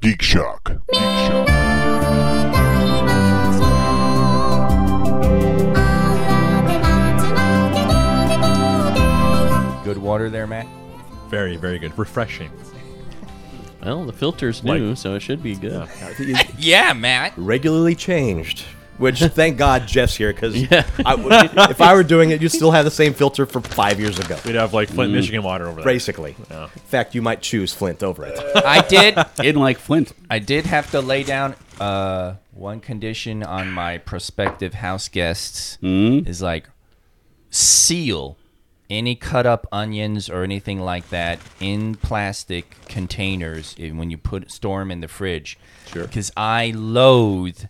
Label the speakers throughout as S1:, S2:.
S1: Geek Shock. Geek Shock.
S2: Good water there, Matt.
S3: Very, very good. Refreshing.
S4: Well, the filter's new, so it should be good.
S2: Yeah, Matt.
S5: regularly changed. Which thank God Jeff's here because
S4: Yeah.
S5: if I were doing it, you still have the same filter from five years ago,
S3: We'd have like
S6: Mm.
S3: Flint, Michigan water over there.
S5: basically. In fact, you might choose Flint over it.
S2: I did.
S6: In like Flint.
S2: I did have to lay down uh, one condition on my prospective house guests
S5: Mm-hmm.
S2: is like seal any cut up onions or anything like that in plastic containers in- when you put store 'em in the fridge. Sure. Because I loathe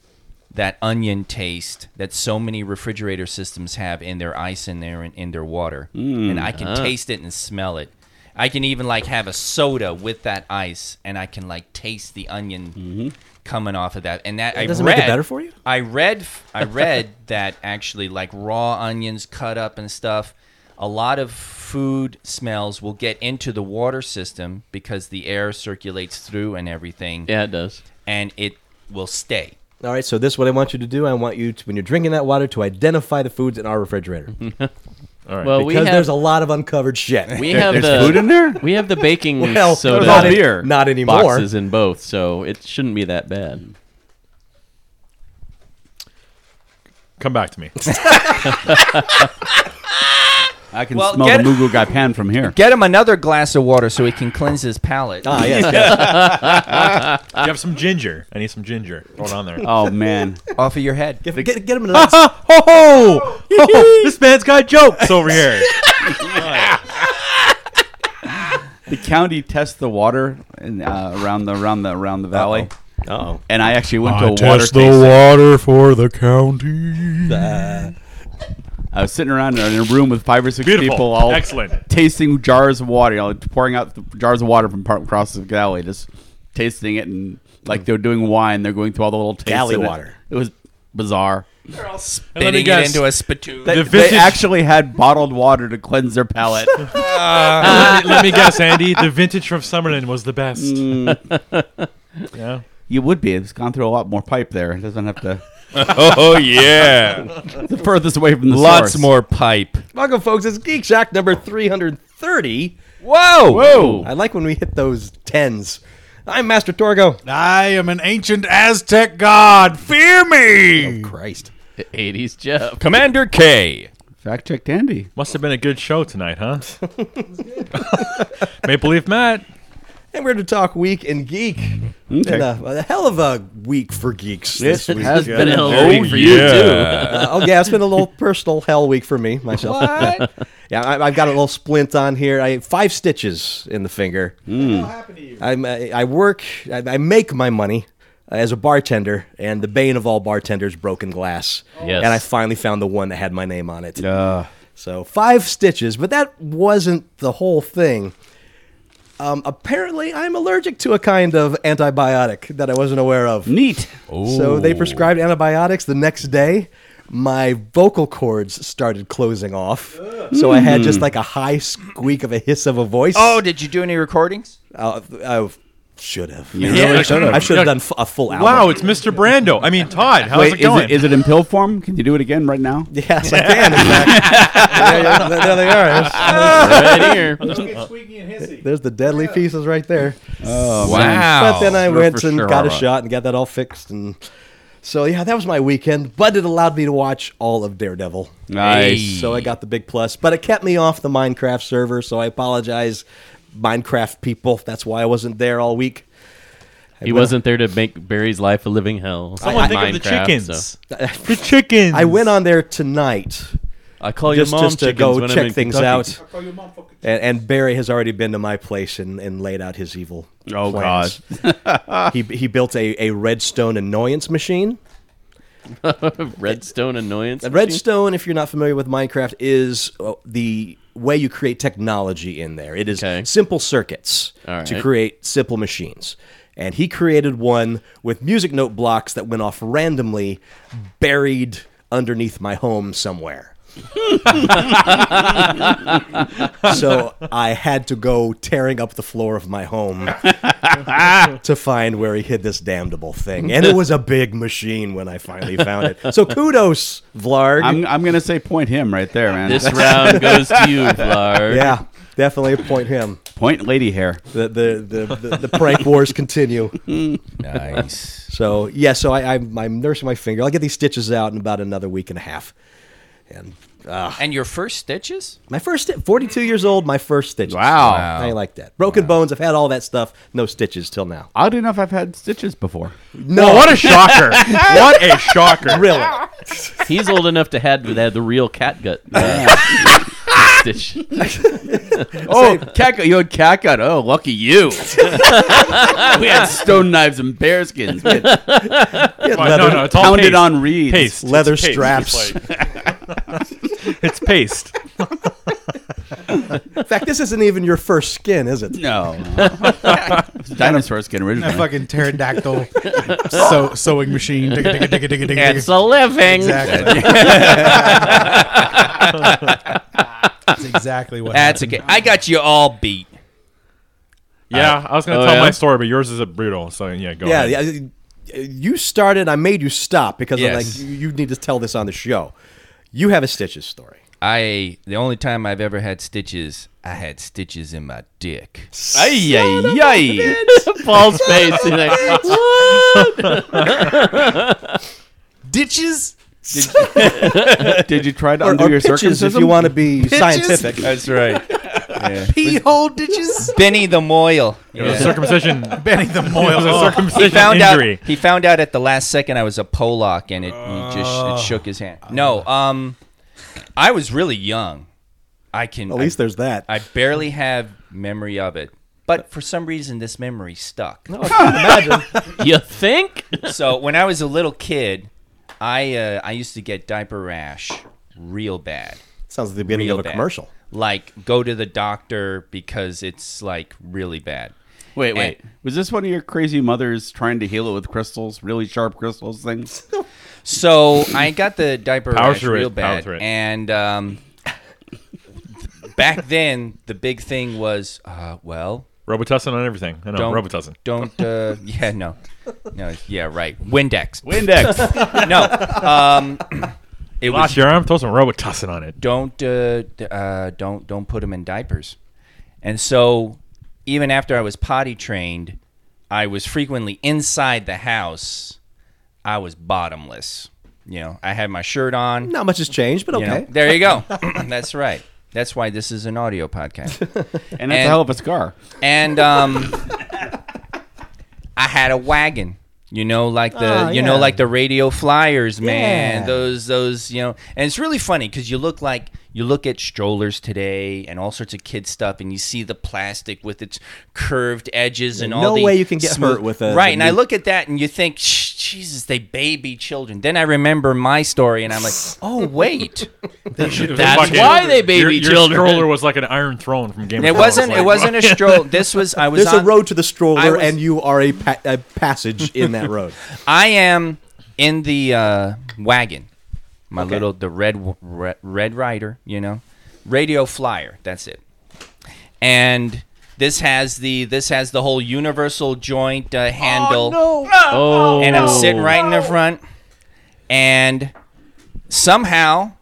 S2: that onion taste that so many refrigerator systems have in their ice in there and in their water,
S5: Mm,
S2: and I
S5: uh-huh.
S2: can taste it and smell it. I can even like have a soda with that ice, and I can like taste the onion coming off of that. And that I
S5: Mm-hmm. doesn't
S2: read,
S5: make it better for you?
S2: I read I read that actually like raw onions cut up and stuff a lot of food smells will get into the water system because the air circulates through and everything
S4: Yeah, it does.
S2: and it will stay.
S5: All right, so this is what I want you to do. I want you to, when you're drinking that water, to identify the foods in our refrigerator
S3: All right.
S4: Well, we
S5: because
S4: have
S5: there's a lot of uncovered shit.
S4: we have
S6: There's
S4: the
S6: food in there?
S4: we have the baking
S5: Well,
S4: soda
S5: not in- Beer. not anymore.
S4: boxes in both, so it shouldn't be that bad.
S3: Come back to me.
S6: I can
S2: Well,
S6: smell
S2: get-
S6: the Mugu Guy Pan from here.
S2: Get him another glass of water so he can cleanse his palate.
S5: ah, yes, yes.
S3: you have some ginger. I need some ginger. Hold on there.
S6: Oh, man.
S2: off of your head.
S5: Get, get, get him another.
S3: Ah, ho, ho! Oh, this man's got jokes over here.
S6: the county tests the water in, uh, around the around the around the valley.
S5: Oh,
S6: And I actually went to
S1: I
S6: a water
S1: test the
S6: tasting.
S1: water for the county.
S6: I was sitting around in a room with five or six
S3: Beautiful.
S6: people, all
S3: Excellent.
S6: tasting jars of water, you know, like pouring out the jars of water from part, across the galley, just tasting it, and like they're doing wine, they're going through all the little tastes
S5: Galley
S6: in it.
S5: water.
S6: It was bizarre.
S3: And let me
S2: Spitting it
S3: guess,
S2: into a spittoon.
S6: They,
S3: The
S6: they
S3: vintage-
S6: actually had bottled water to cleanse their palate.
S3: let, me, let me guess, Andy. The vintage from Summerlin was the best.
S6: Mm.
S3: Yeah.
S6: you would be. It's gone through a lot more pipe there. It doesn't have to.
S1: Oh yeah.
S6: The furthest away from the
S2: Lots
S6: source.
S2: more pipe.
S5: welcome, folks. It's Geek Shock number 330.
S2: Whoa!
S6: Whoa!
S5: I like when we hit those tens. I'm Master Torgo.
S1: I am an ancient Aztec god. Fear me.
S5: Christ.
S4: 80s Jeff.
S2: Commander K.
S6: Fact checked Andy.
S3: Must have been a good show tonight, huh? Maple Leaf Matt.
S5: And we're to talk week in geek. And, uh, a hell of a week for geeks this
S6: It
S5: week.
S6: has
S5: Uh,
S4: Been a hell of a
S1: Oh,
S4: week for
S1: yeah.
S4: you too.
S5: oh yeah, it's been a little personal hell week for me myself. yeah, I, I've got a little splint on here. I five stitches in the finger. I'm, I, I work. I, I make my money as a bartender, and the bane of all bartenders, broken glass.
S4: Yes.
S5: And I finally found the one that had my name on it. So five stitches, but that wasn't the whole thing. Um, apparently, I'm allergic to a kind of antibiotic that I wasn't aware of.
S6: Neat.
S5: So they prescribed antibiotics the next day. My vocal cords started closing off. So I had just like a high squeak of a hiss of a voice.
S2: Oh, did you do any recordings?
S5: Uh, I should have.
S3: really
S5: should have.
S3: should've.
S5: I should have
S3: Yeah.
S5: done f- a full album.
S3: Wow, it's Mr. Brando. I mean, Todd. How's
S6: Wait,
S3: it
S6: is
S3: going?
S6: it, is it in pill form? Can you do it again right now?
S5: Yes, I can. in fact. there, you- there they are.
S4: right here.
S5: There's the deadly pieces right there.
S2: wow.
S5: But then I
S6: Sure,
S5: went
S6: for
S5: and
S6: sure,
S5: got a
S6: alright.
S5: shot and got that all fixed. And so yeah, that was my weekend. But it allowed me to watch all of Daredevil.
S6: Nice.
S5: So I got the big plus, but it kept me off the Minecraft server. So I apologize, Minecraft people. That's why I wasn't there all week.
S4: He wasn't there to make Barry's life a living hell.
S3: Someone
S4: Like
S3: think of the
S4: Minecraft,
S3: chickens.
S4: so.
S3: The chickens.
S5: I went on there tonight
S4: I call
S5: just,
S4: your mom
S5: just to
S4: chickens
S5: go
S4: when I'm
S5: check
S4: in
S5: things
S4: Kentucky.
S5: out. And, and Barry has already been to my place and, and laid out his evil.
S6: Oh,
S5: plans. he he built a, a redstone annoyance machine.
S4: Redstone annoyance.
S5: A
S4: machine?
S5: Redstone, if you're not familiar with Minecraft, is uh, the way you create technology in there. It is
S4: Okay.
S5: simple circuits
S4: All
S5: to
S4: right.
S5: create simple machines. And he created one with music note blocks that went off randomly, buried underneath my home somewhere. so I had to go tearing up the floor of my home to find where he hid this damnable thing. And it was a big machine when I finally found it. So kudos, Vlarg.
S6: I'm, I'm gonna say point him right there, man.
S4: This round goes to you, Vlar.
S5: yeah, definitely point him.
S6: point lady hair.
S5: The the, the, the, the prank wars continue.
S2: Nice.
S5: So yeah, so I, I'm, I'm nursing my finger. I'll get these stitches out in about another week and a half. And
S2: and your first stitches?
S5: my first sti- 42 years old, my first stitches.
S6: Wow.
S5: I ain't like that. Broken bones. I've had all that stuff. No stitches till now.
S6: Oddly enough, I've had stitches before.
S5: No,
S3: Oh, what a shocker! what a shocker!
S5: really?
S4: He's old enough to had to have the real cat gut. uh, stitch.
S6: Oh, cat You had cat gut. Oh, lucky you. we had stone knives and bear skins. We had
S3: Well, no, no, it's all
S6: pounded
S3: paste.
S6: on reeds.
S3: paste.
S5: Leather
S3: It's paste.
S5: straps.
S3: It's, like- it's paste.
S5: In fact, this isn't even your first skin, is it?
S6: No, It's dinosaur skin
S1: That
S6: originally.
S1: fucking pterodactyl sew- sewing machine. Digga, digga, digga, digga, digga, digga.
S4: It's a living.
S1: Exactly. That's exactly what.
S2: That's okay. I got you all beat.
S3: Yeah, I was gonna
S4: Oh,
S3: tell
S4: yeah?
S3: my story, but yours is a brutal. So yeah, go.
S5: Yeah,
S3: ahead.
S5: yeah. y- You started. I made you stop because I'm like,
S2: Yes.
S5: you, you need to tell this on the show. You have a stitches story.
S2: I the only time I've ever had stitches, I had stitches in my dick.
S6: Ay, ay, ay.
S4: Paul's face. He's like,
S1: Ditches?
S6: Did you try to
S5: Or,
S6: undo
S5: or
S6: your
S5: pitches, if
S6: circumcision?
S5: you want to be scientific.
S2: That's right.
S1: Pee hole ditches?
S2: Benny the Moyle.
S3: It was a circumcision. It
S1: Benny the
S3: was a
S1: Moyle.
S3: circumcision
S2: He found
S3: injury.
S2: out. He found out at the last second I was a Polak, and it he
S5: Ah.
S2: just it shook his hand. No, um, I was really young. I can
S5: At least there's that.
S2: I barely have memory of it, but for some reason this memory stuck.
S4: you think?
S2: so when I was a little kid, I uh, I used to get diaper rash real bad.
S5: Sounds like the beginning
S2: real
S5: of a
S2: bad.
S5: commercial.
S2: Like go to the doctor because it's like really bad.
S6: Wait, wait.
S2: And-
S6: Was this one of your crazy mothers trying to heal it with crystals, really sharp crystals things?
S2: So I got the diaper
S3: Power
S2: rash
S3: through it,
S2: real
S3: power
S2: bad,
S3: through it.
S2: and um, back then the big thing was, uh, well,
S3: Robitussin on everything. I know
S2: don't
S3: Oh, Robitussin.
S2: don't, uh, yeah, no, no, yeah, right, Windex,
S6: Windex.
S2: no, um, it was
S3: Lost your arm. Throw some Robitussin on it.
S2: don't uh, d- uh, don't don't put them in diapers. And so, even after I was potty trained, I was frequently inside the house. I was bottomless. You know, I had my shirt on.
S5: Not much has changed, but okay.
S2: you know? there you go. That's right. That's why this is an audio podcast.
S6: and that's a
S2: And-
S6: hell of a scar.
S2: and um, I had a wagon. You know, like the
S5: Oh,
S2: you know,
S5: yeah.
S2: like the radio flyers, man.
S5: Yeah.
S2: Those those you know, and it's really funny because you look like you look at strollers today and all sorts of kid stuff, and you see the plastic with its curved edges and all.
S5: no
S2: the
S5: way you can get hurt with a-
S2: right.
S5: the
S2: And I
S5: new-
S2: look at that and you think, "Shh, Jesus, they baby children. Then I remember my story, and I'm like, oh wait.
S4: That's
S3: Fucking-
S4: why they baby
S3: your, your
S4: children.
S3: stroller was like an iron throne from Game
S2: And it
S3: of Thrones.
S2: wasn't.
S3: Like,
S2: It wasn't a stroll. This was. I was.
S5: There's a
S2: on-
S5: road to the stroller,
S2: was-
S5: and you are a, pa- a passage in that road.
S2: I am in the uh, wagon, my little the red, w- red red rider, you know, radio flyer. That's it. And this has the this has the whole universal joint uh, handle,
S4: Oh,
S2: and I'm sitting right in the front, and somehow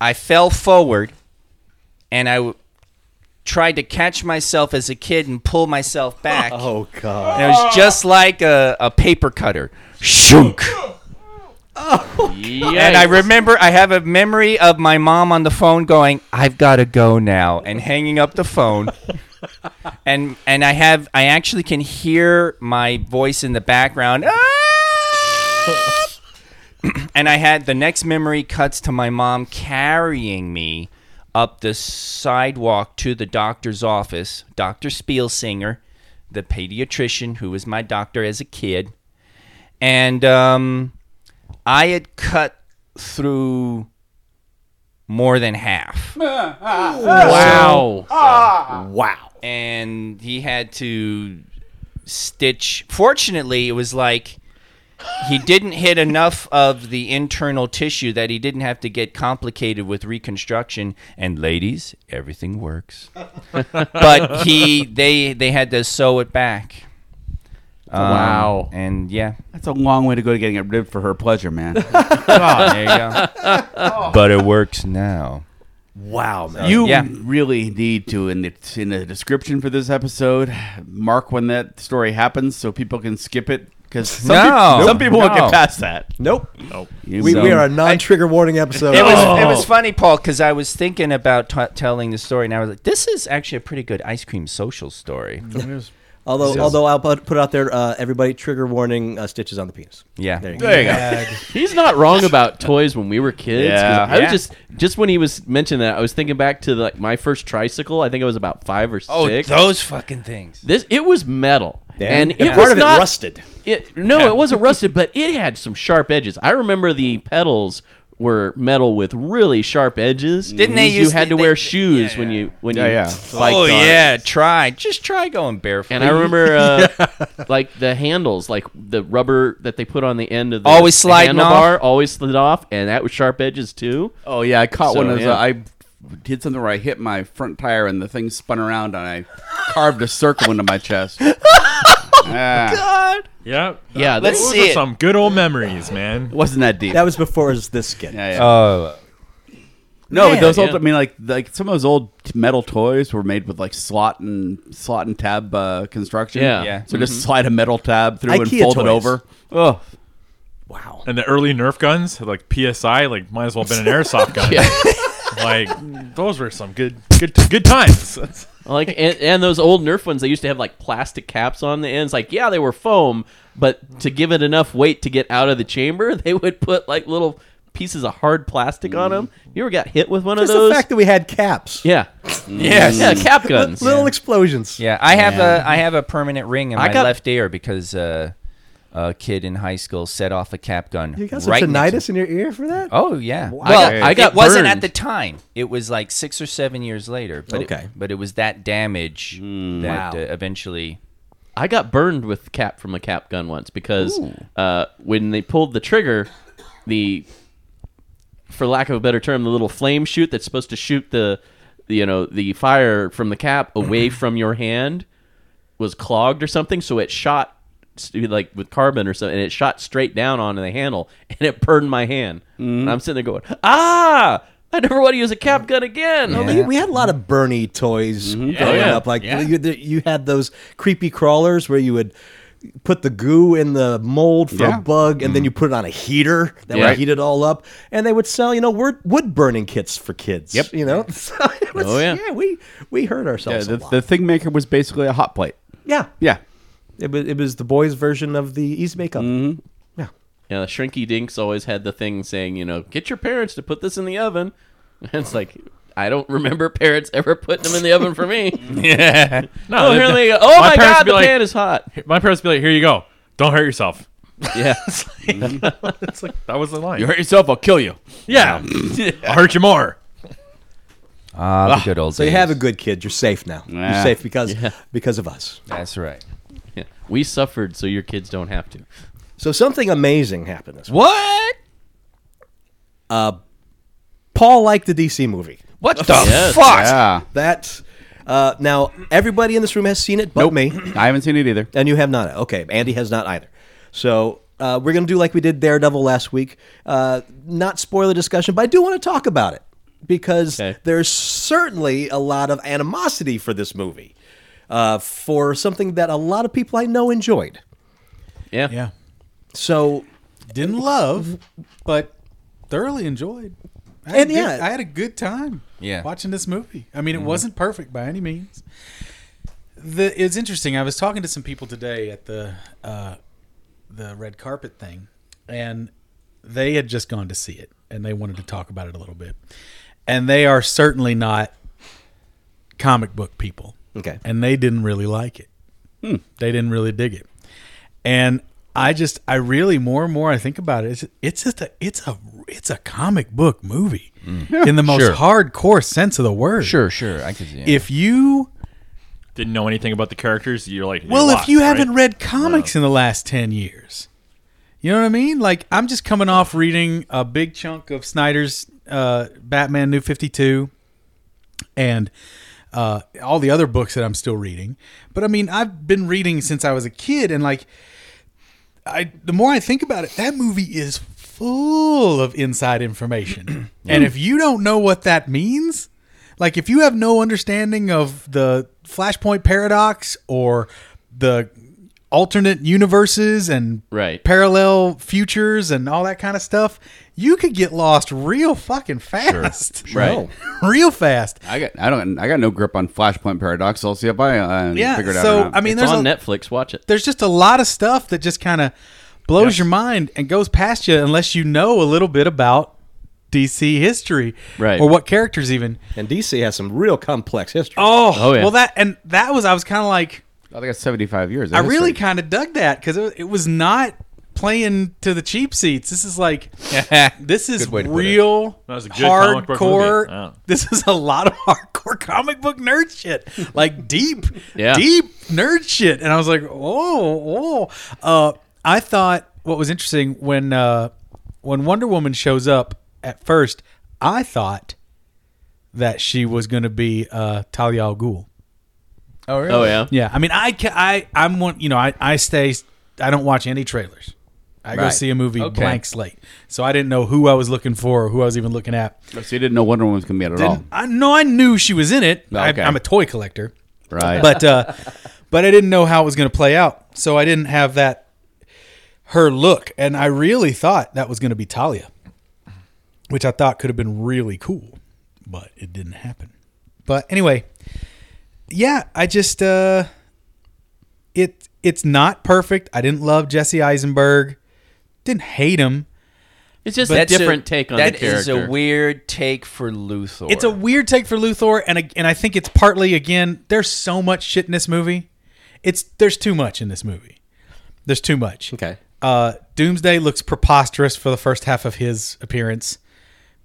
S2: I fell forward, and I w- tried to catch myself as a kid and pull myself back.
S5: Oh God!
S2: And it was just like a, a paper cutter. Shunk.
S4: Yikes.
S2: And I remember I have a memory of my mom on the phone going, "I've got to go now," and hanging up the phone. and and I have I actually can hear my voice in the background. "Ah!" and I had the next memory cuts to my mom carrying me up the sidewalk to the doctor's office, Dr. Spielsinger, the pediatrician who was my doctor as a kid. And um I had cut through more than half,
S4: Wow.
S5: Wow.
S2: and he had to stitch. Fortunately, it was like he didn't hit enough of the internal tissue that he didn't have to get complicated with reconstruction and ladies everything works but he they they had to sew it back Um,
S6: Wow.
S2: and yeah
S6: That's a long way to go to getting it ripped for her pleasure, man.
S2: there you go but it works now
S6: wow, man. You
S2: yeah.
S6: really need to in the in the description for this episode mark when that story happens so people can skip it because some,
S2: No.
S6: peop- some
S2: Nope.
S6: people won't
S2: No.
S6: get past that.
S5: Nope.
S6: You
S5: We, we
S6: know.
S5: are a non-trigger warning episode.
S2: It was it was funny, Paul, because I was thinking about t- telling the story, and I was like, "This is actually a pretty good ice cream social story."
S5: Mm-hmm. although, although I'll put put out there, uh, everybody, trigger warning: uh, stitches on the penis.
S2: Yeah.
S5: There you go.
S6: There you go.
S1: Bad.
S4: He's not wrong about toys when we were kids. 'cause
S6: Yeah.
S4: I was
S2: Yeah.
S4: just just when he was mentioning that, I was thinking back to like my first tricycle. I think I was about five or
S2: Oh,
S4: six.
S2: those fucking things!
S4: This it was metal, and it
S5: And
S4: was
S5: part of it
S4: not
S5: rusted.
S4: It, no, it wasn't rusted, but it had some sharp edges. I remember the pedals were metal with really sharp edges.
S2: Didn't they
S4: You
S2: use
S4: had
S2: the-
S4: to wear
S2: they-
S4: shoes
S2: yeah,
S4: when
S2: yeah.
S4: you when
S6: Yeah,
S4: you
S6: yeah.
S4: biked
S2: oh
S4: on it.
S2: yeah, try just try going barefoot.
S4: And I remember, uh, like the handles, like the rubber that they put on the end of the
S2: Always sliding
S4: handlebar, always slid off, and that was sharp edges too.
S6: Oh yeah, I caught
S4: So,
S6: one. As
S4: yeah.
S6: a, I did something where I hit my front tire and the thing spun around and I carved a circle into my chest. Ah,
S3: Yeah.
S4: Yeah,
S3: Those
S2: let's
S3: are
S2: see it.
S3: some good old memories, man.
S6: it wasn't that deep.
S5: That was before it was this skin.
S6: yeah, yeah.
S2: Oh,
S6: Uh, no, but those old.
S4: yeah.
S6: I mean, like like some of those old t- metal toys were made with like slot and slot and tab uh, construction.
S4: Yeah. Yeah.
S6: So just slide a metal tab through and
S5: IKEA
S6: fold
S5: toys.
S6: it over. Oh,
S5: Wow.
S3: And the early Nerf guns, had, like PSI, like might as well have been an airsoft gun. Like those were some good, good, good times.
S4: Like and, and those old Nerf ones, they used to have like plastic caps on the ends. Like yeah, they were foam, but to give it enough weight to get out of the chamber, they would put like little pieces of hard plastic on 'em. on them. You ever got hit with one
S5: Mm. Just
S4: of those?
S5: the fact that we had caps.
S4: yeah,
S2: yes,
S4: yeah, cap guns.
S5: Little explosions.
S2: yeah. I have a I have a permanent ring in
S4: I
S2: my
S4: got-
S2: left ear because uh, a kid in high school set off a cap gun.
S5: You got some
S2: right next to-
S5: tinnitus in your ear for that?
S2: Oh yeah.
S5: Wow.
S2: Well,
S4: I got- I got
S2: it wasn't at
S4: burned.
S2: the time. It was like six or seven years later. But
S5: Okay.
S2: It, but it was that damage that uh, eventually.
S4: I got burned with cap from a cap gun once because uh, when they pulled the trigger, the for lack of a better term, the little flame shoot that's supposed to shoot the the, you know the fire from the cap away from your hand was clogged or something, so it shot s- like with carbon or something, and it shot straight down onto the handle, and it burned my hand. And I'm sitting there going, ah. I never want to use a cap gun again.
S5: Oh, We, we had a lot of Bernie toys growing
S4: Yeah.
S5: up. Like you, you had those creepy crawlers where you would put the goo in the mold for
S6: Yeah.
S5: a bug, and then you put it on a heater that
S4: Yeah.
S5: would heat it all up. And they would sell, you know, wood, wood burning kits for kids. Yep. You know, so it was,
S4: Oh, yeah.
S5: we we hurt
S6: yeah.
S5: ourselves.
S6: The,
S5: a lot.
S6: the thing maker was basically a hot plate.
S5: yeah,
S6: Yeah.
S5: It was it was the boys' version of the East Makeup. Yeah.
S4: Yeah, Shrinky Dinks always had the thing saying, you know, get your parents to put this in the oven. And it's like, I don't remember parents ever putting them in the oven for me.
S2: Yeah.
S3: No,
S4: oh,
S3: that-
S4: here
S3: that-
S4: they go. Oh
S3: my
S4: my,
S3: parents
S4: God,
S3: would be
S4: the
S3: like-
S4: pan is hot.
S3: my parents would be like, "Here you go. Don't hurt yourself."
S4: Yeah.
S3: It's like that was the line.
S6: You hurt yourself, I'll kill you.
S3: yeah, I'll hurt you more.
S2: Ah, the good old
S5: So you have a good kid. You're safe now.
S6: Yeah.
S5: You're safe because because of us.
S2: That's right.
S4: yeah. We suffered so your kids don't have to.
S5: So something amazing happened this week.
S2: What?
S5: Uh, Paul liked the DC movie.
S2: What the
S4: Yes.
S2: fuck?
S6: Yeah.
S5: That uh, now everybody in this room has seen it, but
S6: Nope.
S5: me,
S6: I haven't seen it either.
S5: and you have not. Okay, Andy has not either. So uh, we're gonna do like we did Daredevil last week. Uh, not spoil the discussion, but I do want to talk about it because
S4: Okay.
S5: there's certainly a lot of animosity for this movie, uh, for something that a lot of people I know enjoyed.
S4: Yeah.
S1: Yeah.
S5: So
S1: Didn't love, but thoroughly enjoyed. I had
S5: And
S1: a good-
S5: yeah.
S1: I had a good time.
S2: Yeah.
S1: watching this movie. I mean, it wasn't perfect by any means. The it's interesting. I was talking to some people today at the uh, the red carpet thing, and they had just gone to see it, and they wanted to talk about it a little bit. And they are certainly not comic book people.
S5: Okay.
S1: and they didn't really like it.
S2: Hmm.
S1: They didn't really dig it. And I just, I really more and more I think about it. It's, it's just a, it's a, it's a comic book movie in the most
S2: Hmm. Sure.
S1: hardcore sense of the word.
S2: Sure, sure. I could see. it.
S1: If you,
S3: Didn't know anything about the characters. You're like,
S1: well,
S3: you're
S1: if you
S3: lost, right?
S1: haven't read comics in the last ten years, You know what I mean? Like I'm just coming off reading a big chunk of Snyder's uh, Batman New Fifty Two, and uh, all the other books that I'm still reading. But I mean, I've been reading since I was a kid, and like, I the more I think about it, that movie is full of inside information. and if you don't know what that means, like if you have no understanding of the Flashpoint paradox or the alternate universes and
S4: Right.
S1: parallel futures and all that kind of stuff, you could get lost real fucking fast.
S4: Right.
S1: real fast.
S6: I got I don't I got no grip on Flashpoint Paradox. I'll see if I uh,
S1: Yeah.
S6: figure it out. or
S1: so
S6: not.
S1: I mean,
S4: it's
S1: there's
S4: on
S1: a,
S4: Netflix. Watch it.
S1: there's just a lot of stuff that just kind of blows
S6: Yes.
S1: your mind and goes past you unless you know a little bit about DC history,
S4: Right.
S1: Or what characters even.
S5: And DC has some real complex history.
S1: Oh,
S4: Oh, yeah.
S1: well, that and that was I was kind of like
S6: I think it's 75 years. of
S1: I really
S6: history.
S1: kind of dug that because it, it was not playing to the cheap seats. This is like this is
S2: way to put it.
S1: real
S3: That was a good comic book
S1: hardcore.
S3: movie. Yeah.
S1: This is a lot of hardcore comic book nerd shit, like deep,
S4: Yeah.
S1: deep nerd shit. And I was like, oh, oh. Uh, I thought what was interesting when uh, when Wonder Woman shows up at first, I thought that she was going to be uh, Talia al Ghul.
S2: Oh, really?
S4: Oh yeah.
S1: Yeah, I mean, I ca- I I'm one. You know, I I stay. I don't watch any trailers. I go
S2: Right.
S1: see a movie
S2: Okay.
S1: blank slate. So I didn't know who I was looking for or who I was even looking at.
S6: So you didn't know Wonder Woman was gonna be out at all,
S1: Didn't, I no, I knew she was in it.
S6: Okay.
S1: I, I'm a toy collector,
S6: right?
S1: but uh, but I didn't know how it was going to play out. So I didn't have that her look, and I really thought that was going to be Talia, which I thought could have been really cool, but it didn't happen. But anyway, yeah, I just uh, it it's not perfect. I didn't love Jesse Eisenberg. Didn't hate him.
S4: It's just a
S2: That's
S4: different take on the character.
S2: That is a weird take for Luthor.
S1: It's a weird take for Luthor, and ag- and I think it's partly again. There's so much shit in this movie. It's there's too much in this movie. There's too much.
S5: Okay.
S1: Uh, Doomsday looks preposterous for the first half of his appearance.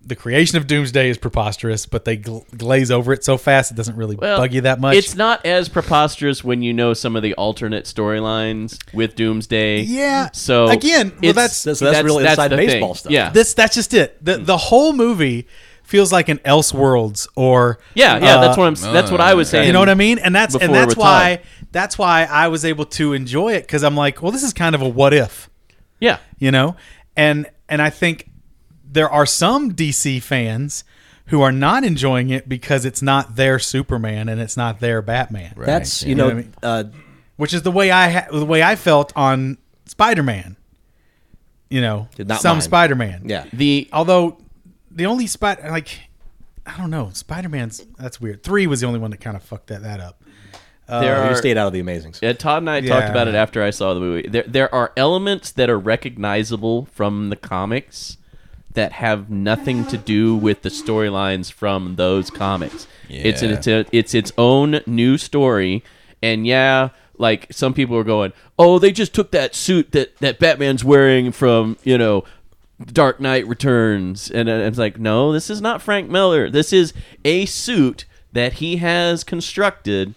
S1: The creation of Doomsday is preposterous, but they gl- glaze over it so fast it doesn't really
S4: Well,
S1: bug you that much.
S4: It's not as preposterous when you know some of the alternate storylines with Doomsday.
S1: Yeah.
S4: So
S1: Again, well,
S4: it's-
S1: that's-
S5: So that's really inside
S4: the
S5: baseball
S4: thing.
S5: stuff.
S4: Yeah.
S1: this that's just it. The the whole movie feels like an Elseworlds or
S4: yeah. Yeah.
S1: uh,
S4: that's what I'm. s- That's what I was saying.
S1: You know what I mean? And that's and
S4: before
S1: that's
S4: with
S1: why
S4: Todd.
S1: that's why I was able to enjoy it because I'm like, well, this is kind of a what if,
S4: Yeah.
S1: you know, and and I think there are some DC fans who are not enjoying it because it's not their Superman and it's not their Batman,
S5: That's you
S1: You know
S5: know,
S1: what I mean?
S5: uh,
S1: which is the way I ha- the way I felt on Spider Man. You know,
S5: Did not
S1: some
S5: mind.
S1: Spider Man.
S5: yeah.
S4: The
S1: Although the only spot like I don't know, Spider Man's that's weird. Three was the only one that kind of fucked that, that up.
S4: there
S5: Oh,
S1: uh,
S5: You
S4: are.
S5: stayed out of the Amazings.
S4: Yeah, Todd and I talked
S1: Yeah.
S4: about it after I saw the movie. There, there are elements that are recognizable from the comics that have nothing to do with the storylines from those comics. It's an,
S2: Yeah.
S4: it's a, it's its own new story, and yeah, like some people are going, oh, they just took that suit that that Batman's wearing from you know. Dark Knight Returns, and I- I was like, no, this is not Frank Miller. This is a suit that he has constructed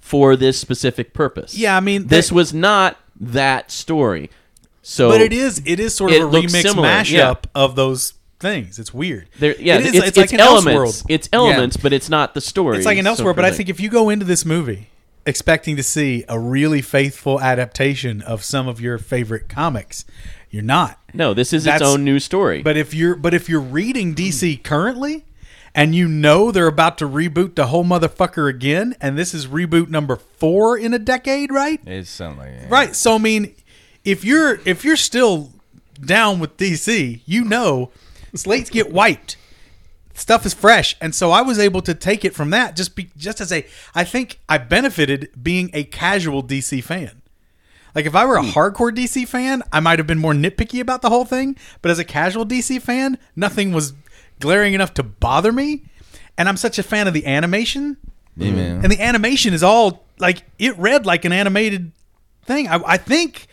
S4: for this specific purpose.
S1: Yeah, I mean,
S4: this
S1: they-
S4: was not that story. So,
S1: But it is it is sort of
S4: It
S1: a
S4: looks
S1: remix
S4: similar,
S1: mashup
S4: yeah.
S1: of those things. It's weird.
S4: There, yeah,
S1: it is,
S4: it's,
S1: it's, like an
S4: elements.
S1: Elseworld.
S4: It's elements, but it's not the story.
S1: It's like an
S4: sort
S1: Elseworld.
S4: of
S1: But I
S4: thing.
S1: think if you go into this movie expecting to see a really faithful adaptation of some of your favorite comics, you're not.
S4: no, this is its
S1: That's-
S4: own new story.
S1: But if you're but if you're
S4: Hmm.
S1: reading DC currently and you know they're about to reboot the whole motherfucker again and this is reboot number 4 in a decade, right?
S2: It's something like that.
S1: Right. So I mean, if you're if you're still down with DC, you know, slates get wiped. Stuff is fresh, and so I was able to take it from that. Just be just as a, I think I benefited being a casual DC fan. Like if I were a
S5: Hmm.
S1: hardcore DC fan, I might have been more nitpicky about the whole thing. But as a casual DC fan, nothing was glaring enough to bother me. And I'm such a fan of the animation. And the animation is all like it read like an animated thing. I, I think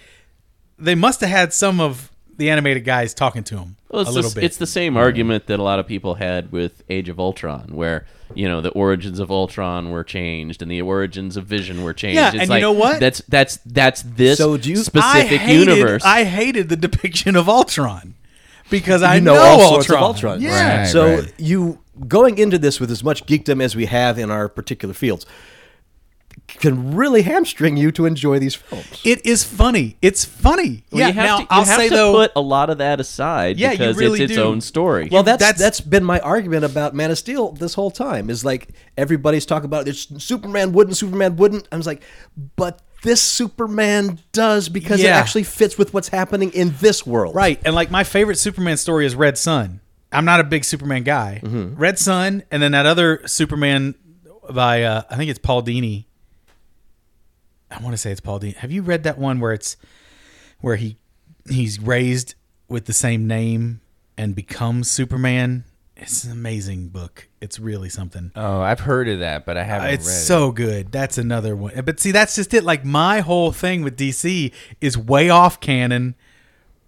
S1: they must have had some of the animated guy is talking to him
S4: Well,
S1: a
S4: it's,
S1: little
S4: the,
S1: bit.
S4: it's the same argument that a lot of people had with Age of Ultron, where you know the origins of Ultron were changed and the origins of Vision were changed.
S1: Yeah,
S4: It's
S1: and you
S4: like,
S1: know what?
S4: That's that's that's this
S5: So do you-
S4: specific
S1: I hated,
S4: universe.
S1: I hated the depiction of Ultron because I
S5: you know,
S1: know,
S5: all
S1: Ultron.
S5: sorts of Ultron.
S1: Yeah.
S2: Right,
S5: so
S2: right.
S5: you going into this with as much geekdom as we have in our particular fields can really hamstring you to enjoy these films.
S1: It is funny. It's funny.
S4: Well,
S1: yeah.
S4: you have
S1: now
S4: to, you
S1: I'll
S4: have
S1: say
S4: to
S1: though,
S4: put a lot of that aside
S1: Yeah, you
S4: because
S1: really
S4: it's its
S1: do.
S4: own story.
S5: Well, that's,
S1: That's-
S5: that's been my argument about Man of Steel this whole time. Is like everybody's talking about there's Superman wouldn't, Superman wouldn't. I was like, but this Superman does because it
S1: Yeah.
S5: actually fits with what's happening in this world.
S1: right. And like my favorite Superman story is Red Sun. I'm not a big Superman guy.
S2: Mm-hmm.
S1: Red Sun, and then that other Superman by uh, I think it's Paul Dini. I want to say it's Paul Dini. Have you read that one where it's where he he's raised with the same name and becomes Superman? It's an amazing book. It's really something.
S2: Oh, I've heard of that, but I haven't
S1: It's
S2: read it.
S1: so good. That's another one. But see, that's just it. Like my whole thing with DC is way off canon,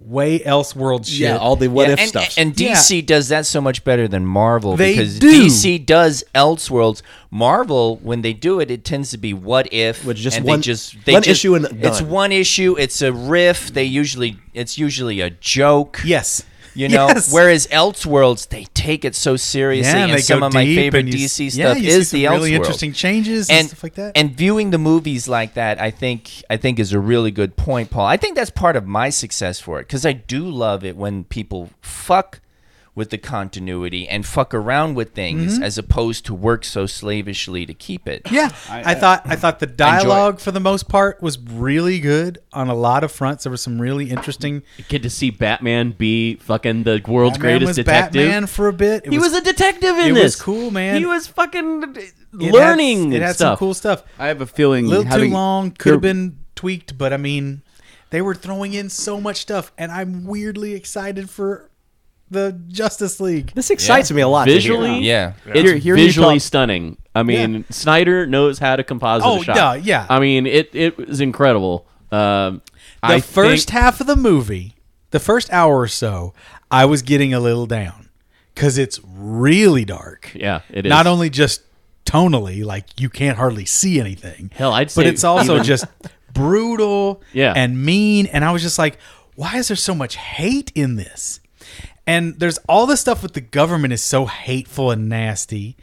S1: way else world shit.
S5: Yeah, all the what
S2: Yeah,
S5: if
S2: and,
S5: stuff.
S2: And DC does that so much better than Marvel
S1: They
S2: because
S1: do.
S2: DC does Elseworlds. Marvel, when they do it, it tends to be what if,
S5: Which just
S2: and
S5: one-
S2: they just they
S5: one
S2: just-
S5: issue and
S2: it's
S5: done.
S2: one issue. It's a riff. They usually it's usually a joke.
S1: yes,
S2: You know,
S1: Yes.
S2: whereas Elseworlds, they take it so seriously,
S1: Yeah, and
S2: and
S1: they
S2: some
S1: go
S2: of my
S1: deep,
S2: favorite
S1: and you s-
S2: DC
S1: yeah,
S2: stuff
S1: you see
S2: is
S1: some
S2: the Elseworlds.
S1: really interesting changes and stuff like that.
S2: And viewing the movies like that, I think, I think is a really good point, Paul. I think that's part of my success for it because I do love it when people fuck with the continuity and fuck around with things as opposed to work so slavishly to keep it.
S1: Mm-hmm. yeah. I,
S2: uh,
S1: thought I thought the dialogue for the most part was really good on a lot of fronts. There was some really interesting.
S4: Get to see Batman be fucking the world's
S1: Batman
S4: greatest
S1: was
S4: detective.
S1: Batman for a bit. It
S4: he was, a detective in
S1: it was
S4: this.
S1: cool, man.
S4: He was fucking
S1: it had-
S4: learning
S1: It had some
S4: stuff.
S1: cool stuff.
S6: I have a feeling
S1: little
S6: having-
S1: too long could have
S6: They're-
S1: been tweaked but i mean they were throwing in so much stuff and i'm weirdly excited for the justice league
S5: This excites me a lot. to hear.
S4: Visually,
S2: Yeah.
S4: it's
S6: Here- here you
S4: visually
S6: talk-
S4: stunning. I mean, Snyder knows how to composite
S1: Oh,
S4: a shot.
S1: duh, yeah.
S4: I mean, it it was incredible. Um,
S1: the
S4: I
S1: first
S4: think-
S1: half of the movie the first hour or so i was getting a little down because it's really dark
S4: yeah, it is
S1: not only just tonally like you can't hardly see anything
S4: Hell, I'd
S1: but
S4: say
S1: it's also just brutal
S4: Yeah.
S1: and mean and i was just like why is there so much hate in this and there's all this stuff with the government is so hateful and nasty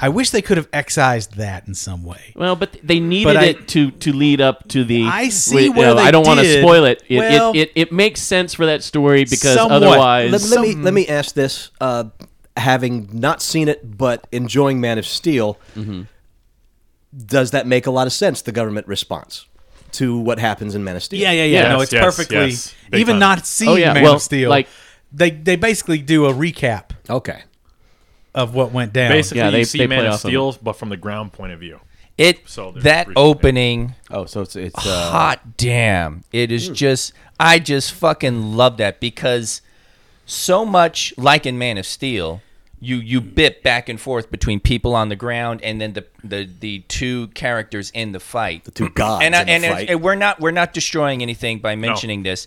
S1: i wish they could have excised that in some way
S4: Well, but they needed
S1: But I-
S4: it to to lead up to the.
S1: I see
S4: wait,
S1: where
S4: no,
S1: they
S4: I don't want to
S1: did.
S4: spoil it. It,
S1: Well-
S4: it, it. it makes sense for that story because
S1: Somewhat.
S4: otherwise,
S5: Let, let me let me ask this: uh, having not seen it but enjoying Man of Steel, does that make a lot of sense? The government response to what happens in Man of Steel.
S1: yeah yeah yeah
S3: Yes,
S1: no it's
S3: yes,
S1: perfectly
S3: yes. Big
S1: even
S3: time.
S1: not seeing
S4: Oh, yeah,
S1: man
S4: well,
S1: of steel
S4: like-
S1: they they basically do a recap
S5: Okay.
S1: of what went down
S3: Basically,
S4: Yeah, they-
S3: you see
S4: they
S3: Man
S4: play
S3: of
S4: off of
S3: Steel, but from the ground point of view.
S2: It
S3: So there's
S2: that
S3: reason, yeah.
S2: opening
S6: Oh, so it's it's uh,
S2: hot damn it is just i just fucking love that because so much like in man of steel you you bit back and forth between people on the ground and then the the, the two characters in the fight the
S5: two gods
S2: and I-
S5: in the
S2: and,
S5: fight.
S2: and we're not we're not destroying anything by mentioning this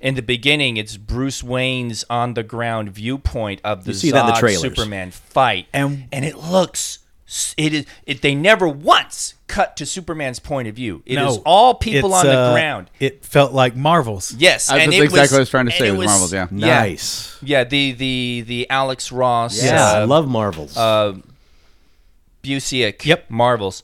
S2: in the beginning it's bruce wayne's on the ground viewpoint of the,
S5: see that in the
S2: Zod
S5: trailers.
S2: superman fight
S1: And-
S2: and it looks it is it they never once cut to superman's point of view It is all people
S1: it's,
S2: on the
S1: uh,
S2: ground
S1: it felt like marvel's
S2: yes
S6: I-
S2: and
S6: that's
S2: it
S6: exactly
S2: was,
S6: what I was trying to
S2: and
S6: say
S2: it
S6: with
S2: was-
S6: Marvels, yeah.
S5: Nice.
S2: yeah the the the alex ross
S5: Yeah, I
S2: uh,
S5: love Marvels.
S2: Busiek
S1: Yep.
S2: marvels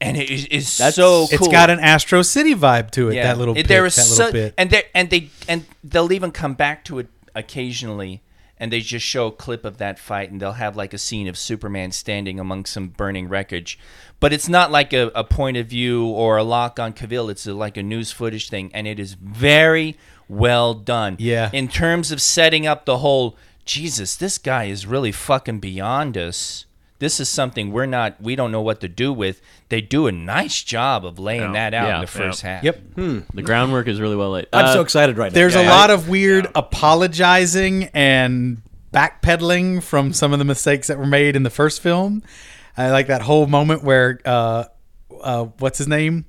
S2: and it is, is so cool
S1: It's got an Astro City vibe to it.
S2: Yeah.
S1: That little
S2: It-
S1: bit,
S2: there
S1: that
S2: is so-
S1: little bit.
S2: and they and they and they'll even come back to it occasionally and they just show a clip of that fight and they'll have like a scene of superman standing among some burning wreckage but it's not like a, a point of view or a lock on cavill it's a, like a news footage thing and it is very well done
S1: Yeah.
S2: in terms of setting up the whole jesus this guy is really fucking beyond us this is something we're not we don't know what to do with they do a nice job of laying that out
S4: Yeah.
S2: in the first half
S1: yep.
S4: the groundwork is really well laid.
S5: I'm
S4: Uh,
S5: so excited right
S1: There's
S5: now.
S1: a lot of weird apologizing and backpedaling from some of the mistakes that were made in the first film. I like that whole moment where uh, uh, what's his name?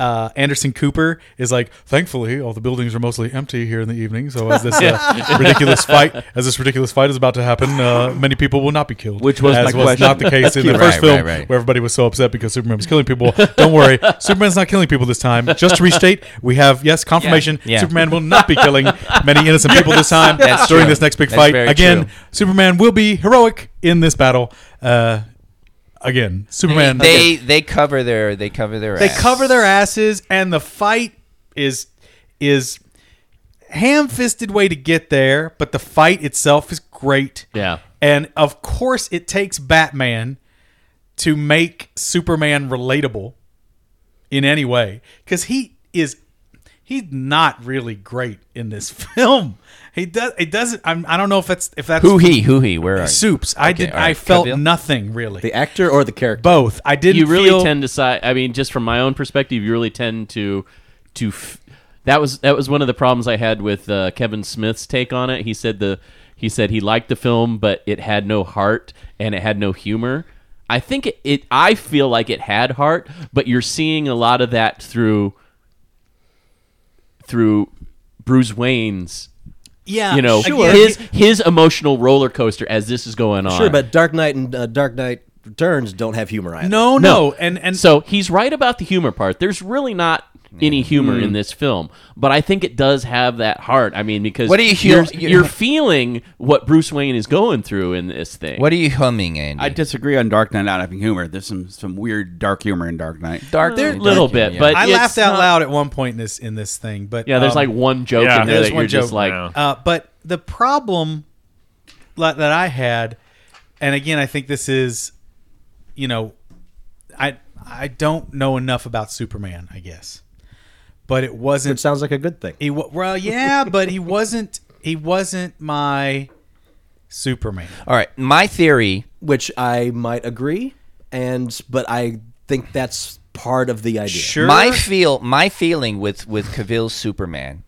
S1: uh, Anderson Cooper is like, thankfully, all the buildings are mostly empty here in the evening. So as this uh, ridiculous fight, as this ridiculous fight is about to happen, uh, many people will not be killed.
S6: Which was
S1: as
S6: my
S1: was
S6: question.
S1: not the case in the
S2: Right,
S1: first film,
S2: right, right.
S1: where everybody was so upset because Superman was killing people. Don't worry, Superman's not killing people this time. Just to restate, we have yes confirmation.
S2: Yeah.
S1: Superman will not be killing many innocent people this time
S2: That's
S1: during
S2: true.
S1: this next big
S2: That's
S1: fight.
S2: very
S1: Again,
S2: true.
S1: Superman will be heroic in this battle. Uh, again, Superman.
S2: They they cover their they cover their
S1: They
S2: ass.
S1: cover their asses, and the fight is is ham-fisted way to get there, but the fight itself is great.
S4: Yeah.
S1: and of course, it takes Batman to make Superman relatable in any way because he is he's not really great in this film. He does it doesn't. I'm, I don't know if that's if that's
S2: Who he who he where are you?
S1: soups. I
S2: Okay,
S1: did.
S2: all right.
S1: I felt
S2: Cavill?
S1: nothing really.
S5: The actor or the character?
S1: Both. I didn't.
S4: you really
S1: feel-
S4: tend to side. I mean, just from my own perspective, you really tend to to. F- that was that was one of the problems I had with uh, Kevin Smith's take on it. He said the he said he liked the film, but it had no heart and it had no humor. I think it, it I feel like it had heart, but you're seeing a lot of that through through Bruce Wayne's
S1: Yeah,
S4: you know
S1: sure.
S4: his his emotional roller coaster as this is going on.
S5: Sure, but Dark Knight and uh, Dark Knight Returns don't have humor either.
S1: No, no, and and
S4: so he's right about the humor part. There's really not any humor
S2: Hmm.
S4: in this film, but I think it does have that heart. I mean, because
S2: What do you hear-
S4: are you're feeling what Bruce Wayne is going through in this thing.
S2: What are you humming, Andy?
S6: I disagree on Dark Knight not having humor. There's some some weird dark humor in Dark Knight.
S2: Dark
S4: a little bit, but
S1: I
S4: it's
S1: laughed out
S4: not-
S1: loud at one point in this in this thing, but
S4: Yeah, there's
S1: um,
S4: like one joke
S3: yeah,
S4: in there
S1: there's
S4: that
S1: one
S4: you're just
S1: joke.
S4: like,
S3: Yeah.
S1: Uh, but the problem li- that I had, and again, I think this is, you know, I I don't know enough about Superman, I guess, but it
S5: It
S1: wasn't.
S5: sounds like a good thing.
S1: He wa- well, yeah, but he wasn't. He wasn't my Superman.
S2: All right, my theory.
S5: Which I might agree, and but I think that's part of the idea.
S1: Sure,
S2: My feel, my feeling with with Cavill's Superman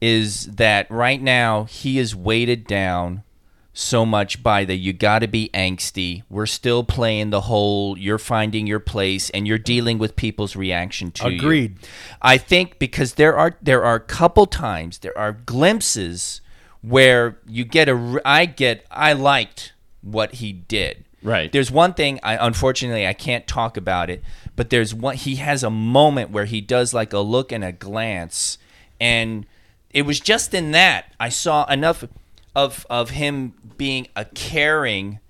S2: is that right now he is weighted down so much by the you got to be angsty. We're still playing the whole you're finding your place and you're dealing with people's reaction to you.
S1: Agreed.
S2: I think because there are there are a couple times there are glimpses where you get a r- I get I liked what he did.
S4: Right.
S2: There's one thing I unfortunately I can't talk about it, but there's one he has a moment where he does like a look and a glance and it was just in that I saw enough of of him being a caring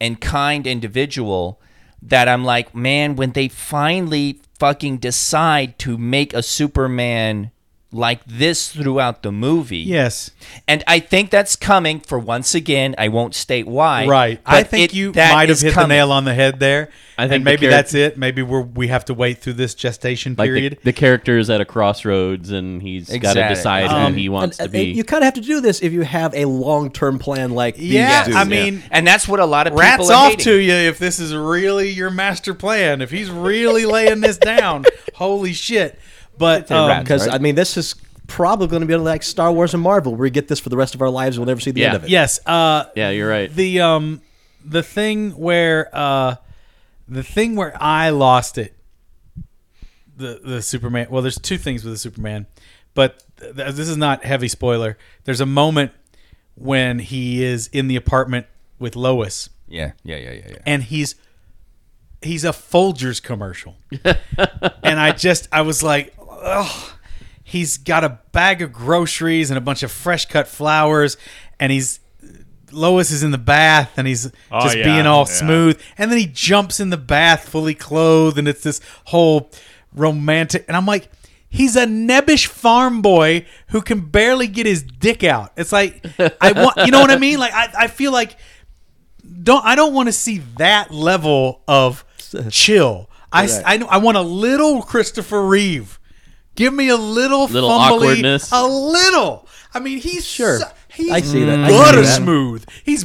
S2: and kind individual that I'm like, man, when they finally fucking decide to make a Superman like this throughout the movie.
S1: yes,
S2: And I think that's coming for once again, I won't state why.
S1: right.
S2: but
S1: I think
S2: it-
S1: you
S2: that
S1: might have
S2: is
S1: hit the
S2: coming.
S1: nail on the head there.
S4: I think
S1: and
S4: the
S1: maybe
S4: charac-
S1: that's it. Maybe we're we have to wait through this gestation
S4: like
S1: period.
S4: the, the character is at a crossroads and he's got to
S2: Exactly.
S4: decide
S2: Um,
S4: who he
S5: And,
S4: wants
S5: uh,
S4: to be.
S5: You kind of have to do this if you have a long-term plan like these
S1: Yeah,
S5: do.
S1: I mean,
S2: And that's what a lot of people
S1: rats
S2: are
S1: off
S2: hating.
S1: to you if this is really your master plan. If he's really laying this down, holy shit! But um,
S5: because I mean, this is probably going to be like Star Wars and Marvel, where we get this for the rest of our lives. We'll never see the
S4: Yeah.
S5: end of it.
S1: yes, uh,
S4: yeah, you're right.
S1: the um the thing where uh the thing where I lost it the the Superman well there's two things with the Superman but th- th- this is not heavy spoiler there's a moment when he is in the apartment with Lois
S2: Yeah, yeah, yeah, yeah, yeah.
S1: and he's he's a Folgers commercial. and I just I was like, ugh. He's got a bag of groceries and a bunch of fresh cut flowers, and he's Lois is in the bath and he's
S3: Oh,
S1: just
S3: yeah,
S1: being all
S3: yeah.
S1: smooth, and then he jumps in the bath fully clothed, and it's this whole romantic. And I'm like, he's a nebbish farm boy who can barely get his dick out. It's like I want, you know what I mean? Like I, I feel like don't I don't want to see that level of chill. I, s- I know I want a little Christopher Reeve. Give me a little,
S4: Little
S1: fumbly,
S4: awkwardness.
S1: A little. I mean, he's
S5: Sure.
S1: so- he's
S5: I see that. I see
S1: butter
S5: that.
S1: smooth. He's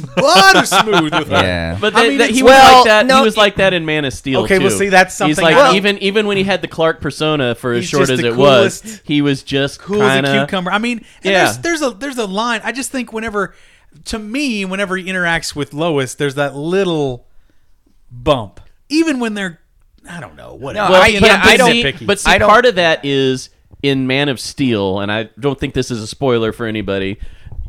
S1: butter smooth with her.
S2: Yeah.
S4: But
S1: I
S4: then,
S1: mean,
S4: that
S1: it's-
S4: he
S2: well,
S4: was like that.
S2: no,
S4: he was
S2: it-
S4: like that in Man of Steel.
S1: Okay,
S4: too.
S1: well, see, that's
S4: He's
S1: something
S4: like
S1: I-
S4: even even when he had the Clark persona for as
S1: He's
S4: short
S1: just
S4: as
S1: the
S4: it was,
S1: coolest-
S4: he was just
S1: cool
S4: kind
S1: as a
S4: of
S1: cucumber. I mean, and
S4: Yeah.
S1: there's, there's a there's a line. I just think whenever, to me, whenever he interacts with Lois, there's that little bump. Even when they're I don't know. Whatever.
S2: Well,
S1: I,
S2: yeah,
S1: but I'm
S4: I
S1: being
S4: don't.
S1: nitpicky.
S4: But see,
S2: I don't-
S4: part of that is in Man of Steel, and I don't think this is a spoiler for anybody.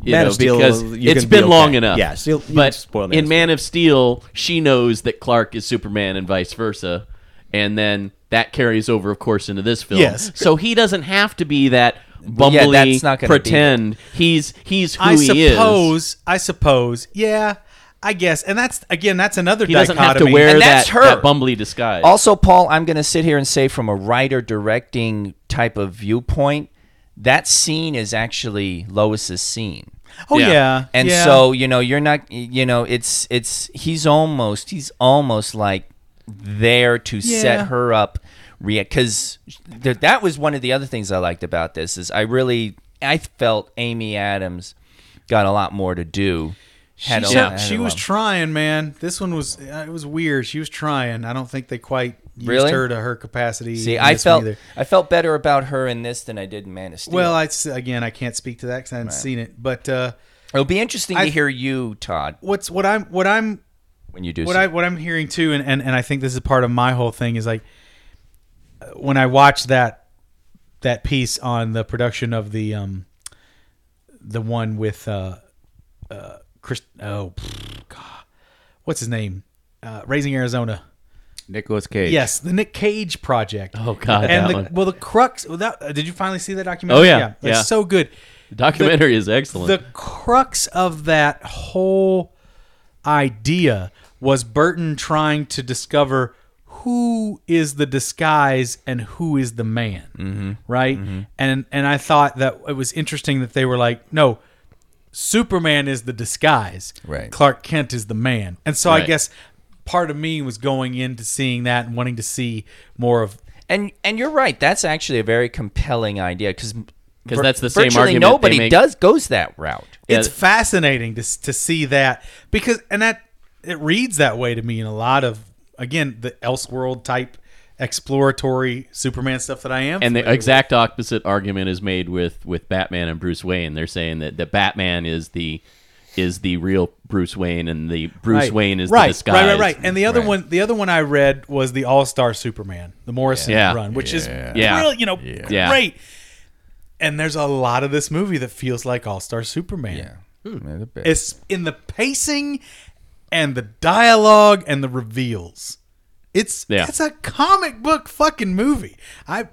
S4: You
S5: Man
S4: know,
S5: of Steel,
S4: because
S5: you
S4: it's
S5: can be
S4: been long
S5: okay.
S4: enough.
S5: Yeah, Steel- you can
S4: but
S5: spoil Man
S4: in
S5: of
S4: Man of Steel, she knows that Clark is Superman and vice versa, and then that carries over, of course, into this film.
S1: Yes.
S4: So he doesn't have to be that bumbly
S2: yeah, that's not gonna be-
S4: pretend. He's he's who
S1: I
S4: he is.
S1: suppose. I suppose. Yeah. I guess. And that's again. That's another.
S4: He doesn't have to
S1: dichotomy.
S4: wear
S2: And that's
S4: that,
S2: her.
S4: that bumbly disguise.
S2: Also, Paul, I'm going to sit here and say from a writer directing type of viewpoint, that scene is actually Lois's scene.
S1: Oh yeah.
S2: And
S1: yeah.
S2: so, you know, you're not you know, it's it's he's almost he's almost like there to
S1: Yeah.
S2: set her up because th- that was one of the other things I liked about this is I really I felt Amy Adams got a lot more to do. Had
S1: she,
S2: a lot-
S1: she-
S2: had
S1: she
S2: a
S1: was
S2: lot-
S1: trying, man. This one was uh, it was weird. She was trying. I don't think they quite used
S2: Really?
S1: her to her capacity.
S2: See,
S1: in
S2: I
S1: this one
S2: felt
S1: either.
S2: I felt better about her in this than I did in Man of Steel.
S1: Well, I s- again, I can't speak to that because I haven't seen it. But uh,
S2: It'll be interesting
S1: I-
S2: to hear you, Todd,
S1: what's what I'm what I'm
S2: when you do.
S1: what
S2: see-
S1: I what I'm hearing too, and, and and I think this is part of my whole thing is like uh, when I watched that that piece on the production of the um the one with uh uh Chris oh pfft, God what's his name uh Raising Arizona
S6: Nicholas Cage.
S1: yes the Nick Cage project
S4: Oh, God,
S1: and
S4: that
S1: the,
S4: one.
S1: well the crux well, that, uh, did you finally see that documentary
S4: Oh, yeah,
S1: it's
S4: yeah.
S1: so good
S4: the documentary is excellent.
S1: the crux of that whole idea was Burton trying to discover who is the disguise and who is the man,
S4: Mm-hmm.
S1: right? And and I thought that it was interesting that they were like, no, Superman is the disguise,
S2: Right.
S1: Clark Kent is the man, and so I
S4: Right.
S1: guess part of me was going into seeing that and wanting to see more of
S2: and and you're right. That's actually a very compelling idea because because
S4: that's the same argument they
S2: Nobody
S4: make-
S2: does goes that route.
S4: Yeah.
S1: it's fascinating to s- to see that because and that it reads that way to me in a lot of again the Elseworld type exploratory Superman stuff that I am.
S4: and the
S1: familiar with.
S4: exact opposite argument is made with with Batman and Bruce Wayne. They're saying that the Batman is the is the real Bruce Wayne, and the Bruce
S1: Right.
S4: Wayne is
S1: right,
S4: the disguise.
S1: Right, right, right. And the other one, the other one I read was the All Star Superman, the Morrison
S4: Yeah.
S1: run, which is
S4: Yeah.
S1: real, you know,
S4: Yeah.
S1: great. And there's a lot of this movie that feels like All Star Superman. It's in the pacing and the dialogue and the reveals. It's
S4: Yeah.
S1: it's a comic book fucking movie. I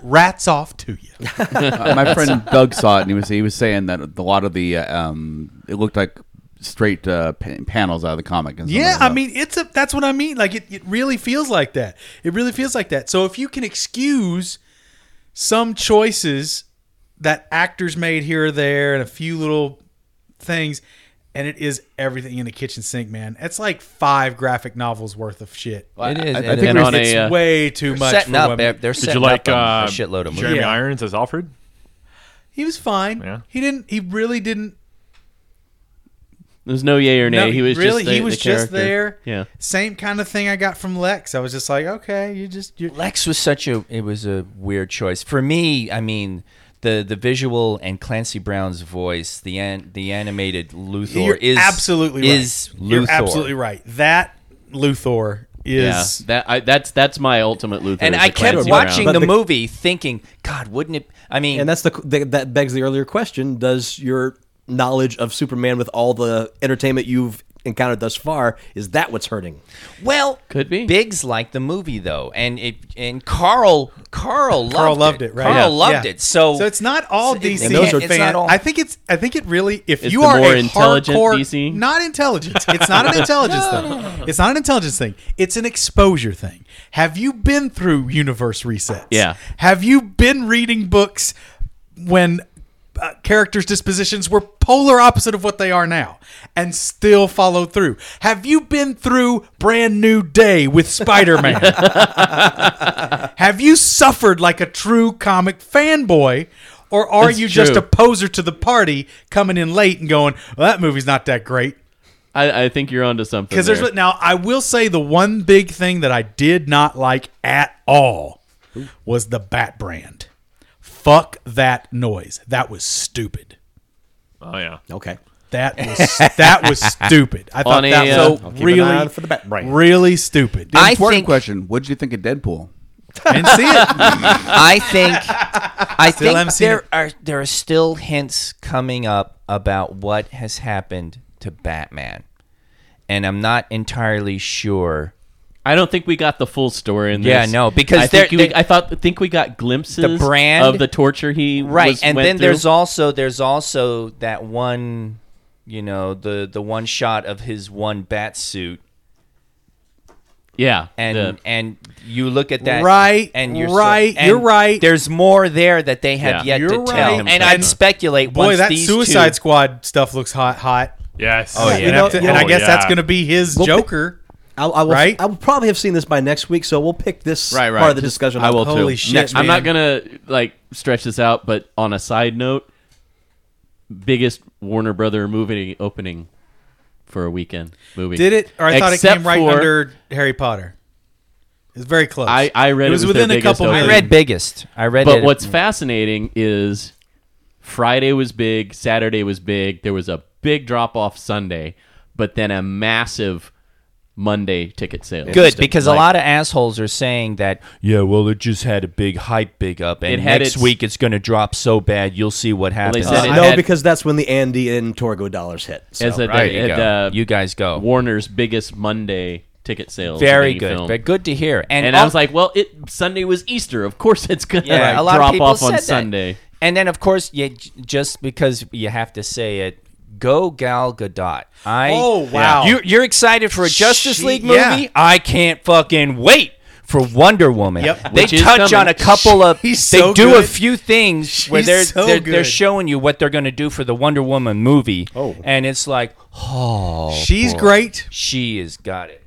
S1: rats off to you.
S6: Uh, my friend Doug saw it, and he was he was saying that a lot of the uh, um, it looked like straight uh, pa- panels out of the comic. And some of
S1: yeah,
S6: that
S1: I
S6: stuff.
S1: mean it's a that's what I mean. Like it, it really feels like that. It really feels like that. So if you can excuse some choices that actors made here or there and a few little things and it is everything in the kitchen sink, man. It's like five graphic novels worth of shit.
S2: It is.
S6: I- I
S2: it
S6: think
S2: is.
S4: And
S6: we-
S4: on
S1: It's
S4: a uh,
S1: way too much.
S2: setting
S1: for
S2: up.
S1: women.
S2: They're
S3: Did
S2: setting
S3: you like
S2: up a,
S3: uh,
S2: a shitload of movies.
S3: Jeremy
S1: Yeah.
S3: Irons as Alfred?
S1: He was fine.
S3: Yeah.
S1: He didn't. He really didn't.
S4: there's no yay or nay.
S1: no,
S4: he was
S1: really.
S4: just the-
S1: he was
S4: the
S1: just
S4: character.
S1: there.
S4: Yeah,
S1: Same kind of thing I got from Lex. I was just like, okay, you just you.
S2: Lex was such a it was a weird choice for me. I mean, the the visual and Clancy Brown's voice, the an, the animated Luthor
S1: You're
S2: is
S1: absolutely right.
S2: is Luthor.
S1: You're absolutely right. That Luthor is.
S4: yeah. That I, that's that's my ultimate Luthor.
S2: And
S4: is
S2: I
S4: the
S2: kept
S4: Clancy
S2: watching
S4: Brown.
S5: But
S2: the,
S5: the-
S2: movie, thinking, God, wouldn't it? I mean,
S5: And that's the th- that begs the earlier question: Does your knowledge of Superman, with all the entertainment you've encountered thus far, is that what's hurting?
S2: Well,
S4: Could be.
S2: Biggs liked the movie though, and it and Carl Carl loved
S1: Carl
S2: it.
S1: loved it, right?
S2: Carl loved
S1: Yeah.
S2: it. So
S1: so it's not all
S2: so it-
S1: DC
S2: it-
S5: those are
S2: it's
S1: fan.
S2: not all-
S1: I think it's. I think it really. If
S4: It's
S1: you
S4: the
S1: are
S4: more
S1: a
S4: intelligent
S1: hardcore,
S4: DC?
S1: not intelligence. It's not an intelligence thing. It's not an intelligence thing. It's an exposure thing. Have you been through universe resets?
S4: Yeah.
S1: Have you been reading books when? Uh, characters' dispositions were polar opposite of what they are now, and still followed through. Have you been through Brand New Day with Spider Man? Have you suffered like a true comic fanboy, or are
S4: That's
S1: you just
S4: true.
S1: a poser to the party coming in late and going, well, "That movie's not that great"?
S4: I, I think you're onto something.
S1: Because there's
S4: there.
S1: now I will say the one big thing that I did not like at all was the Bat brand. Fuck that noise. That was stupid.
S3: Oh yeah.
S5: Okay.
S1: That was that was stupid. I thought
S4: On a,
S1: that
S4: uh,
S1: was
S5: I'll keep an
S1: really
S5: eye out for the bat- right.
S1: really stupid.
S2: I
S6: Important
S2: think-
S6: question. What did you think of Deadpool?
S1: and see it.
S2: I think I
S1: Still haven't
S2: think
S1: seen
S2: there
S1: it.
S2: are there are still hints coming up about what has happened to Batman. And I'm not entirely sure.
S4: I don't think we got the full story in this.
S2: Yeah, no, because
S4: I
S2: there-
S4: think we,
S2: there-
S4: I thought think we got glimpses
S2: The brand-
S4: of the torture he
S2: Right.
S4: was-
S2: And
S4: went
S2: then
S4: through.
S2: there's also there's also that one you know, the the one shot of his one bat suit
S4: yeah
S2: and
S4: the-
S2: and you look at that
S1: Right,
S2: and you're so-
S1: right,
S2: and
S1: you're right.
S2: there's more there that they have
S4: Yeah.
S2: yet
S1: You're
S2: to
S1: right.
S2: tell
S1: Him
S2: and i'd
S1: and-
S2: speculate
S1: Boy,
S2: once
S1: that
S2: these
S1: Suicide
S2: two,
S1: Squad stuff looks hot, hot.
S3: Yes.
S2: Oh, yeah.
S1: You know, and I guess that's going to be his
S5: Well,
S1: Joker.
S5: I, I will,
S1: Right?
S5: I will probably have seen this by next week, so we'll pick this
S6: Right, right.
S5: part of the
S6: Just-
S5: discussion.
S6: I will
S5: up.
S1: Holy
S6: too.
S1: shit!
S6: Next,
S4: I'm
S1: man.
S4: not gonna like stretch this out, but on a side note, biggest Warner Brother movie opening for a weekend movie.
S1: Did it? Or I thought it
S4: Except
S1: came right
S4: for-
S1: under Harry Potter. It's very close.
S4: I, I read it was,
S1: within
S4: their
S1: a couple.
S4: biggest
S2: i
S4: opening.
S2: read biggest i read
S4: But
S2: it.
S4: what's fascinating is Friday was big, Saturday was big. There was a big drop off Sunday, but then a massive Monday ticket sale.
S2: good because a lot of assholes are saying that yeah well it just had a big hype big up and
S4: It had
S2: next
S4: its-
S2: week it's going to drop so bad you'll see what
S4: they
S2: happens
S4: said it
S5: Uh, no,
S4: had-
S5: because that's when the Andy and Torgo dollars hit. So.
S4: As a,
S2: There you,
S4: at,
S2: go.
S4: uh,
S2: You guys go
S4: Warner's biggest Monday ticket sales. of
S2: very
S4: any
S2: good
S4: film.
S2: but good to hear and,
S4: and I was like, well, it Sunday was Easter. Of course, it's gonna
S2: yeah,
S4: like,
S2: a lot
S4: drop
S2: of people
S4: off
S2: said
S4: on
S2: that.
S4: Sunday.
S2: and then of course you j- just because you have to say it go gal gadot i
S1: Oh, wow.
S2: you, you're excited for a justice
S1: She-
S2: league movie
S1: yeah.
S2: i can't fucking wait for Wonder Woman,
S1: Yep.
S2: they
S4: Which is
S2: touch
S4: coming.
S2: on a couple of
S1: She's
S2: they
S1: so
S2: do a
S1: good.
S2: few things where
S1: She's
S2: they're
S1: so
S2: they're, they're
S1: good.
S2: showing you what they're going to do for the Wonder Woman movie,
S5: Oh.
S2: and it's like, oh,
S1: She's
S2: boy.
S1: great.
S2: She has got it.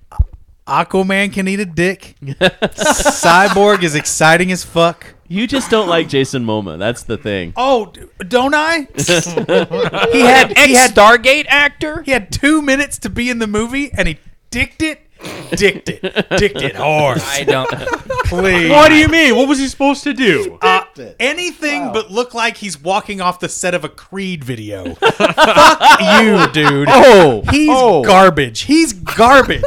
S1: Aquaman can eat a dick. Cyborg is exciting as fuck.
S4: You just don't like Jason Momoa. That's the thing.
S1: Oh, d- don't I?
S2: He had ex Stargate actor.
S1: He had two minutes to be in the movie, and he dicked it, dicked it, dicked it hard.
S2: I don't.
S1: Please,
S3: What do you mean? What was he supposed to do?
S1: Uh, anything but look like he's walking off the set of a Creed video. Fuck you, dude. Oh, he's garbage. He's garbage.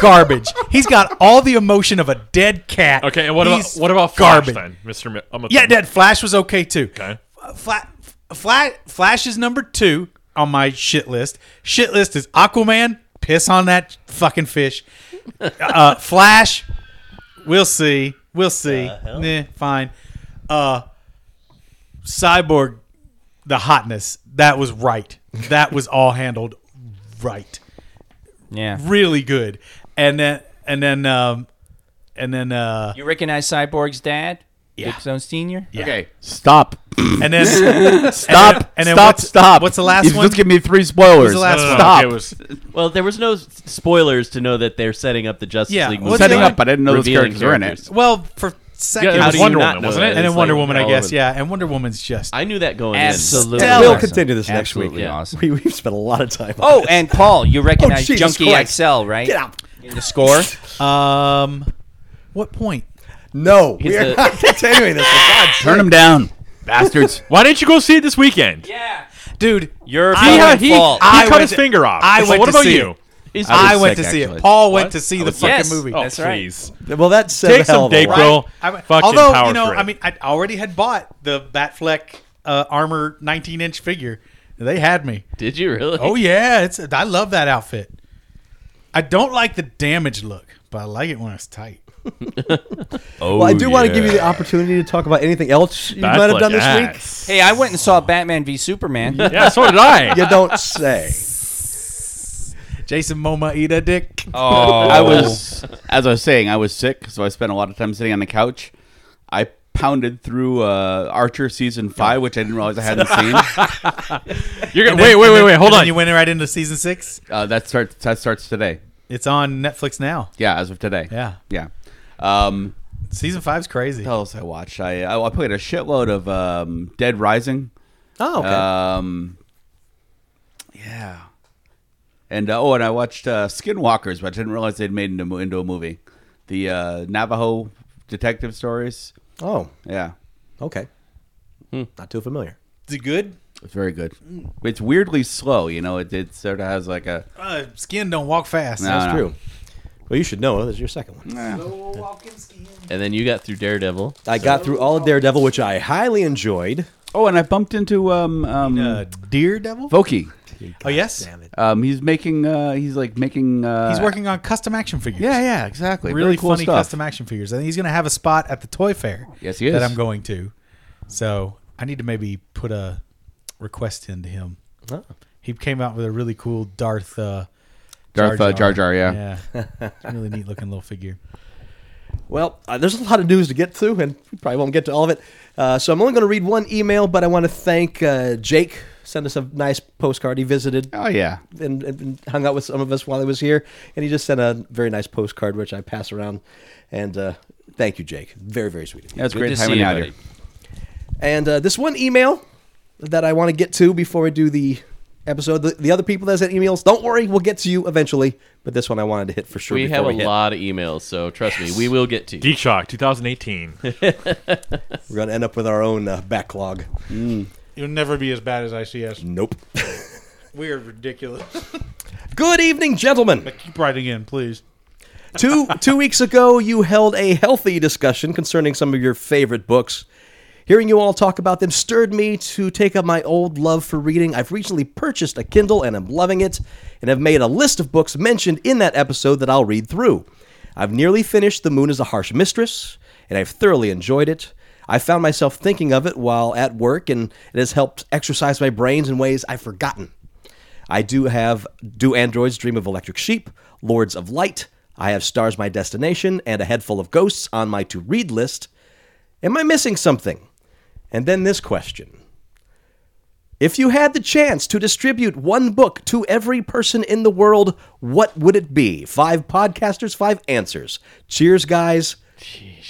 S1: garbage. He's got all the emotion of a dead cat.
S3: okay, and what
S1: He's
S3: about what about Flash
S1: garbage?
S3: then, Mister? Mi- I'm a-
S1: Yeah, Dead Flash was okay too.
S3: Okay.
S1: Flash, Flash, Flash is number two on my shit list. Shit list is Aquaman. Piss on that fucking fish. Uh, Flash. We'll see. We'll see. Nah, fine. Uh, Cyborg. The hotness. That was right. That was all handled right
S2: Yeah.
S1: really good. And then and then um and then uh
S2: You recognize Cyborg's dad?
S1: Yeah.
S2: Dick Zone Senior?
S1: yeah.
S6: Okay, stop,
S1: And then
S6: stop,
S1: and then
S6: stop,
S1: what's-
S6: stop.
S1: what's the last
S6: You've
S1: one?
S6: Just give me three spoilers.
S1: Who's the last
S3: No, no,
S1: one?
S3: no,
S6: Stop.
S3: okay, Uh, it was-
S4: Well, there was no s- spoilers to know that they're setting up the Justice
S1: Yeah,
S4: League.
S1: what's
S4: movie.
S1: Setting
S6: up, but I didn't know those
S4: Revealing
S6: characters were in it.
S1: Well, for seconds.
S3: it
S4: How
S3: was
S4: do you
S3: Wonder
S4: not
S3: Woman,
S4: know
S3: wasn't it?
S4: that?
S1: and
S4: It's
S1: then
S4: like
S1: Wonder Woman, I
S4: all
S1: guess.
S4: over the-
S1: Yeah, and Wonder Woman's just
S4: I knew that going in.
S2: Absolutely.
S1: Stellar.
S5: we'll
S1: Awesome.
S5: continue this next
S2: Absolutely
S5: week.
S2: awesome.
S5: We, we've spent a lot of time. on
S2: Oh, and Paul, you recognize
S5: Jesus
S2: Junkie
S5: Christ.
S2: XL, right?
S5: Get out.
S2: In the score?
S1: um what point?
S5: No, we
S4: He's
S5: are
S4: a-
S5: not continuing this. For God's sake.
S6: Turn them down, bastards.
S3: Why didn't you go see it this weekend?
S2: Yeah.
S1: Dude,
S2: Your
S3: He,
S2: fucking
S3: he, he
S2: fault.
S1: I
S3: cut
S1: went
S3: his
S1: to-
S3: finger off.
S1: I
S3: So
S1: went
S3: what
S1: to
S3: about
S1: see
S3: you?
S1: it.
S4: He's-
S1: I,
S6: was
S1: went
S6: sick,
S1: to see
S6: actually.
S1: it. Paul went to see the fucking
S2: yes.
S1: movie.
S2: Oh,
S3: Oh,
S2: That's right.
S3: please.
S5: Well, that's says
S3: Take
S5: a hell
S3: some
S5: of a
S3: dick,
S5: lot.
S3: bro.
S1: I went-
S3: Fucking
S1: although
S3: power
S1: you know,
S3: trip.
S1: I mean, I already had bought the Batfleck uh, armor 19 inch figure. They had me.
S4: Did you really?
S1: Oh yeah, it's I love that outfit. I don't like the damaged look, but I like it when it's tight.
S5: Well, I do
S3: Oh,
S5: want to give you the opportunity to talk about anything else you might have done this week.
S2: Hey, I went and saw Batman v Superman.
S3: Yeah, so did I.
S5: You don't say.
S1: Jason Momoa eat a dick.
S2: Oh,
S6: I was, as I was saying, I was sick, so I spent a lot of time sitting on the couch. I pounded through uh, Archer season five, which I didn't realize I hadn't seen.
S3: You're gonna, wait, wait, wait, wait. Hold
S1: And then
S3: on.
S1: You went right into season six.
S6: Uh, that starts. That starts today.
S1: It's on Netflix now.
S6: Yeah, as of today.
S1: Yeah,
S6: Yeah. Um,
S1: season five's crazy.
S6: what else I watched? I I I played a shitload of um, Dead Rising.
S5: Oh, okay.
S6: Um, yeah. And uh, oh, and I watched uh, Skinwalkers, but I didn't realize they'd made into into a movie. The uh, Navajo detective stories.
S5: oh,
S6: Yeah.
S5: Hmm. okay. Not too familiar.
S1: Is it good?
S6: It's very good. It's weirdly slow. You know, it, it sort of has like a.
S1: Uh, skin don't walk fast.
S6: No.
S5: That's true. Well, you should know. That's your second one.
S4: And then you got through Daredevil.
S5: I got through all of Daredevil, which I highly enjoyed.
S6: Oh, and I bumped into um um
S1: Uh, deer devil.
S6: Voki.
S1: Oh yes,
S6: Um, he's making uh, he's like making uh,
S1: he's working on custom action figures.
S6: Yeah, yeah, exactly.
S1: really
S6: Very cool
S1: funny
S6: stuff.
S1: custom action figures. I think he's going to have a spot at the toy fair.
S6: Yes, he
S1: That
S6: is.
S1: I'm going to. So I need to maybe put a request in to him. He came out with a really cool Darth. Uh,
S6: Darth, uh, Jar Jar, yeah.
S1: yeah. It's a really neat looking little figure.
S5: Well, uh, there's a lot of news to get through, and we probably won't get to all of it. Uh, so I'm only going to read one email, but I want to thank uh, Jake. Sent us a nice postcard. He visited
S6: Oh yeah.
S5: and, and hung out with some of us while he was here, and he just sent a very nice postcard, which I pass around. And uh, thank you, Jake. Very, very sweet. of you.
S6: That's
S2: Good
S6: great
S2: to
S6: having
S2: see
S6: you
S2: you,
S6: out
S2: buddy.
S6: here.
S5: And uh, this one email that I want to get to before we do the episode. The, the other people that sent emails, don't worry, we'll get to you eventually. But this one I wanted to hit for sure.
S4: We
S5: before
S4: have a
S5: we hit.
S4: lot of emails, so trust me, we will get to you.
S3: Geek Shock 2018.
S5: We're going to end up with our own uh, backlog.
S1: It'll never be as bad as ICS.
S5: Nope.
S1: We are ridiculous.
S5: Good evening, gentlemen.
S1: Keep writing in, please.
S5: two two weeks ago, you held a healthy discussion concerning some of your favorite books. Hearing you all talk about them stirred me to take up my old love for reading. I've recently purchased a Kindle and I'm loving it, and have made a list of books mentioned in that episode that I'll read through. I've nearly finished The Moon is a Harsh Mistress, and I've thoroughly enjoyed it. I found myself thinking of it while at work, and it has helped exercise my brains in ways I've forgotten. I do have Do Androids Dream of Electric Sheep, Lords of Light, I have Stars My Destination, and A Head Full of Ghosts on my to read list. Am I missing something? And then this question If you had the chance to distribute one book to every person in the world, what would it be? Five podcasters, five answers. Cheers, guys.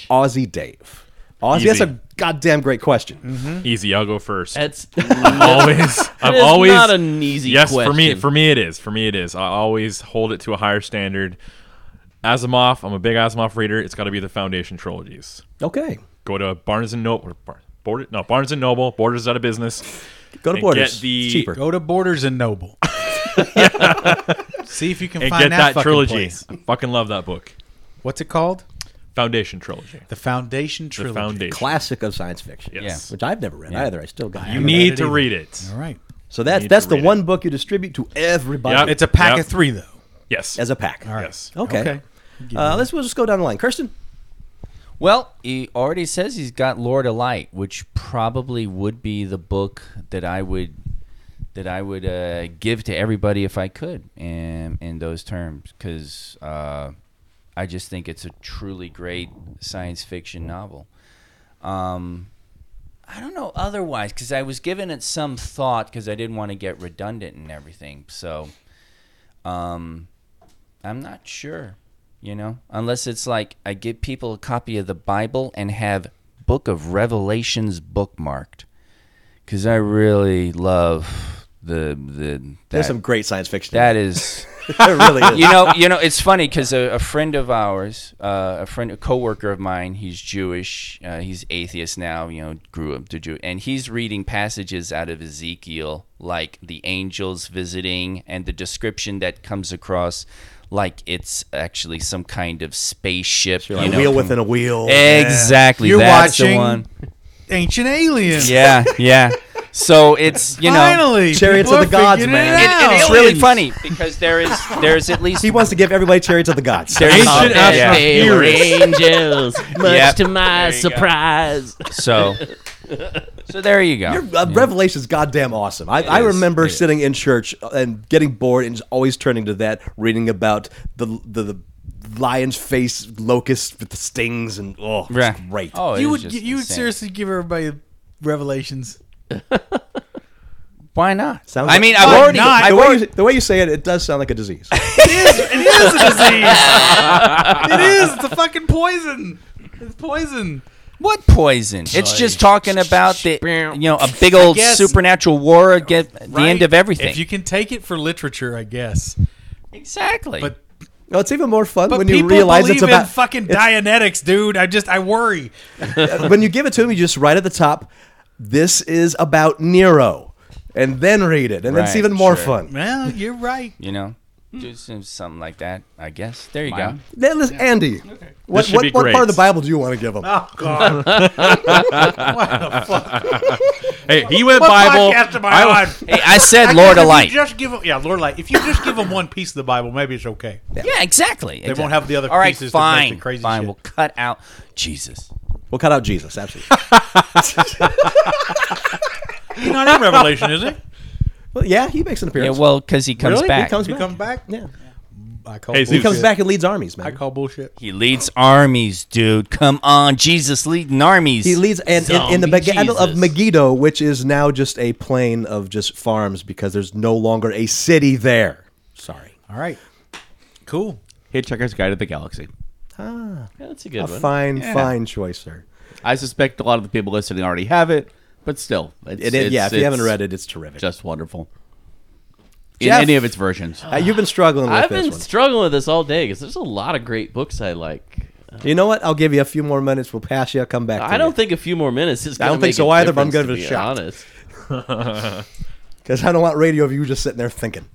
S5: Aussie Dave. Aussie,
S3: Easy. Mm-hmm.
S5: that's a goddamn great question.
S3: Easy. I'll go first.
S4: That's
S3: always. I'm
S4: is
S3: always
S4: not an easy
S3: Yes, for me,
S4: question.
S3: for me it is. For me it is. I always hold it to a higher standard. Asimov. I'm a big Asimov reader. It's got to be the Foundation trilogies.
S5: Okay.
S3: Go to Barnes and Noble. Bar- Board, no, Barnes and Noble. Borders is out of business.
S5: Go to
S3: And
S5: Borders.
S3: get the-
S5: It's cheaper.
S1: Go to Borders and Noble. See if you can
S3: And
S1: find
S3: get that,
S1: fucking
S3: trilogy.
S1: place.
S3: I fucking love that book.
S1: What's it called?
S3: Foundation trilogy.
S1: The Foundation Trilogy.
S3: The Foundation.
S5: Classic of science fiction.
S3: Yes.
S5: Which I've never read either. I still got
S3: You
S5: it.
S3: need to read it.
S1: All right.
S5: So that's
S3: Need
S5: that's
S3: to
S5: the
S3: read
S5: one book you distribute to everybody
S3: Yep.
S1: It's a pack
S3: Yep.
S1: of three, though.
S3: Yes.
S5: as a pack.
S1: All right.
S3: Yes.
S5: Okay.
S1: Okay.
S5: Uh, let's we'll just go down the line. Kirsten,
S2: Well, he already says he's got Lord of Light, which probably would be the book that I would that I would uh, give to everybody if I could, in in those terms, because uh, I just think it's a truly great science fiction novel. Um, I don't know otherwise, because I was giving it some thought, because I didn't want to get redundant and everything. So, um, I'm not sure, you know, unless it's like I give people a copy of the Bible and have Book of Revelations bookmarked, because I really love the the that,
S5: there's some great science fiction.
S2: that is
S5: it really is.
S2: you know, you know, it's funny because a, a friend of ours, uh, a friend, a coworker of mine, he's Jewish, uh, he's atheist now. You know, grew up to Jew, and he's reading passages out of Ezekiel, like the angels visiting, and the description that comes across, like it's actually some kind of spaceship. you
S5: A
S2: know, Eh.
S5: wheel
S2: com-
S5: within a wheel.
S2: Exactly.
S1: You're
S2: that's the
S1: watching
S2: one.
S1: Ancient Aliens.
S2: Yeah, yeah. So it's you know.
S1: Finally,
S5: Chariots
S1: people
S5: of the
S1: are
S5: Gods,
S1: figuring
S5: man.
S1: It,
S2: It,
S1: out.
S2: it- it's really funny because there is there is at least
S5: He wants to give everybody chariots of the gods.
S2: there's
S3: Ancient
S2: yeah.
S3: astronaut
S4: they were angels, much
S2: Yep.
S4: to my surprise.
S2: So, so there you go.
S5: Your, uh, Revelation's goddamn awesome. I, I
S2: is.
S5: remember
S2: It is.
S5: sitting in church uh, and getting bored and just always turning to that, reading about the the, the lion's face locust with the stings and oh, it's
S2: Right.
S5: great.
S2: Oh, it
S1: you
S2: is
S1: would
S2: just
S1: you would
S2: insane.
S1: seriously give everybody revelations.
S2: Why not?
S5: Sounds
S2: I
S5: like-
S2: mean, I've
S5: Why
S2: already.
S1: not?
S2: I've
S5: the, way
S2: already
S5: you, the way you say it, it does sound like a disease.
S1: It is a disease. it is. It's a fucking poison. It's poison.
S2: what poison? It's just talking about the you know a big old
S1: guess-
S2: supernatural war against the end of everything.
S1: If you can take it for literature, I guess.
S2: exactly.
S1: But
S5: no, it's even more fun
S1: but
S5: when you
S1: people
S5: realize
S1: believe
S5: it's about
S1: in fucking Dianetics, dude. I just I worry.
S5: uh, when you give it to him, you just write at the top, this is about Nero. and then read it, and that's
S2: Right,
S5: even more
S2: sure.
S5: fun.
S1: Well, you're right.
S2: You know,
S1: Hmm.
S2: do some, something like that. I guess. There you go.
S5: Now, listen, Andy, what,
S3: should
S5: what,
S3: be
S5: what
S3: great.
S5: part of the Bible do you want to give them?
S1: Oh God!
S3: Hey, he went
S1: What
S3: Bible.
S1: podcast am
S3: I
S1: I,
S3: went-
S1: on?
S2: Hey, I said
S1: I
S2: Lord
S1: guess
S2: of
S1: if
S2: Light.
S1: You just give 'em- yeah, Lord of Light. If you just give them one piece of the Bible, maybe it's okay.
S2: Yeah, exactly. They
S1: won't have the other
S2: All right,
S1: pieces to make
S2: fine.
S1: the crazy
S2: fine.
S1: shit.
S2: We'll cut out Jesus.
S5: We'll cut out Jesus, absolutely.
S1: You're not in Revelation, is it?
S5: well, yeah, he makes an
S2: Yeah,
S5: appearance.
S2: well, because he comes
S5: He
S2: back.
S5: comes
S1: He
S5: back.
S1: comes back?
S5: Yeah,
S1: I call
S3: Hey,
S1: bullshit.
S5: he comes back and leads armies,
S1: I
S5: man.
S1: call bullshit.
S2: He leads armies, dude. Come on, Jesus leading armies.
S5: He leads and in, in the
S4: Zombie
S5: Battle of
S4: Jesus.
S5: Megiddo, which is now just a plain of just farms because there's no longer a city there. Sorry,
S1: All right. Cool.
S6: Hitchhiker's Guide to the Galaxy.
S4: Yeah, that's a good
S5: a
S4: one.
S5: fine, fine choice, sir.
S6: I suspect a lot of the people listening already have it, but still, it's,
S5: It is, yeah, if you haven't read
S6: it,
S5: it, it's terrific.
S6: just wonderful.
S5: Jeff-
S6: In any of its
S1: Oh.
S6: versions,
S5: Uh, you've been struggling with
S4: I've
S5: this
S4: been
S5: one.
S4: struggling with this all day because there's a lot of great books I like.
S5: you know what? I'll give you a few more minutes. We'll pass you. I'll come back. To
S4: I don't think a few more minutes is.
S5: I
S4: gonna
S5: don't think
S4: make
S5: so
S4: a
S5: either, but I'm
S4: difference, to
S5: gonna give it
S4: be
S5: a shot.
S4: Honest.
S5: because I don't want radio of you just sitting there thinking.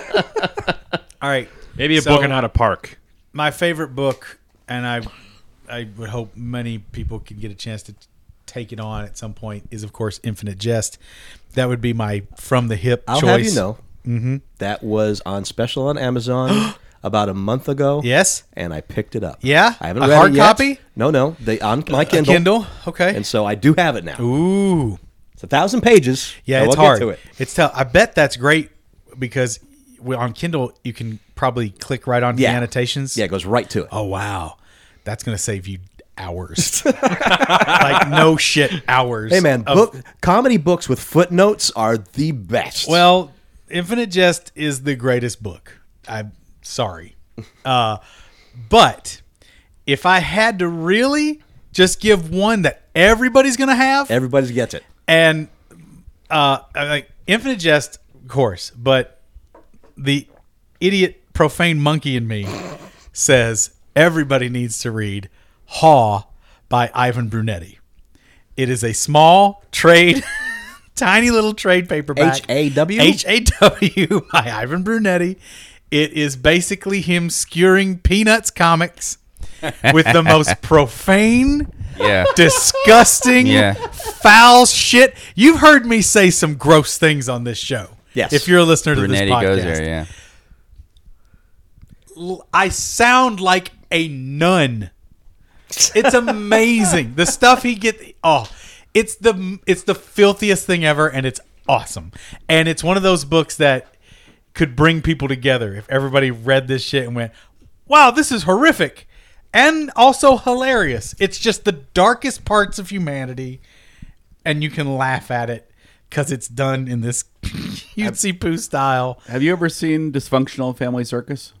S1: All right.
S3: Maybe a
S1: So-
S3: book on how to park.
S1: my favorite book, and I, I would hope many people can get a chance to t- take it on at some point. Is of course Infinite Jest. That would be my from the hip
S5: I'll
S1: choice. Mm-hmm.
S5: have you know that was on special on Amazon about a month ago.
S1: Yes.
S5: and I picked it up.
S1: Yeah?
S5: I haven't
S1: A
S5: read
S1: hard
S5: it yet.
S1: copy?
S5: No, no, they on my
S1: A
S5: Kindle,
S1: Kindle. Okay.
S5: and so I do have it now.
S1: Ooh.
S5: It's a thousand pages.
S1: Yeah,
S5: and
S1: it's
S5: we'll
S1: hard.
S5: Get to it.
S1: It's tough. I bet that's great because we- on Kindle you can probably click right onto
S5: Yeah.
S1: the annotations.
S5: Yeah, it goes right to it.
S1: Oh wow, that's gonna save you hours. like no shit, hours.
S5: hey man,
S1: of-
S5: book comedy books with footnotes are the best.
S1: Well, Infinite Jest is the greatest book. I'm sorry. Uh, but if I had to really just give one that everybody's going to have,
S5: everybody gets it.
S1: and uh, I like Infinite Jest, of course, but the idiot, profane monkey in me says everybody needs to read Haw by Ivan Brunetti. It is a small trade, tiny little trade paperback.
S5: H.A.W.?
S1: H A W by Ivan Brunetti. It is basically him skewering Peanuts comics with the most profane
S2: Yeah.
S1: disgusting,
S2: Yeah.
S1: foul shit. You've heard me say some gross things on this show.
S5: Yes.
S1: If you're a listener
S2: Brunetti
S1: to this podcast,
S2: goes there. Yeah.
S1: L- I sound like a nun. It's amazing the stuff he get. Oh, it's the it's the filthiest thing ever, and it's awesome. And it's one of those books that could bring people together if everybody read this shit and went, "Wow, this is horrific." And also hilarious. It's just the darkest parts of humanity, and you can laugh at it because it's done in this cutesy poo style.
S6: have you ever seen Dysfunctional Family Circus?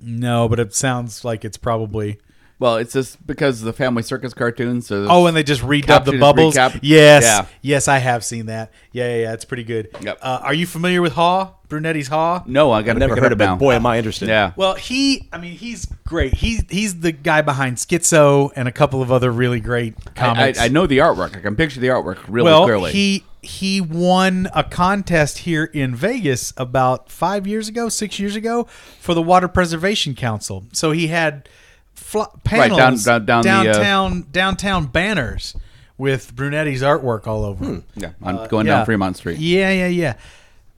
S1: No, but it sounds like it's probably
S6: Well, it's just because the Family Circus cartoons. Are
S1: Oh, and they just redubbed
S6: Captured
S1: the
S6: is
S1: bubbles.
S6: recapped.
S1: Yes,
S6: Yeah.
S1: yes, I have seen that. Yeah, yeah, yeah it's pretty good.
S6: Yep.
S1: Uh, are you familiar with Haw Brunetti's Haw?
S6: no, I got
S5: Never heard of it. Boy, am I interested.
S6: Yeah.
S1: Well, he, I mean, he's great. He's he's the guy behind Schizo and a couple of other really great
S6: I,
S1: comics.
S6: I, I know the artwork. I can picture the artwork really
S1: well,
S6: clearly.
S1: he he won a contest here in Vegas about five years ago, six years ago, for the Water Preservation Council. So he had fl- panels
S6: down- down the, uh,
S1: downtown downtown banners with Brunetti's artwork all over. 'em.
S6: yeah, I'm going
S1: uh, Yeah.
S6: down Fremont Street.
S1: Yeah, yeah, yeah.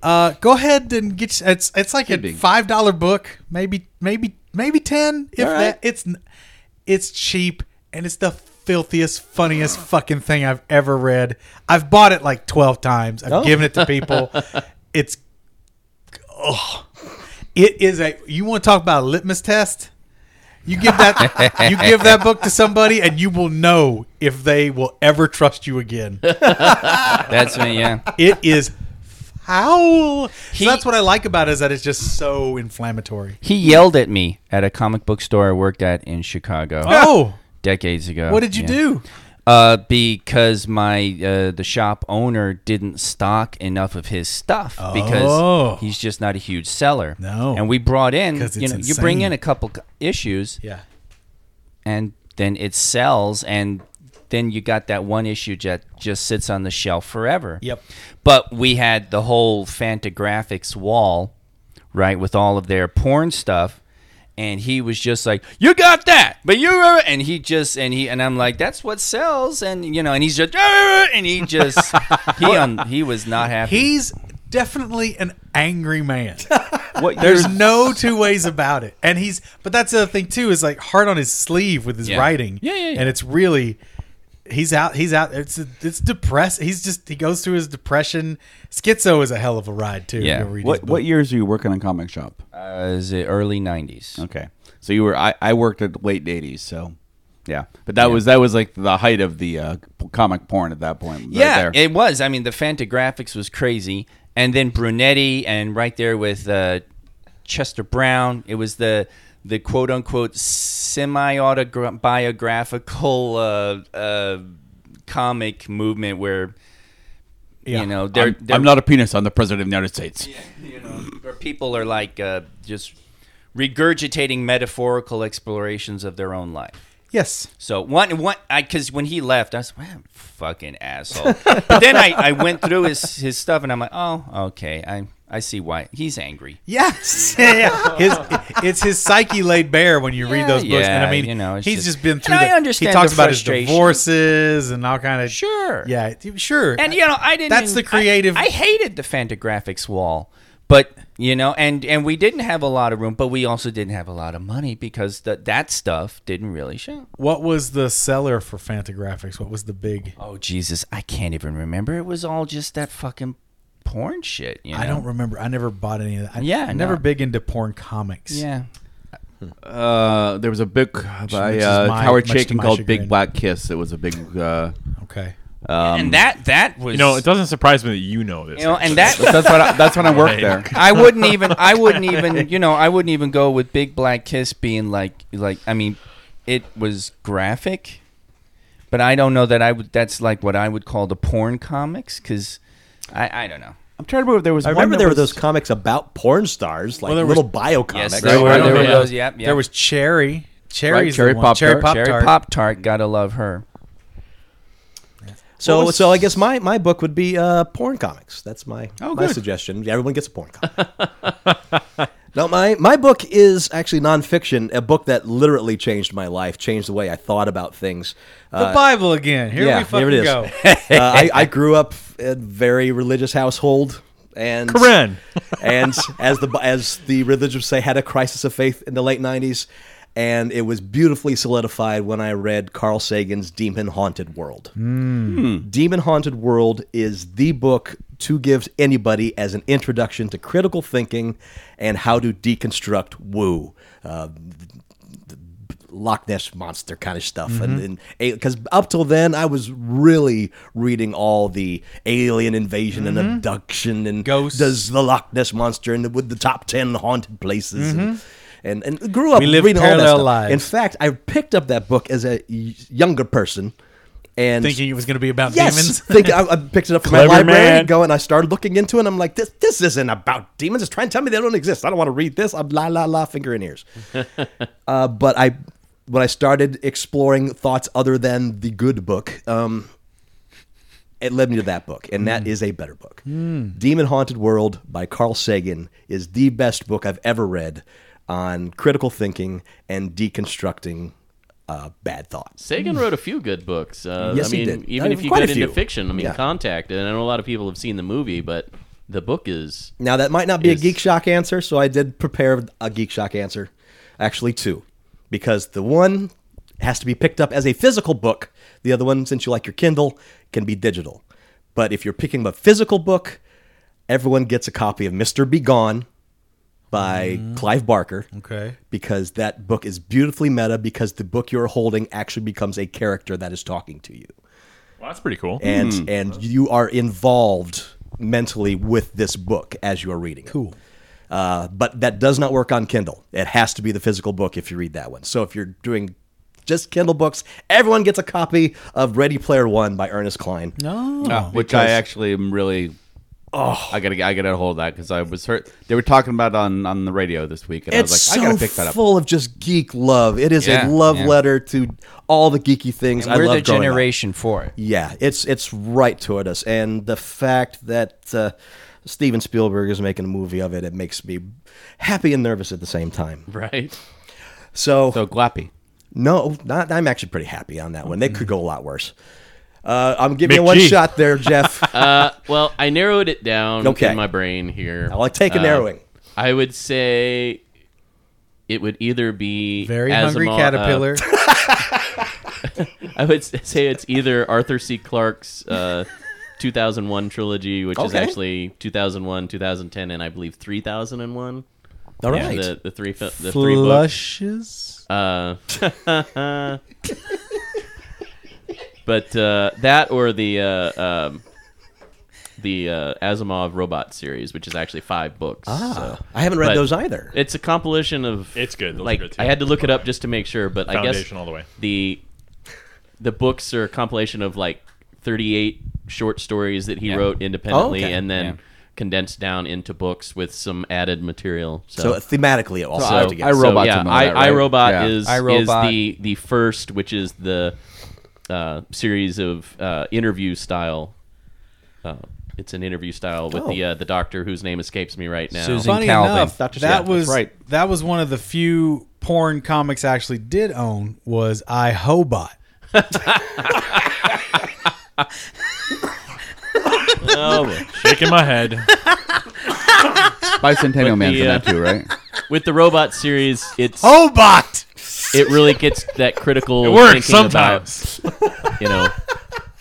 S1: Uh, go ahead and get. your- It's it's like a
S6: Kidding.
S1: five dollar book, maybe maybe maybe ten if
S6: All right.
S1: that. It's n- it's cheap and it's the filthiest, funniest fucking thing I've ever read. I've bought it like twelve times.
S6: Oh.
S1: I've given it to people. it's oh, it is a. You want to talk about a litmus test? You give that you give that book to somebody, and you will know if they will ever trust you again.
S2: That's when. Yeah.
S1: It is foul.
S2: He-
S1: so that's what I like about it is that it's just so inflammatory.
S2: He yelled at me at a comic book store I worked at in Chicago
S1: Oh,
S2: decades ago.
S1: what did you
S2: Yeah.
S1: do?
S2: Uh, because my uh, the shop owner didn't stock enough of his stuff
S1: Oh.
S2: because he's just not a huge seller.
S1: No.
S2: and we brought in
S1: 'Cause
S2: you
S1: it's
S2: know you bring
S1: insane.
S2: in a couple c- issues
S1: Yeah.
S2: and then it sells and then you got that one issue that just sits on the shelf forever.
S1: Yep.
S2: But we had the whole Fantagraphics wall, right, with all of their porn stuff. And he was just like, "You got that," but you remember, and he just and he and I'm like, "That's what sells," and you know, and he's just and he just he on he was not happy.
S1: He's definitely an angry man.
S6: What
S1: There's no two ways about it. And he's but that's the other thing too is like hard on his sleeve with his
S2: Yeah.
S1: writing.
S2: Yeah, yeah, yeah.
S1: And it's really he's out he's out it's it's depressed. He's just he goes through his depression. Schizo is a hell of a ride too.
S2: Yeah.
S1: Go read his
S6: What
S1: book.
S6: what years are you working on comic shop?
S2: uh, it was the early '90s.
S6: Okay, so you were I, I worked at late eighties, so yeah. But that was that was like the height of the uh, p- comic porn at that point. right
S2: Yeah,
S6: there.
S2: it was. I mean, the Fantagraphics was crazy, and then Brunetti, and right there with uh, Chester Brown, it was the the quote unquote semi autobiographical uh, uh, comic movement where
S1: Yeah.
S2: you know they're,
S6: I'm,
S2: they're
S6: I'm not a penis. I'm the president of the United States.
S2: you know, where people are like uh, just regurgitating metaphorical explorations of their own life.
S1: Yes.
S2: So one, one, I because when he left, I was wow, fucking asshole. but then I, I went through his his stuff, and I'm like, oh, okay, I I see why he's angry.
S1: Yes. yeah, yeah. His it's his psyche laid bare when you read those books. and I
S2: Yeah,
S1: mean,
S2: you know, it's
S1: he's
S2: just-
S1: just been
S2: and
S1: through
S2: I
S1: the-
S2: understand
S1: he talks
S2: the
S1: about his
S2: frustration.
S1: divorces and all kind of
S2: Sure.
S1: Yeah, sure.
S2: And you know, I didn't.
S1: That's the
S2: I-
S1: creative-
S2: I, hated the Fantagraphics wall, but you know, and and we didn't have a lot of room, but we also didn't have a lot of money because that that stuff didn't really show.
S1: What was the seller for Fantagraphics? What was the big?
S2: Oh Jesus, I can't even remember. It was all just that fucking porn shit. You know?
S1: I don't remember. I never bought any of that. I,
S2: Yeah,
S1: I'm never
S2: no.
S1: big into porn comics.
S2: Yeah.
S6: Uh, there was a big by
S1: is
S6: uh,
S1: my-
S6: Howard
S1: much to
S6: Chaykin
S1: my
S6: called
S1: chagrin.
S6: Big Black Kiss. It was a big. Uh,
S1: Okay.
S2: and that that was
S3: You know, it doesn't surprise me that you know this.
S2: you know, and that
S6: that's when I, that's when I worked there.
S2: I wouldn't even I wouldn't even you know I wouldn't even go with Big Black Kiss being like like I mean it was graphic but I don't know that I would that's like what I would call the porn comics cuz I I don't know.
S6: I'm trying to remember if there was.
S5: I remember there were those comics about porn stars, like
S1: there was-
S5: little bio comics.
S2: there
S1: I
S2: were
S1: don't
S2: there were
S1: know.
S2: those yep, yep.
S1: There was Cherry. Cherry's
S6: Cherry
S1: the one.
S6: Pop
S1: Cherry
S6: Tart.
S1: Pop
S2: Cherry
S1: Tart.
S2: Pop Tart, got to love her.
S5: So, so I guess my, my book would be uh, porn comics. That's my my
S6: Oh, good.
S5: suggestion. Everyone gets a porn comic. no, my my book is actually nonfiction, a book that literally changed my life, changed the way I thought about things.
S1: The Bible again. Here we fucking
S5: here it is.
S1: go.
S5: uh, I, I grew up in a very religious household, and
S3: Corinne.
S5: and as the as the religious say, had a crisis of faith in the late '90s, and it was beautifully solidified when I read Carl Sagan's Demon Haunted World.
S1: Hmm.
S5: Demon Haunted World is the book to give anybody as an introduction to critical thinking and how to deconstruct woo. Uh, Loch Ness monster kind of stuff,
S1: Mm-hmm.
S5: and and because up till then I was really reading all the alien invasion and abduction and
S1: Mm-hmm. Ghosts.
S5: does the Loch Ness monster and with the top ten haunted places. And, and, and grew up
S1: Mm-hmm. We lived
S5: reading all that
S1: parallel
S5: stuff.
S1: lives.
S5: In fact, I picked up that book as a y- younger person, and
S1: Thinking it was going to be about
S5: yes,
S1: demons.
S5: think I, I picked it up from my
S3: Clever
S5: library.
S3: man.
S5: Go and I started looking into it. and I'm like, this this isn't about demons. It's trying to tell me they don't exist. I don't want to read this. I'm la la la finger in ears. uh, but I when I started exploring thoughts other than the good book, um, it led me to that book, and that is a better book. Demon Haunted World by Carl Sagan is the best book I've ever read on critical thinking and deconstructing uh, bad thoughts.
S4: Sagan wrote a few good books. Uh,
S5: Yes,
S4: I
S5: he
S4: mean,
S5: did.
S4: even
S5: Uh,
S4: if you
S5: quite
S4: get
S5: a
S4: into
S5: few.
S4: fiction, I mean,
S5: Yeah.
S4: Contact, and I know a lot of people have seen the movie, but the book is
S5: Now that might not be
S4: is-
S5: a Geek Shock answer, so I did prepare a Geek Shock answer, actually two, because the one has to be picked up as a physical book. The other one, since you like your Kindle, can be digital. But if you're picking up a physical book, everyone gets a copy of Mister Be Gone by Clive Barker.
S1: Okay.
S5: Because that book is beautifully meta because the book you're holding actually becomes a character that is talking to you
S3: Well, that's pretty cool.
S5: and and you are involved mentally with this book as you are reading it. Cool. Uh, but that does not work on Kindle. It has to be the physical book if you read that one. So if you're doing just Kindle books, everyone gets a copy of Ready Player One by Ernest Klein.
S6: Oh,
S1: No.
S6: which I actually am really Oh, I gotta I gotta hold that because I was hurt. They were talking about it on on the radio this week, and
S5: It's
S6: I was like,
S5: so
S6: I gotta pick that up.
S5: full of just geek love. It is
S2: Yeah,
S5: a love
S2: yeah.
S5: letter to all the geeky things I
S2: we're
S5: love
S2: the
S5: growing up.
S2: generation for it.
S5: Yeah, it's it's right toward us, and the fact that uh, Steven Spielberg is making a movie of it, it makes me happy and nervous at the same time.
S4: Right.
S5: So,
S6: So gloppy.
S5: no, not, I'm actually pretty happy on that one. They could go a lot worse. Uh, I'm giving you
S3: Mick
S5: one
S3: G.
S5: shot there, Jeff.
S4: Uh, well, I narrowed it down
S5: Okay.
S4: in my brain here.
S5: I'll take a
S4: Uh,
S5: narrowing.
S4: I would say it would either be
S1: Very
S4: Asimov-
S1: hungry
S4: uh,
S1: caterpillar.
S4: I would s- say it's either Arthur C. Clarke's uh, 2001 trilogy, which is
S5: Okay.
S4: actually 2001, 2010, and I believe 3001.
S5: All
S4: Yeah,
S5: right.
S4: the, the three fi- the three books.
S1: Flushes.
S4: Uh, but uh, that or the uh, um, the uh, Asimov robot series, which is actually five books.
S5: Ah,
S4: so.
S5: I haven't read
S4: but-
S5: those either.
S4: It's a compilation of
S3: It's good. Those are
S4: like
S3: good too.
S4: I had to look it up just to make sure, but I guess
S3: Foundation all the way.
S4: the the books are a compilation of like 38 short stories that he wrote independently
S5: Oh, okay.
S4: and then
S2: Yeah.
S4: condensed down into books with some added material. So,
S5: so thematically, it all
S4: so-
S5: ties together.
S6: I- iRobot's
S4: yeah,
S6: among
S4: I,
S6: that, right?
S4: iRobot
S6: Yeah.
S4: is
S2: iRobot.
S4: is the the first, which is the uh, series of uh, interview style. Uh, it's an interview style with the
S5: Oh.
S4: uh, the doctor whose name escapes me right now.
S2: Susan-
S1: Funny
S2: Calvin.
S1: enough,
S5: Dr. Seuss,
S1: that
S5: that's
S1: was
S5: right.
S1: that was one of the few porn comics I actually did own was I Hobot.
S4: Oh,
S3: Shaking my head.
S6: Bicentennial man
S4: the,
S6: for
S4: uh,
S6: that too, right?
S4: with the robot series, it's
S1: Oh. Hobot.
S4: it really gets that critical
S3: It works
S4: thinking
S3: sometimes.
S4: about you know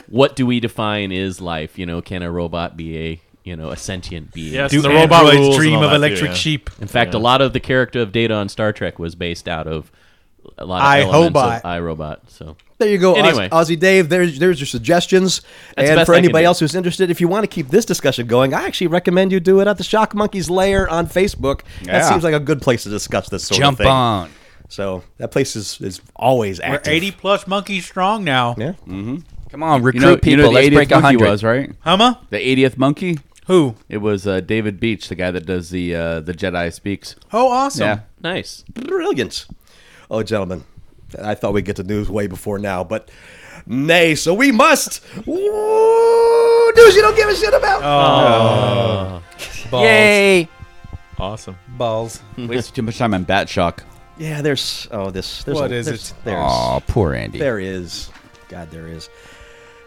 S4: what do we define is life you know can a robot be a you know a sentient being
S3: Yes,
S1: Do
S3: and the robot
S1: androids
S3: rules and
S1: dream
S3: all
S1: of
S3: that too,
S1: electric
S3: yeah.
S1: sheep?
S4: in fact a lot of the character of data on star trek was based out of a lot of
S1: I,
S4: elements
S1: Hobot.
S4: of irobot so
S5: There you go, Oz-
S4: Anyway.
S5: Ozzy Dave. There's there's your suggestions,
S4: That's the
S5: and
S4: best
S5: for
S4: I can
S5: anybody
S4: do.
S5: else who's interested, if you want to keep this discussion going, I actually recommend you do it at the Shock Monkeys Lair on Facebook. That
S6: Yeah.
S5: seems like a good place to discuss this sort of
S2: Jump
S5: thing.
S2: on.
S5: So that place is is always
S1: We're
S5: active.
S1: eighty plus monkeys strong now.
S5: Yeah.
S2: Come on, recruit
S6: You know,
S2: people.
S6: you know the
S2: Let's
S6: 80th
S2: break
S6: monkey
S2: hundred.
S6: was right.
S2: Oh,
S1: Humma?
S6: The 80th monkey.
S1: Who?
S6: It was uh, David Beach, the guy that does the uh, the Jedi speaks.
S1: Oh, awesome.
S6: Yeah.
S4: nice
S5: Brilliant. Oh, gentlemen, I thought we'd get the news way before now, but nay, so we must. Ooh, news you don't give a shit about.
S1: Balls.
S3: Awesome.
S1: Balls.
S6: Wasted too much time on Bat Shock.
S5: Yeah, there's. Oh, this. There's
S1: What
S5: a,
S1: is
S5: there's,
S1: it?
S5: There's,
S2: Aw, poor Andy.
S5: There is. God, there is.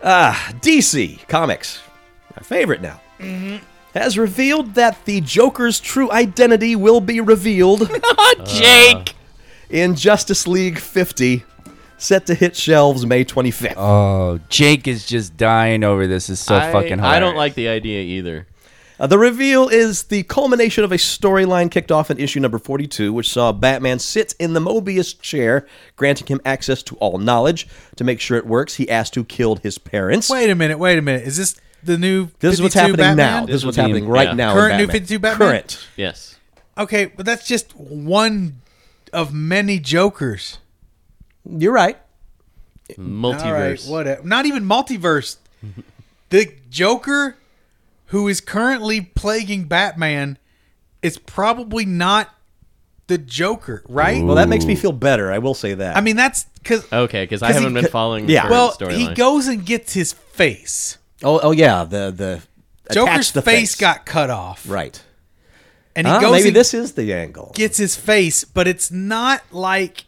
S5: Ah, DC Comics, my favorite now,
S1: Mm-hmm.
S5: has revealed that the Joker's true identity will be revealed Uh,
S2: Jake.
S5: in Justice League 50, set to hit shelves May 25th.
S2: Oh, Jake is just dying over this. Is so
S4: I,
S2: fucking. Hilarious.
S4: I don't like the idea either
S5: Uh, the reveal is the culmination of a storyline kicked off in issue number 42, which saw Batman sit in the Mobius chair, granting him access to all knowledge. To make sure it works, he asked who killed his parents.
S1: Wait a minute. Wait a minute. Is this the new?
S5: This is what's
S1: 52
S5: happening
S1: Batman?
S5: now. This, is what's
S4: would be-
S5: happening right
S4: yeah.
S5: now. in
S1: Current new 52 Batman?
S5: Current.
S4: yes
S1: Okay, but that's just one of many Jokers.
S5: You're right.
S4: multiverse
S1: All right, whatever. Not even multiverse. the Joker, who is currently plaguing Batman, is probably not the Joker, right?
S5: Well, that makes me feel better. I will say that.
S1: I mean, that's because
S4: okay because i
S1: 'Cause he
S4: haven't been
S1: c-
S4: following
S5: yeah.
S4: the current
S1: well, he
S4: storyline
S1: goes and gets his face.
S5: oh, oh yeah, the the
S1: Joker's
S5: attach the
S1: face, got cut off,
S5: right.
S1: And he
S5: Ah,
S1: goes
S5: maybe
S1: and
S5: this is the angle.
S1: gets his face, but it's not like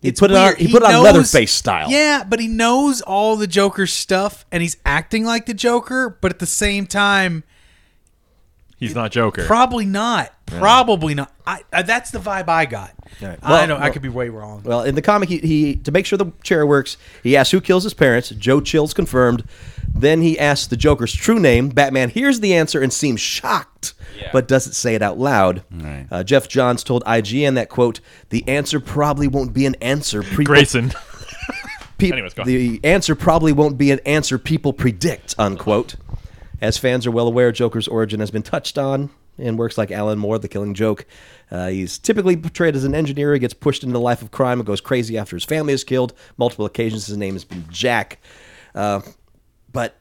S5: He
S1: It's
S5: put it on.
S1: weird.
S5: He, put it on
S1: knows-
S5: Leatherface style.
S1: Yeah, but he knows all the Joker stuff, and he's acting like the Joker, but at the same time,
S3: He's not Joker.
S1: probably not. Probably not. I, I, that's the vibe I got.
S5: right.
S1: I
S5: Well-
S1: don't. I
S5: well-
S1: could be way wrong.
S5: Well, in the comic, he, he to make sure the chair works, he asks who kills his parents. Joe Chill's confirmed. Then he asks the Joker's true name. Batman hears the answer and seems shocked, but doesn't say it out loud. Uh, Jeff Johns told IGN that quote, "The answer probably won't be an answer." People
S3: Grayson.
S5: Peop-
S3: Anyways, go on.
S5: the answer probably won't be an answer people predict, unquote. As fans are well aware, Joker's origin has been touched on in works like Alan Moore, The Killing Joke. Uh, he's typically portrayed as an engineer who gets pushed into the life of crime and goes crazy after his family is killed. Multiple occasions, his name has been Jack. Uh, but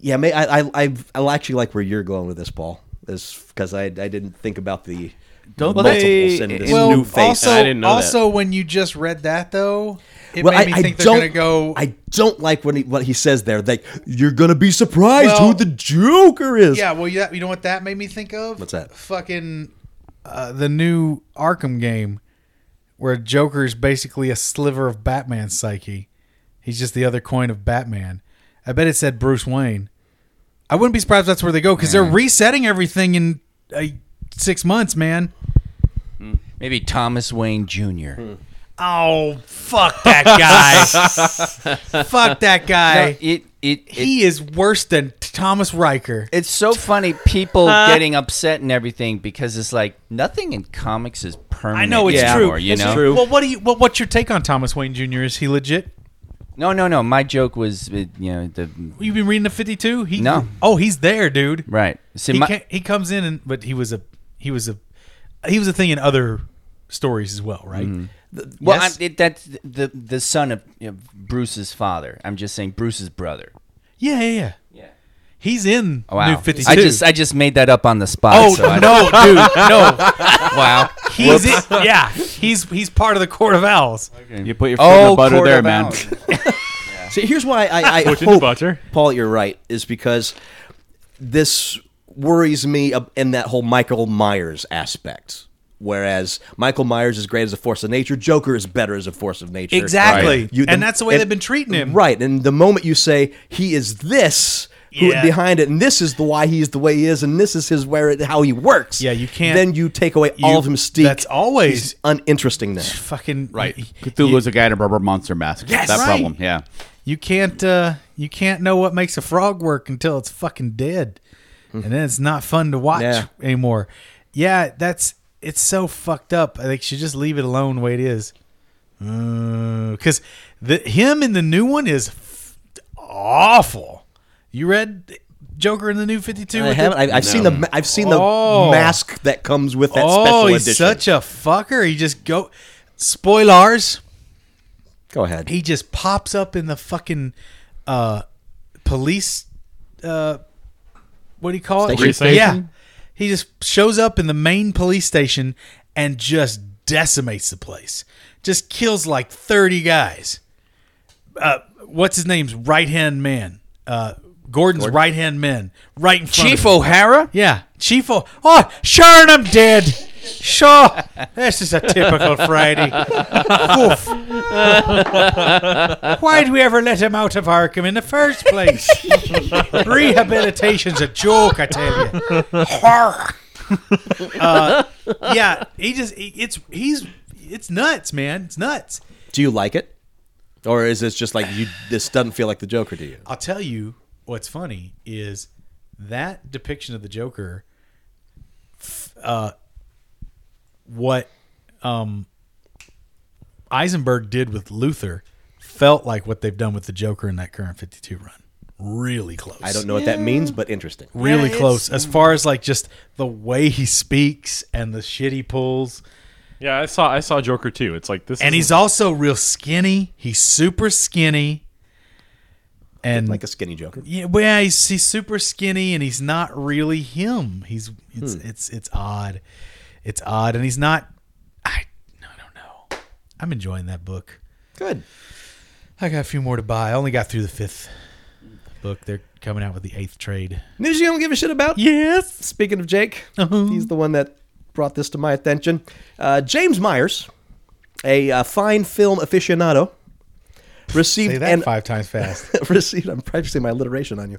S5: yeah, may, I, I, I, I actually like where you're going with this, Paul, is because I, I didn't think about the
S6: Don't
S5: multiples
S6: they-
S5: and this
S1: Well,
S5: new face.
S1: also,
S4: I didn't know that.
S1: also when you just read that though, it
S5: well,
S1: made
S5: I,
S1: me
S5: I
S1: think they're
S5: don't.
S1: gonna go.
S5: I don't like what he, what he says there. Like you're gonna be surprised
S1: Well-
S5: who the Joker is.
S1: yeah, well, yeah, you know what that made me think of?
S5: What's that?
S1: Fucking uh, the new Arkham game, where Joker is basically a sliver of Batman's psyche. He's just the other coin of Batman. I bet it said Bruce Wayne. I wouldn't be surprised if that's where they go because they're resetting everything in uh, six months, man.
S2: Maybe Thomas Wayne Jr.
S1: Oh, fuck that guy! fuck that guy!
S2: It it, it
S1: he is worse than Thomas Riker.
S2: it's so funny people
S1: Uh,
S2: getting upset and everything because it's like nothing in comics is permanent.
S1: I know it's
S2: anymore,
S1: true.
S2: You
S1: It's
S2: know,
S1: true. Well, what do you? Well, what's your take on Thomas Wayne Jr.? Is he legit?
S2: no, no, no. My joke was, uh, you know, the
S1: You've been reading the Fifty Two? He
S2: No.
S1: Oh, he's there, dude.
S2: right. See,
S1: He
S2: my,
S1: can't, he comes in and but he was a he was a he was a thing in other stories as well, right?
S2: Mm-hmm. Well,
S1: Yes?
S2: I'm, it, that's the the son of you know, Bruce's father. I'm just saying Bruce's brother.
S1: Yeah, yeah, yeah. He's in
S2: Wow.
S1: New Fifty Two.
S2: I just I just made that up on the spot.
S1: oh
S2: so I,
S1: no, dude, no.
S2: Wow.
S1: He's in, yeah. He's he's part of the Court of Owls.
S6: You put your foot in
S2: Oh,
S6: the butter
S2: Court
S6: there,
S2: of
S6: man.
S2: Owls.
S5: See, here's why I, I
S3: Put in the
S5: hope,
S3: butter.
S5: Paul, you're right, is because this worries me ab- in that whole Michael Myers aspect. Whereas Michael Myers is great as a force of nature, Joker is better as a force of nature.
S1: Exactly.
S5: You-
S1: and that's the way they've been treating him.
S5: Right, and the moment you say he is this. Who,
S1: Yeah.
S5: behind it and this is the why he is the way he is and this is his where it, how he works
S1: Yeah, you can't-
S5: then you take away all of
S1: you-
S5: him mystique
S1: that's always-
S5: He's uninterestingness
S1: Fucking
S6: Right.
S1: y-
S6: Cthulhu's a guy in a rubber monster mask.
S1: Yes,
S6: that
S1: right.
S6: problem. Yeah.
S1: You can't uh you can't know what makes a frog work until it's fucking dead. And then it's not fun to watch
S5: Hmm. Yeah.
S1: anymore. Yeah, that's it's so fucked up. I think you should just leave it alone the way it is. Because the him in the new one is f- awful. You read Joker in the new Fifty Two?
S5: I haven't. I, I've seen the. ma- I've seen the
S1: Oh.
S5: mask that comes with that
S1: Oh,
S5: special
S1: he's
S5: edition.
S1: such a fucker. He just go spoilers.
S5: Go ahead.
S1: he just pops up in the fucking uh police uh what do you call it
S3: Station.
S1: yeah he just shows up in the main police station and just decimates the place just kills like 30 guys uh what's his name's right hand man uh Gordon's right hand man, right in front of him.
S2: O'Hara.
S1: Yeah, Chief. O- oh, sure, I'm dead. Sure, this is a typical Friday. Woof. Why'd we ever let him out of Arkham in the first place? Rehabilitation's a joke, I tell you. Horror. Uh, yeah, he just he- it's he's it's nuts, man. It's nuts.
S5: Do you like it, or is this just like you? This doesn't feel like the Joker to you.
S1: I'll tell you what's funny is that depiction of the Joker. f- Uh, what um, Eisenberg did with Luther felt like what they've done with the Joker in that current fifty-two run. Really close.
S5: I don't know what that means, but interesting.
S1: Really
S2: Yeah,
S1: close as far as like just the way he speaks and the shit he pulls.
S3: Yeah, I saw I saw Joker too. It's like this.
S1: And
S3: is
S1: he's also real skinny. He's super skinny. And
S5: Like a skinny Joker.
S1: Yeah, well, yeah, he's, he's super skinny and he's not really him. He's it's
S5: Hmm.
S1: it's it's odd. It's odd and he's not I no, I don't know. I'm enjoying that book.
S5: Good.
S1: I got a few more to buy. I only got through the 5th book. They're coming out with the 8th trade.
S5: News you don't give a shit about. Uh-huh.
S1: Yes.
S5: Speaking of Jake, he's the one that brought this to my attention. Uh, James Myers, a uh, fine film aficionado, received
S1: Say that
S5: an
S1: 5 times fast.
S5: received. I'm practicing my alliteration on you.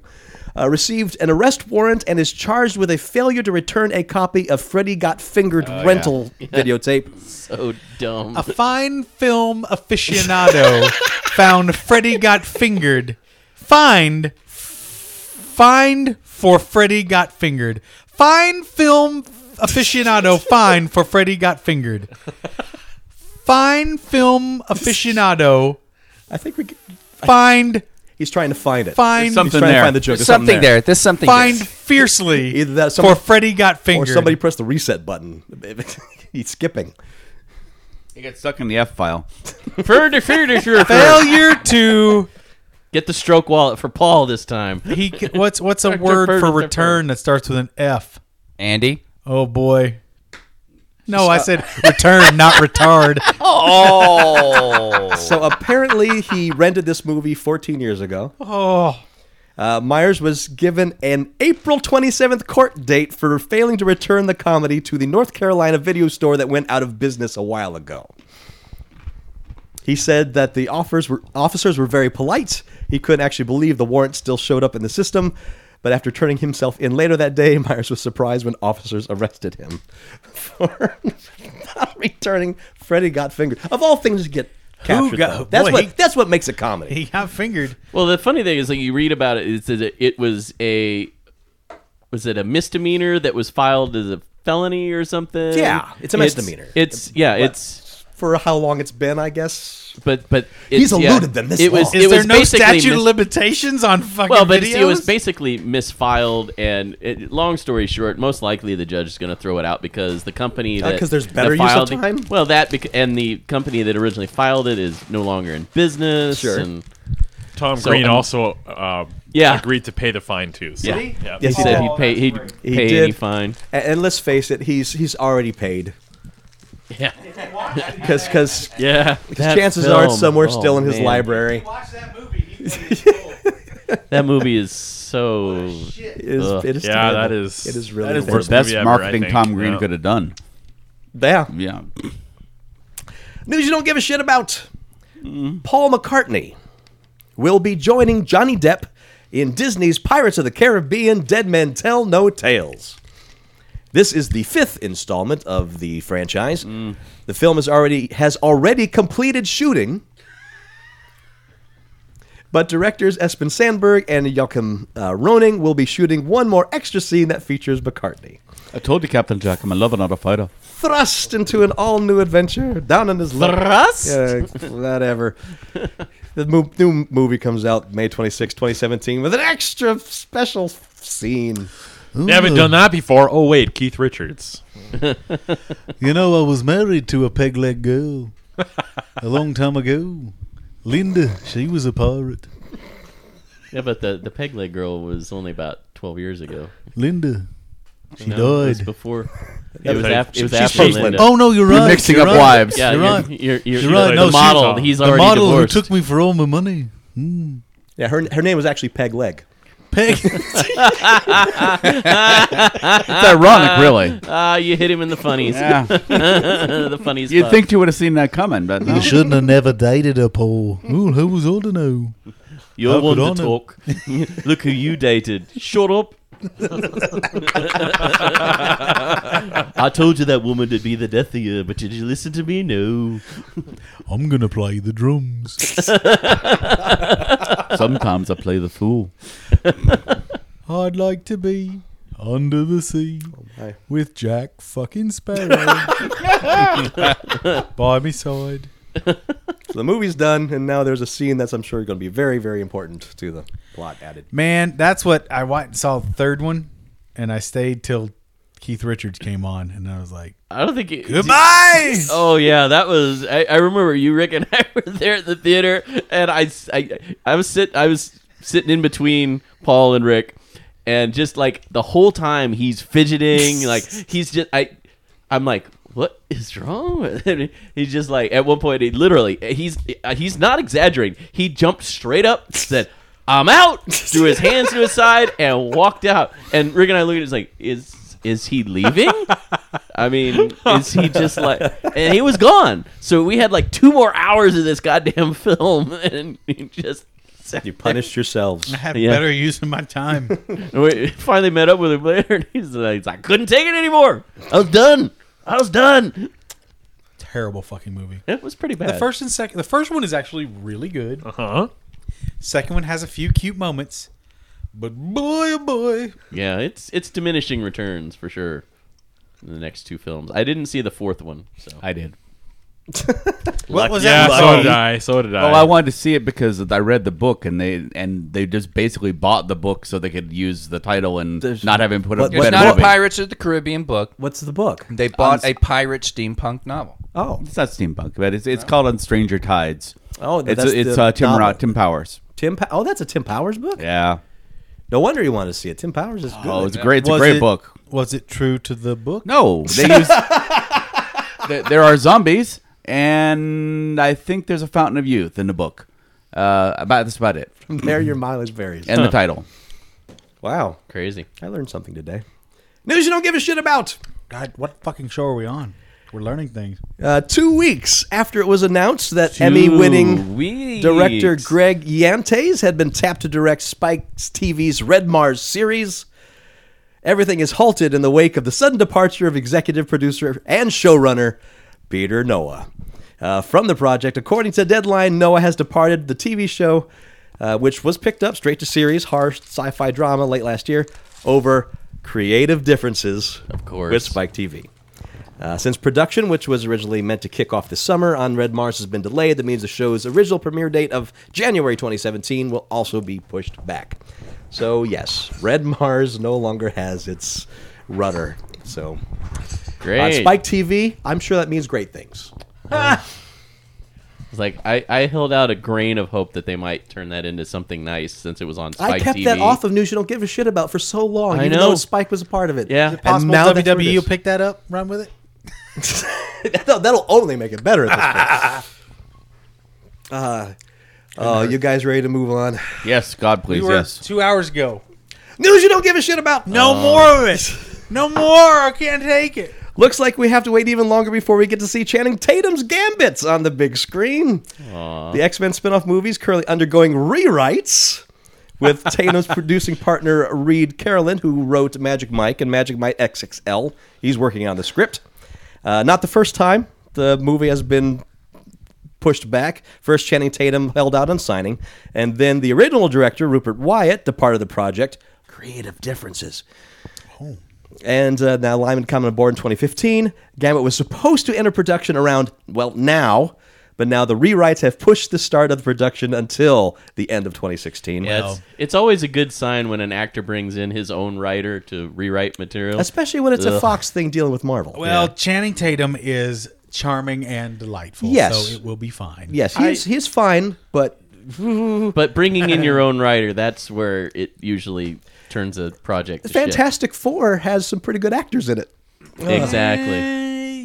S5: Uh, received an arrest warrant and is charged with a failure to return a copy of Freddy Got Fingered rental videotape.
S4: So dumb.
S1: a fine film aficionado found Freddy got fingered. Find find for Freddy got fingered. Fine film aficionado fine for Freddy got fingered. Fine film aficionado
S5: I think we. Could,
S1: find
S5: he's trying to find it.
S1: find
S5: He's
S6: Something
S5: trying
S6: there.
S5: to find the joke.
S2: There's
S5: There's
S2: something there. There's something.
S1: find
S2: there.
S1: fiercely
S5: E-, Either that or
S1: for
S5: somebody-
S1: Freddy got
S5: Or
S1: fingered.
S5: somebody pressed the reset button. he's skipping.
S6: He got stuck in the F file.
S4: Further, further, sure.
S1: failure to
S4: Get the stroke wallet for Paul this time.
S1: He ca- what's what's a
S4: Return
S1: word
S4: first,
S1: for
S4: return
S1: return that starts with an F?
S2: Andy.
S1: Oh boy. No, I said return, not retard.
S5: So apparently, he rented this movie 14 years ago.
S1: Oh,
S5: Uh, Myers was given an April 27th court date for failing to return the comedy to the North Carolina video store that went out of business a while ago. He said that the offers were, officers were very polite. He couldn't actually believe the warrant still showed up in the system. But after turning himself in later that day, Myers was surprised when officers arrested him for not returning Freddy Got Fingered. Of all things to get captured,
S1: got-
S5: though. that's
S1: boy,
S5: what
S1: he-
S5: that's what makes a comedy.
S1: he got fingered.
S4: Well, the funny thing is, like you read about it, is that it- it was a was it a misdemeanor that was filed as a felony or something?
S5: Yeah, it's a misdemeanor.
S4: It's yeah, it's
S5: for how long it's been, I guess.
S4: but but
S5: He's
S4: it's, yeah,
S5: eluded them this
S4: it was,
S5: long.
S4: It
S1: Is there
S4: was
S1: no
S4: basically
S1: statute of
S4: mis-
S1: limitations on fucking
S4: well, but it's-
S1: videos?
S4: it was basically misfiled, and it, long story short, most likely the judge is going to throw it out because the company
S5: Uh,
S4: that
S5: 'cause there's
S4: that
S5: better use of
S4: filed the-
S5: time?
S4: well, that bec- and the company that originally filed it is no longer in business.
S5: Sure.
S4: and
S3: Tom
S4: So,
S3: Green
S4: um,
S3: also uh,
S4: Yeah.
S3: agreed to pay the fine too. So,
S4: Yeah.
S3: yeah.
S5: Yes,
S4: he
S5: he
S4: said
S5: did.
S4: he'd pay he'd
S5: He
S4: pay
S5: did.
S4: any fine.
S5: And, and let's face it, he's he's already paid
S4: Yeah,
S5: because because
S4: yeah. Oh,
S5: chances are it's somewhere still in his library.
S1: Watch that movie. He
S4: That movie is so.
S5: It is,
S4: Ugh.
S5: it is
S3: Yeah,
S5: terrible.
S3: that is-
S5: it is
S3: that
S5: really
S3: is
S5: bad.
S3: worse.
S6: Best
S3: movie ever, I
S6: marketing
S3: think.
S6: Tom Green
S3: Yeah.
S6: could have done.
S5: Yeah,
S6: Yeah.
S5: news you don't give a shit about. Paul McCartney will be joining Johnny Depp in Disney's Pirates of the Caribbean: Dead Men Tell No Tales. This is the fifth installment of the franchise. The film is already has already completed shooting, but directors Espen Sandberg and Joachim uh, Roning will be shooting one more extra scene that features McCartney
S6: I told you, Captain Jack, I'm a lover, not a fighter.
S5: thrust into an all new adventure down on his luck.
S4: Thrust?
S5: Yeah, whatever. the mo- new movie comes out May 26, 2017 with an extra special scene.
S3: They haven't done that before. Oh wait, Keith Richards.
S1: you know, I was married to a peg leg girl a long time ago. Linda, she was a pirate.
S4: Yeah, but the the peg leg girl was only about twelve years ago.
S1: Linda, she
S4: No, it was before. It was
S3: like-
S4: after. It was
S5: she's
S4: after
S5: supposed to-
S4: Linda.
S1: Oh no, you're right.
S6: mixing
S1: you're
S6: up
S1: right.
S6: wives.
S4: yeah,
S1: you're
S4: you're,
S1: right.
S4: you're, you're,
S1: You're right,
S4: the
S1: no, she's
S4: model.
S3: on.
S4: He's
S1: The
S4: already
S1: model
S4: divorced.
S1: who took me for all my money. Hmm.
S5: Yeah, her her name was actually Peg Leg.
S1: Peg.
S6: It's
S3: Uh,
S6: ironic, really.
S4: Ah, you hit him in the funnies.
S6: Yeah.
S4: the funnies.
S6: You'd think you would have seen that coming, but no.
S1: you shouldn't have never dated her, Paul. Well, who was I to know?
S4: you're
S1: How
S4: one
S1: could
S4: to
S1: I know?
S4: talk. Look who you dated. Shut up. I told you that woman would be the death of you, but did you listen to me? No.
S1: I'm gonna play the drums.
S6: Sometimes I play the fool.
S1: I'd like to be under the sea
S6: Oh,
S5: my.
S1: with Jack fucking Sparrow by my side.
S5: So the movie's done, and now there's a scene that's I'm sure going to be very very important to the plot added.
S1: Man, that's what I wa- saw the third one, and I stayed till Keith Richards came on, and I was like,
S4: I don't think it,
S1: goodbye.
S4: Oh yeah, that was. I, I remember you, Rick, and I were there at the theater, and I, I, I was sit, I was sitting in between Paul and Rick, and just like the whole time he's fidgeting, like he's just I, I'm like, what is wrong? with him? He's just like at one point he literally he's uh, he's not exaggerating. He jumped straight up, said. I'm out. Threw his hands to his side and walked out. And Rick and I looked at it, it's like, is is he leaving? I mean, is he just like? And he was gone. So we had like two more hours of this goddamn film, and he just. sat
S5: You punished yourselves.
S1: I had
S4: Yeah.
S1: better use of my time.
S4: there. We finally met up with him later, and he's like, he's like, I couldn't take it anymore. I was done. I was done.
S1: Terrible fucking movie.
S4: It was pretty bad.
S1: The first and second, the first one is actually really good.
S3: Huh?
S1: Second one has a few cute moments, but boy, oh boy,
S4: yeah, it's it's diminishing returns for sure. in The next two films, I didn't see the fourth one. So
S6: I did.
S1: what was
S3: Yeah,
S1: that?
S3: so did I. So did I.
S6: Oh, I wanted to see it because I read the book, and they and they just basically bought the book so they could use the title and not have him put up.
S5: What-
S2: It's
S5: what
S6: better
S2: not
S5: book?
S2: a
S6: movie.
S2: Pirates of the Caribbean book.
S5: What's the book?
S2: They bought a pirate steampunk novel.
S5: Oh,
S6: It's not steampunk, but it's it's called On Stranger Tides.
S5: Oh,
S6: it's
S5: that's
S6: it's
S5: the
S6: uh, Tim
S5: novel.
S6: Rod, Tim Powers.
S5: Tim. Pa- oh, that's a Tim Powers book.
S6: Yeah.
S5: No wonder you wanted to see it. Tim Powers is good.
S6: Oh, it's great. It's a great book.
S1: Was it true to the book?
S6: No, they use. there, there are zombies, and I think there's a fountain of youth in the book. Uh, about that's about it, and
S5: there your mileage varies.
S6: the title.
S5: wow,
S4: Crazy.
S5: I learned something today. News you don't give a shit about.
S1: God, what fucking show are we on? We're learning things.
S5: Uh, two weeks after it was announced that Emmy-winning
S2: weeks.
S5: director Greg Yantes had been tapped to direct Spike TV's Red Mars series. Everything is halted in the wake of the sudden departure of executive producer and showrunner Peter Noah uh, from the project. According to Deadline, Noah has departed the TV show, uh, which was picked up straight to series, harsh sci-fi drama late last year, over creative differences
S4: Of course.
S5: with Spike TV. Uh, since production, which was originally meant to kick off this summer on Red Mars, has been delayed, that means the show's original premiere date of January 2017 will also be pushed back. So, yes, Red Mars no longer has its rudder. So,
S4: Great.
S5: on Spike TV, I'm sure that means great things.
S4: It's like I, I held out a grain of hope that they might turn that into something nice since it was on Spike
S5: I kept
S4: TV.
S5: that off of news you don't give a shit about for so long,
S4: I
S5: even
S4: know.
S5: though Spike was a part of it.
S4: Yeah. Is it
S5: And
S1: Possible
S5: now that's what it
S4: E
S1: WWE will
S5: is.
S1: pick that up, run with it.
S5: that'll, that'll only make it better at this point. Uh, uh, you guys ready to move on?
S6: Yes, God, please,
S1: We were
S6: yes.
S1: two hours ago.
S5: News you don't give a shit about.
S1: No more of it. No more. I can't take it.
S5: Looks like we have to wait even longer before we get to see Channing Tatum's Gambits on the big screen. The X Men spin off movie is currently undergoing rewrites with Tatum's producing partner Reed Carolyn, who wrote Magic Mike and Magic Mike XXL. He's working on the script. Uh, not the first time the movie has been pushed back. First, Channing Tatum held out on signing, and then the original director, Rupert Wyatt, departed the project. Creative differences. And uh, now Lyman coming aboard in 2015. Gambit was supposed to enter production around, well, now, but now the rewrites have pushed the start of the production until the end of 2016.
S4: Yeah, it's, it's always a good sign when an actor brings in his own writer to rewrite material.
S5: Especially when it's a
S4: Ugh.
S5: Fox thing dealing with Marvel.
S1: Well, Channing Tatum is charming and delightful.
S5: Yes.
S1: So it will be fine.
S5: yes, he's, he's fine, but
S4: But bringing in your own writer, that's where it usually turns a project. to shit.
S5: Fantastic Four has some pretty good actors in it.
S4: Exactly.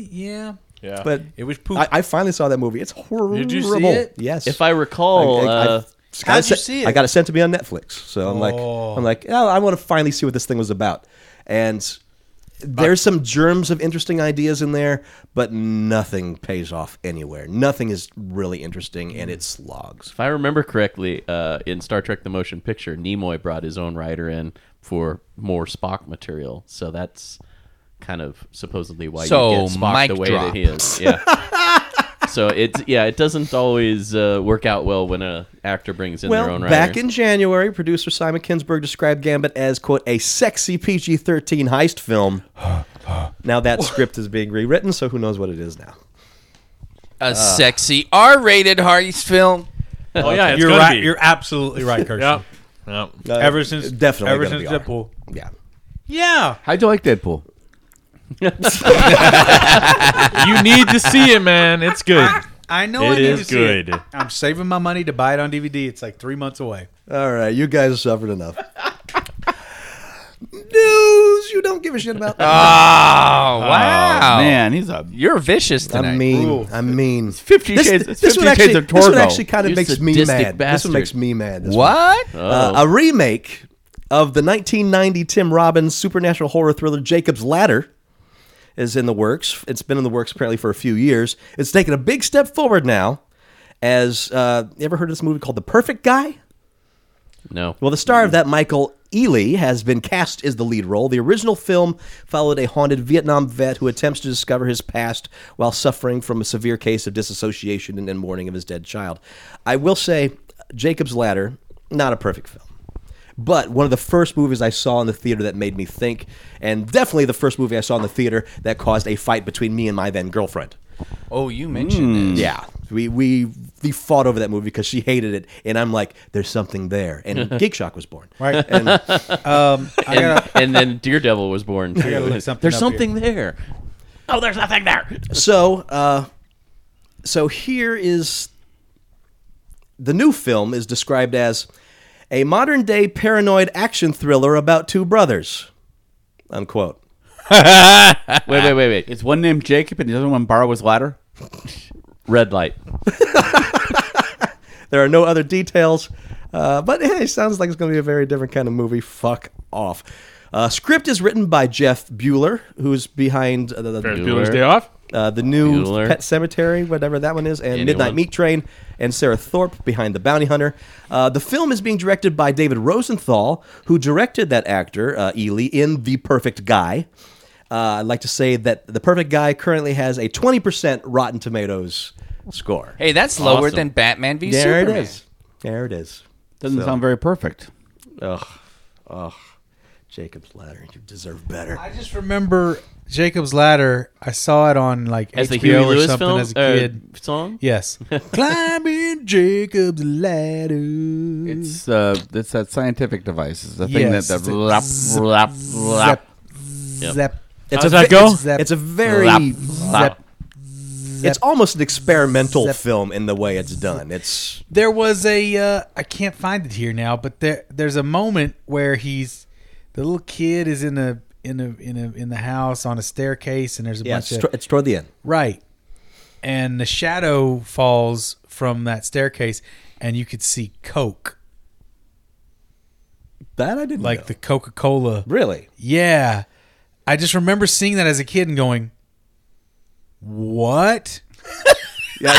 S1: Eh, yeah.
S3: Yeah.
S5: But
S1: It was poop.
S5: I, I finally saw that movie. It's horrible.
S3: Did you see it?
S5: Yes.
S4: If I recall, uh,
S5: got
S1: How'd
S5: it
S1: you
S5: sent-
S1: see it?
S5: I got it sent to me on Netflix. So I'm like, I'm like, oh, I want to finally see what this thing was about. And there's some germs of interesting ideas in there, but nothing pays off anywhere. Nothing is really interesting, and it slogs.
S4: if I remember correctly, uh, in Star Trek: The Motion Picture, Nimoy brought his own writer in for more Spock material. So that's kind of supposedly why
S2: So,
S4: you get Spock
S2: mic
S4: the way
S2: drop.
S4: that he is. Yeah. so it's yeah, it doesn't always uh, work out well when a actor brings in their
S5: Well,
S4: own writer.
S5: back in January, producer Simon Kinsberg described Gambit as, quote, a sexy PG 13 heist film. now that script is being rewritten, so who knows what it is now.
S2: A sexy R-rated Hardy's film.
S3: oh yeah, it's
S1: you're
S3: gonna
S1: right.
S3: be.
S1: You're absolutely right, Kirsten.
S3: Yep. Yep.
S5: Uh,
S1: Ever since
S5: definitely
S1: ever
S5: gonna
S1: since
S5: be R.
S1: Deadpool.
S5: Yeah.
S1: Yeah.
S6: How'd you like Deadpool?
S3: you need to see it, man. It's good.
S1: I know I
S3: It
S1: need
S3: is
S1: to see it.
S3: good.
S1: I'm saving my money to buy it on DVD. It's like three months away.
S5: All right, you guys have suffered enough. News you don't give a shit about.
S2: Oh wow,
S6: Man, he's a
S2: You're vicious tonight.
S5: I mean,
S1: Ooh.
S5: I mean,
S6: Fifty
S5: this,
S6: Shades.
S5: this,
S6: It's
S5: one
S6: Fifty
S5: actually,
S6: Shades of
S5: this one
S6: Torgo.
S5: actually kind
S4: You
S5: of makes me
S4: sadistic
S5: mad. This one
S4: bastard.
S5: makes me mad. this one.
S2: what?
S5: Uh, a remake of the 1990 Tim Robbins supernatural horror thriller Jacob's Ladder is in the works. It's been in the works apparently for a few years. It's taken a big step forward now. As uh, you ever heard of this movie called The Perfect Guy?
S4: no,
S5: Well, the star of that, Michael Ealy, has been cast as the lead role. The original film followed a haunted Vietnam vet who attempts to discover his past while suffering from a severe case of disassociation and in mourning of his dead child. I will say, Jacob's Ladder, not a perfect film. But one of the first movies I saw in the theater that made me think, and definitely the first movie I saw in the theater that caused a fight between me and my then girlfriend.
S2: Oh, you mentioned
S4: Hmm.
S2: this.
S5: Yeah, we we we fought over that movie because she hated it, and I'm like, "There's something there." And Geek Shock was born.
S1: Right.
S5: And
S1: Um, I gotta,
S4: and, and then Daredevil was born.
S1: I gotta
S4: Too.
S1: look something
S4: There's
S1: up
S4: something there. Oh, there's nothing there.
S5: so, uh, so here is the new film is described as a modern day paranoid action thriller about two brothers. Unquote.
S4: Wait, wait, wait, wait.
S6: Is one named Jacob and the other one borrow his ladder?
S4: Red light.
S5: There are no other details, uh, but eh, it sounds like it's going to be a very different kind of movie. Fuck off. Uh, script is written by Jeff Bueller, who's behind uh, the, the-
S3: Ferris Bueller's Day Off.
S5: uh, the new
S4: Bueller.
S5: Pet Cemetery, whatever that one is, and Midnight Meat Train, and Sarah Thorpe behind The Bounty Hunter. Uh, the film is being directed by David Rosenthal, who directed that actor uh, Ely in The Perfect Guy. Uh, I'd like to say that The Perfect Guy currently has a 20% Rotten Tomatoes score.
S2: Hey, that's lower than Batman v
S5: there
S2: Superman.
S5: it is. There it is.
S6: Doesn't sound very perfect.
S5: Ugh, ugh. Jacob's ladder. You deserve better.
S1: I just remember Jacob's Ladder. I saw it on like
S4: As the
S1: HBO
S4: Huey
S1: or
S4: Lewis
S1: something
S4: film
S1: as a
S4: uh,
S1: kid.
S4: song.
S1: Yes, climbing Jacob's Ladder.
S4: Mm.
S6: It's uh, it's that scientific device. It's the thing
S1: Yes,
S6: that
S1: it's
S6: the
S1: a
S6: rap,
S1: zip,
S6: rap,
S1: Zap,
S6: rap,
S1: zap,
S5: It's
S3: How's
S5: a,
S3: that go?
S5: Oh, It's, it's a very.
S6: rap,
S1: zap.
S6: rap.
S5: It's almost an experimental
S1: Zep.
S5: film in the way it's done. It's
S1: There was a uh, I can't find it here now, but there there's a moment where he's the little kid is in a in a in a in the house on a staircase, and there's a
S5: yeah.
S1: bunch
S5: It's,
S1: of
S5: tro- it's toward the end.
S1: Right. And the shadow falls from that staircase, and you could see Coke,
S5: That I didn't
S1: like
S5: know.
S1: the Coca Cola.
S5: really.
S1: Yeah. I just remember seeing that as a kid and going, What?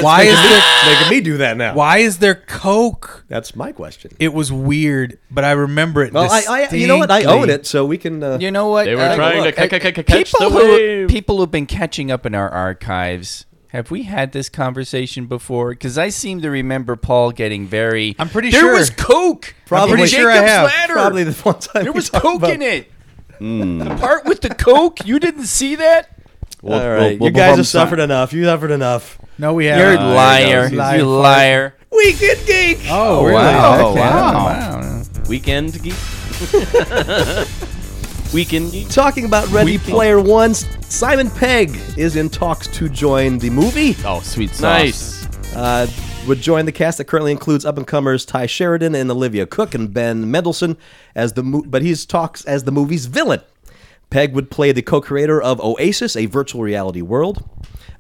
S1: why is there
S5: Making me do that now.
S1: why is there Coke?
S5: That's my question.
S1: It was weird, but I remember it.
S5: Well, I, I you know what? I own
S1: distinctly.
S5: it, so we can. Uh,
S2: You know what?
S4: They were
S2: Uh,
S4: trying to
S2: look,
S4: ca-
S2: uh,
S4: ca- ca- ca- catch
S2: people
S4: the
S2: who
S4: wave.
S2: people who've been catching up in our archives. Have we had this conversation before? Because I seem to remember Paul getting very.
S1: I'm pretty
S2: there
S1: sure.
S2: was coke.
S5: Probably-
S2: in
S5: pretty
S1: sure I
S2: Jacob's
S1: have.
S2: Ladder.
S5: probably the one time
S2: there
S5: we
S2: was
S5: talked
S2: coke
S5: about- Hmm.
S2: in it. The part with the coke. You didn't see that.
S5: All right,
S6: we'll- we'll
S5: you guys
S6: perform
S5: have suffered
S6: some-
S5: enough. You suffered enough.
S1: No, we
S2: You're
S1: haven't.
S2: a liar.
S1: Liar.
S2: You liar.
S5: Weekend geek.
S1: Oh, really?
S6: Wow,
S1: Okay.
S6: wow.
S4: Weekend geek. Weekend geek.
S5: Talking about Ready Player One, Simon Pegg is in talks to join the movie.
S6: Oh, sweet sauce.
S4: Nice.
S5: uh, would join the cast that currently includes up and comers Ty Sheridan and Olivia Cook and Ben Mendelsohn as the mo- but he's talks as the movie's villain. Peg would play the co-creator of Oasis, a virtual reality world.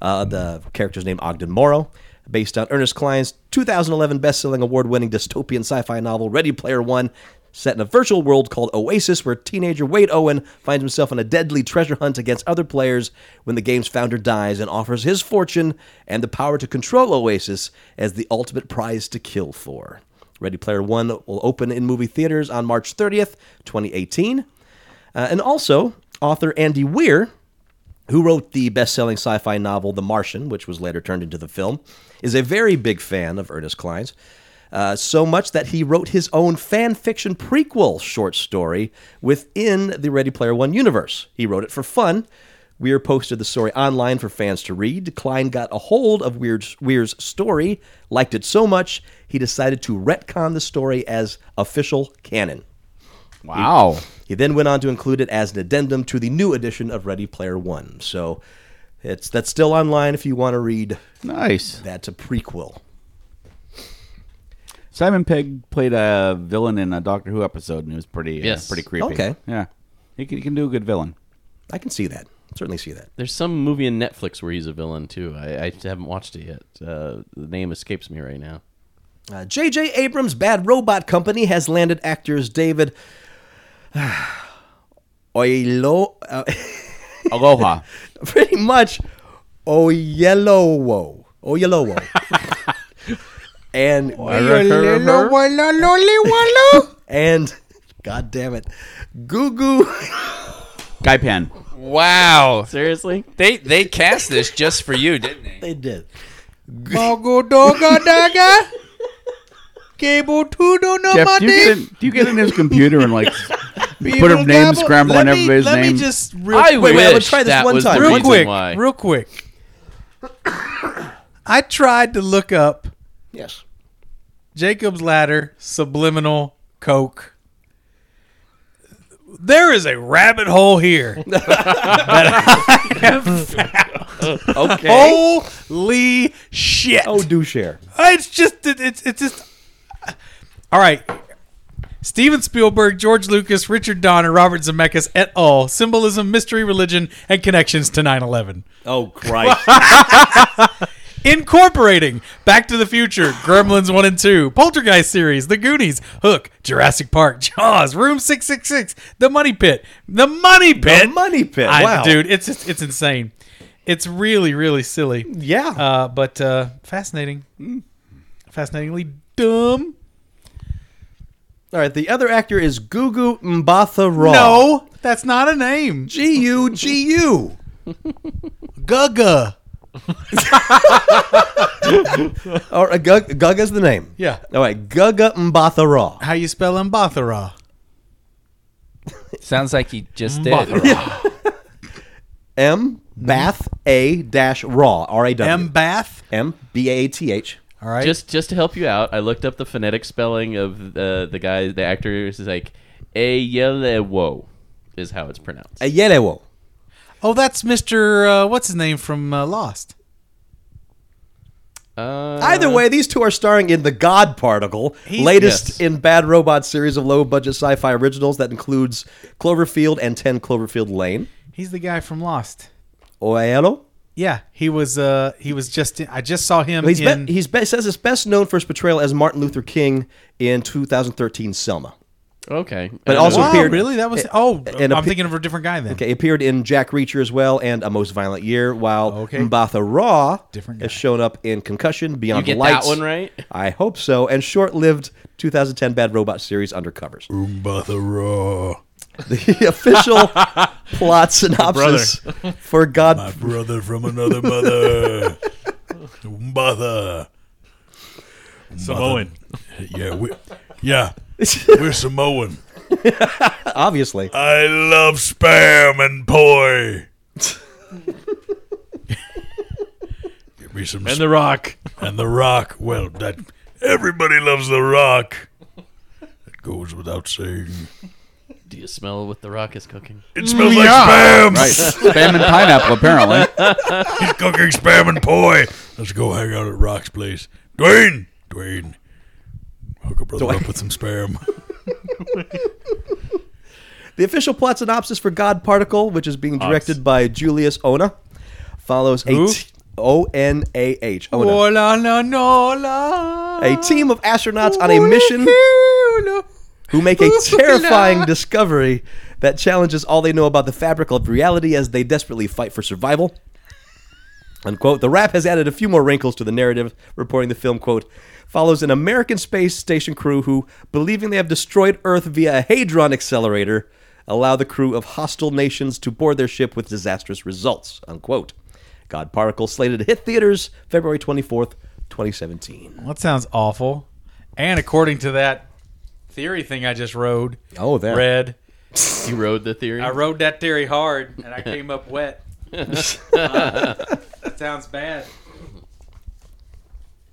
S5: Uh, the character's name Ogden Morrow, based on Ernest Klein's 2011 best-selling award-winning dystopian sci-fi novel Ready Player One, set in a virtual world called Oasis, where teenager Wade Owen finds himself on a deadly treasure hunt against other players when the game's founder dies and offers his fortune and the power to control Oasis as the ultimate prize to kill for. Ready Player One will open in movie theaters on March 30th, 2018. Uh, and also, author Andy Weir, who wrote the best selling sci fi novel The Martian, which was later turned into the film, is a very big fan of Ernest Klein's. Uh, so much that he wrote his own fan fiction prequel short story within the Ready Player One universe. He wrote it for fun. Weir posted the story online for fans to read. Klein got a hold of Weir's, Weir's story, liked it so much, he decided to retcon the story as official canon.
S6: Wow.
S5: He then went on to include it as an addendum to the new edition of Ready Player One. So it's that's still online if you want to read.
S6: Nice.
S5: That's a prequel.
S6: Simon Pegg played a villain in a Doctor Who episode, and it was pretty, uh,
S4: Yes.
S6: pretty creepy.
S5: Okay.
S6: Yeah. He can, he can do a good villain.
S5: I can see that. Certainly see that.
S4: There's some movie in Netflix where he's a villain too. I, I haven't watched it yet. Uh, the name escapes me right now.
S5: Uh, J.J. Abrams' Bad Robot Company has landed actors David Oilo, uh,
S6: Aloha.
S5: pretty much Oyelowo, Oyelowo, and and God damn it, Gugu.
S6: Guy Pan.
S2: Wow.
S4: Seriously?
S2: They they cast this just for you, didn't they?
S5: they did.
S6: Jeff, do you, get in, do you get in his computer and like put a name scramble on everybody's
S1: let
S6: name?
S1: me just real
S4: I
S5: wait,
S4: wish
S5: I'm gonna try this
S4: that
S5: one
S4: was
S5: time.
S4: the
S5: Real
S1: real
S4: reason
S1: quick,
S4: why.
S1: real quick. I tried to look up
S5: Yes.
S1: Jacob's Ladder subliminal coke. There is a rabbit hole here.
S5: Okay.
S1: Holy
S6: shit.
S5: Oh, do share.
S1: It's just it- it's it's just. All right. Steven Spielberg, George Lucas, Richard Donner, Robert Zemeckis et al. Symbolism, mystery, religion, and connections to 9 11.
S6: Oh Christ!
S1: Incorporating Back to the Future, Gremlins 1 and 2, Poltergeist series, The Goonies, Hook, Jurassic Park, Jaws, Room 666, The Money Pit. The Money Pit!
S5: The Money Pit.
S1: I-
S5: wow,
S1: Dude, it's, just, it's insane. It's really, really silly.
S5: Yeah.
S1: Uh, but uh, fascinating.
S5: Mm.
S1: Fascinatingly dumb.
S5: All right. The other actor is Gugu Mbatha Raw.
S1: No, that's not a name.
S5: G U G U.
S1: Gaga.
S5: Or uh, Gug- Gugga's the name.
S1: Yeah.
S5: All right. Gugga Mbatha Raw.
S1: How you spell Mbathara?
S2: Sounds like he just did.
S5: M Bath A dash Raw. R A W.
S1: Mbath.
S5: M B A A T H.
S1: All right.
S4: Just just to help you out, I looked up the phonetic spelling of uh, the guy, the actor. Is like Ayelewo, E is how it's pronounced.
S5: Ayelewo.
S1: oh, that's Mr. Uh, what's his name from uh, Lost?
S4: Uh,
S5: Either way, these two are starring in The God Particle,
S1: He's-
S5: latest
S1: yes.
S5: in Bad Robot series of low budget sci fi originals that includes Cloverfield and 10 Cloverfield Lane.
S1: He's the guy from Lost.
S5: Oelo?
S1: Yeah, he was. Uh, he was just. In, I just saw him
S5: He's,
S1: in.
S5: be, he's be, says he's best known for his portrayal as Martin Luther King in 2013 Selma.
S4: okay,
S5: But
S4: Uh,
S5: also
S1: wow,
S5: appeared-
S1: really? That was.
S5: a-
S1: oh,
S5: an
S1: I'm
S5: appe-
S1: thinking of a different guy then.
S5: Okay, he appeared in Jack Reacher as well and A Most Violent Year, while
S1: Okay.
S5: Mbatha Raw
S1: Different
S5: has
S1: guy.
S5: shown up in Concussion, Beyond
S4: you get
S5: the Lights.
S4: that one right.
S5: I hope so, and short lived 2010 Bad Robot series Undercovers.
S1: Mbathara,
S5: the official plot synopsis for God
S1: brother from another mother. Mbatha.
S3: Samoan.
S1: Yeah, we. Yeah, we're Samoan.
S5: obviously.
S1: I love spam and poi. Give me some
S3: And The Rock.
S1: and the rock. Well, that everybody loves the rock. That goes without saying.
S4: Do you smell what the rock is cooking?
S1: It smells like spam.
S6: right, spam and pineapple apparently.
S1: He's cooking spam and poi. Let's go hang out at Rock's place. Dwayne, Dwayne, hook a brother up with some spam.
S5: The official plot synopsis for God Particle, which is being directed by Julius Ona, follows a
S1: Who?
S5: t- O N A H Ona.
S1: la la no la.
S5: A team of astronauts on a mission who make a terrifying discovery that challenges all they know about the fabric of reality as they desperately fight for survival. Unquote. The rap has added a few more wrinkles to the narrative, reporting the film, quote, follows an American space station crew who, believing they have destroyed Earth via a Hadron accelerator, allow the crew of hostile nations to board their ship with disastrous results, unquote. God Particle slated to hit theaters February 24th, 2017.
S1: Well, that sounds awful. And according to that theory thing I just rode,
S5: Oh, there.
S1: read,
S4: You rode the theory.
S1: I rode that theory hard, and I came up wet. Uh, sounds bad.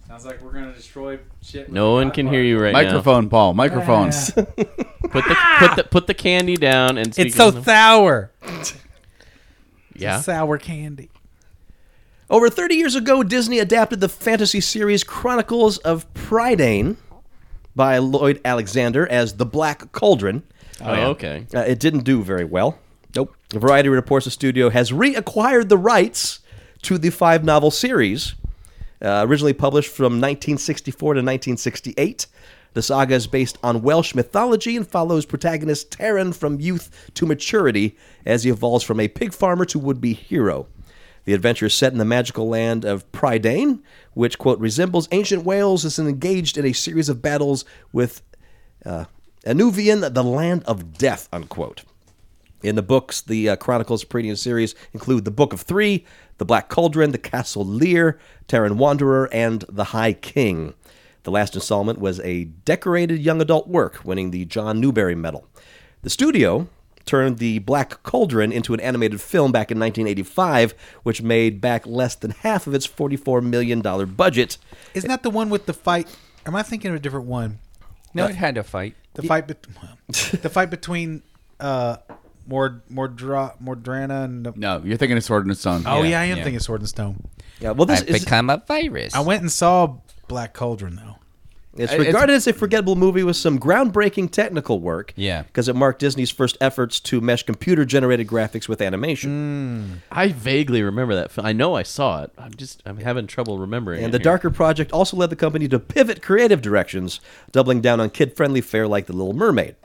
S1: Sounds like we're gonna destroy shit.
S4: no one can hear you right
S6: Microphone, Paul. Microphones.
S4: now. Put the, put the put the candy down and speak
S1: It's so
S4: into the-
S1: sour.
S4: yeah.
S1: Sour candy.
S5: Over 30 years ago, Disney adapted the fantasy series Chronicles of Prydain by Lloyd Alexander as The Black Cauldron.
S4: Oh, okay.
S5: Uh, it didn't do very well. Nope. Variety reports the studio has reacquired the rights to the five novel series, uh, originally published from 1964 to 1968. The saga is based on Welsh mythology and follows protagonist Taran from youth to maturity as he evolves from a pig farmer to would be hero. The adventure is set in the magical land of Prydain, which, quote, resembles ancient Wales and is engaged in a series of battles with uh, Anuvian, the land of death, unquote. In the books, the uh, Chronicles of Peridian series include the Book of Three, the Black Cauldron, the Castle Lear, Terran Wanderer, and the High King. The last installment was a decorated young adult work, winning the John Newbery Medal. The studio turned the Black Cauldron into an animated film back in 1985, which made back less than half of its $44 million budget.
S1: Isn't that the one with the fight? Am I thinking of a different one?
S2: No, it had to fight.
S1: The fight, bet- the fight between uh, Mord Mordra Mordrana and
S6: No, you're thinking of Sword and Stone.
S1: Oh yeah, I am
S2: yeah.
S1: thinking Sword and Stone.
S5: Yeah, well, this
S2: I've
S5: is
S2: become a virus.
S1: I went and saw Black Cauldron though.
S5: it's
S6: it's-
S5: regarded as a forgettable movie with some groundbreaking technical work.
S2: Yeah.
S5: because it marked Disney's first efforts to mesh computer-generated graphics with animation.
S4: I vaguely remember that. film. I know I saw it. I'm just I'm having trouble remembering.
S5: And
S4: it
S5: the
S4: here.
S5: darker project also led the company to pivot creative directions, doubling down on kid-friendly fare like The Little Mermaid.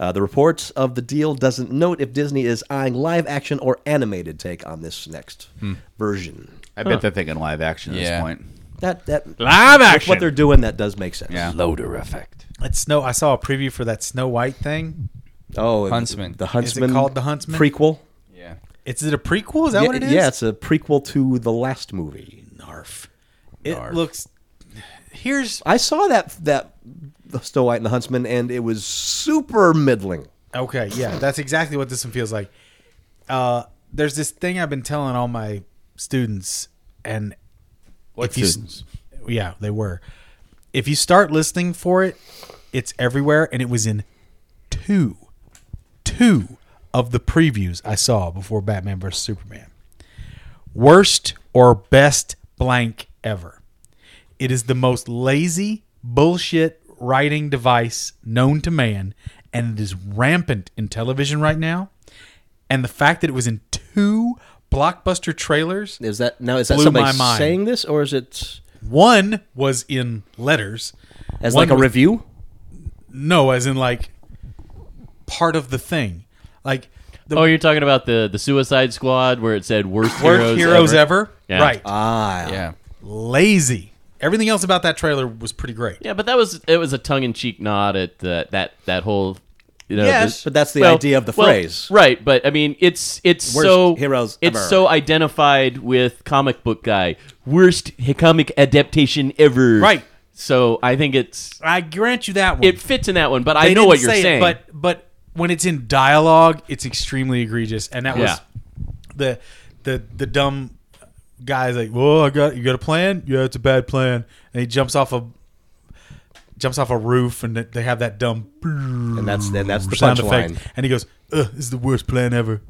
S5: Uh, the report of the deal doesn't note if Disney is eyeing live-action or animated take on this next version.
S6: I bet they're thinking live action at
S2: Yeah.
S6: this point.
S5: That that
S3: Live
S5: with
S3: action.
S5: What they're doing that does make sense.
S6: Yeah.
S2: Loader effect.
S1: It's Snow. I saw a preview for that Snow White thing.
S5: Oh, and
S2: Huntsman.
S5: The Huntsman.
S1: called The Huntsman?
S5: prequel?
S2: Yeah.
S1: Is it a prequel? Is that
S5: yeah,
S1: what it is?
S5: yeah, it's a prequel to the last movie.
S1: Narf. It looks. Here's
S5: I saw that that the Snow White and the Huntsman, and it was super middling.
S1: okay. Yeah, that's exactly what this one feels like. Uh, there's this thing I've been telling all my students, and
S6: What
S1: if you s-
S6: students?
S1: yeah, they were. If you start listening for it, it's everywhere, and it was in two, two of the previews I saw before Batman vs Superman. Worst or best blank ever. It is the most lazy bullshit writing device known to man, and it is rampant in television right now. And the fact that it was in two blockbuster trailers
S5: Is that now? Is that
S1: Blew
S5: somebody
S1: my mind.
S5: saying this, or is it
S1: one was in letters.
S5: as
S1: one
S5: like a
S1: was-
S5: review?
S1: No, as in like part of the thing. Like the
S4: Oh, you're talking about the the Suicide Squad where it said worst,
S1: worst
S4: heroes,
S1: heroes
S4: ever.
S1: ever.
S4: Yeah.
S1: Right.
S5: Ah,
S2: Yeah.
S1: Lazy. Everything else about that trailer was pretty great.
S4: Yeah, but that was it was a tongue in cheek nod at the, that that whole. You know,
S5: Yes,
S4: the-
S5: but that's the idea of the phrase.
S4: right? But I mean, it's it's
S5: Worst
S4: so
S5: heroes
S4: It's
S5: ever.
S4: so identified with comic book guy worst hi- comic adaptation ever.
S1: Right.
S4: So I think it's
S1: I grant you that one.
S4: it fits in that one, but
S1: They
S4: I know
S1: didn't
S4: what you're
S1: say it,
S4: saying.
S1: but but when it's in dialogue, it's extremely egregious, and that was the the the dumb guy's like, "Whoa, I got you got a plan? Yeah, it's a bad plan." And he jumps off a jumps off a roof, and they have that dumb
S5: and that's and that's the
S1: sound effect,
S5: punchline.
S1: and he goes, Ugh, "This is the worst plan ever."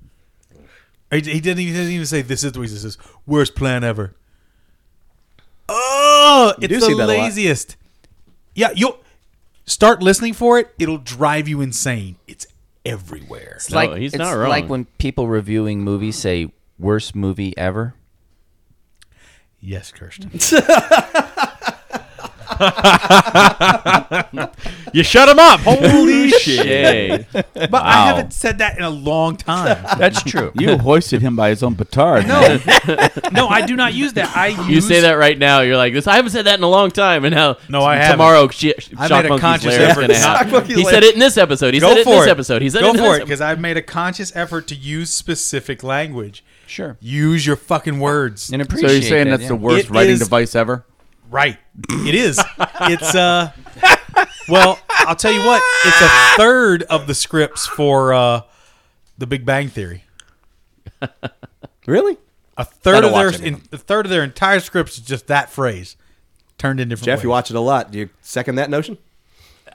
S1: He, he didn't. He didn't even say this is the he says worst plan ever. Oh, it's
S5: do
S1: the
S5: see that a lot.
S1: laziest. Yeah, you'll start listening for it. It'll drive you insane. It's everywhere.
S2: It's
S4: No,
S2: like
S4: he's
S2: it's
S4: not wrong.
S2: like when people reviewing movies say worst movie ever.
S1: Yes, Kirsten.
S3: You shut him up.
S4: holy shit!
S1: But I haven't said that in a long time.
S2: That's true.
S6: You hoisted him by his own petard. No.
S1: no, I do not use that. I
S4: you
S1: use,
S4: say that right now, you're like this. I haven't said that in a long time, and now
S1: No, I haven't.
S4: tomorrow. Shi-
S1: I
S4: Shock
S1: made a
S4: Monkey's
S1: conscious
S4: Lair is
S1: effort
S4: gonna
S1: to not-
S4: happen.
S5: Shock Monkey's
S4: He
S5: Lair.
S4: said it in this episode. He
S1: Go
S4: said it in
S1: for
S4: this
S1: it.
S4: episode. He said
S1: Go
S4: it in
S1: for
S4: this
S1: it because I've made a conscious effort to use specific language.
S2: Sure.
S1: Use your fucking words.
S2: And
S6: So
S2: appreciate
S6: you're saying
S2: that,
S6: that's
S2: yeah.
S6: the worst
S1: It
S6: writing
S1: is-
S6: device ever?
S1: Right. It is. it's uh well, I'll tell you what, it's a third of the scripts for uh the Big Bang Theory.
S5: Really?
S1: A third
S5: don't
S1: of their
S5: watch any of
S1: in, a third of their entire scripts is just that phrase turned in different
S5: Jeff, you
S1: ways.
S5: watch it a lot. Do you second that notion?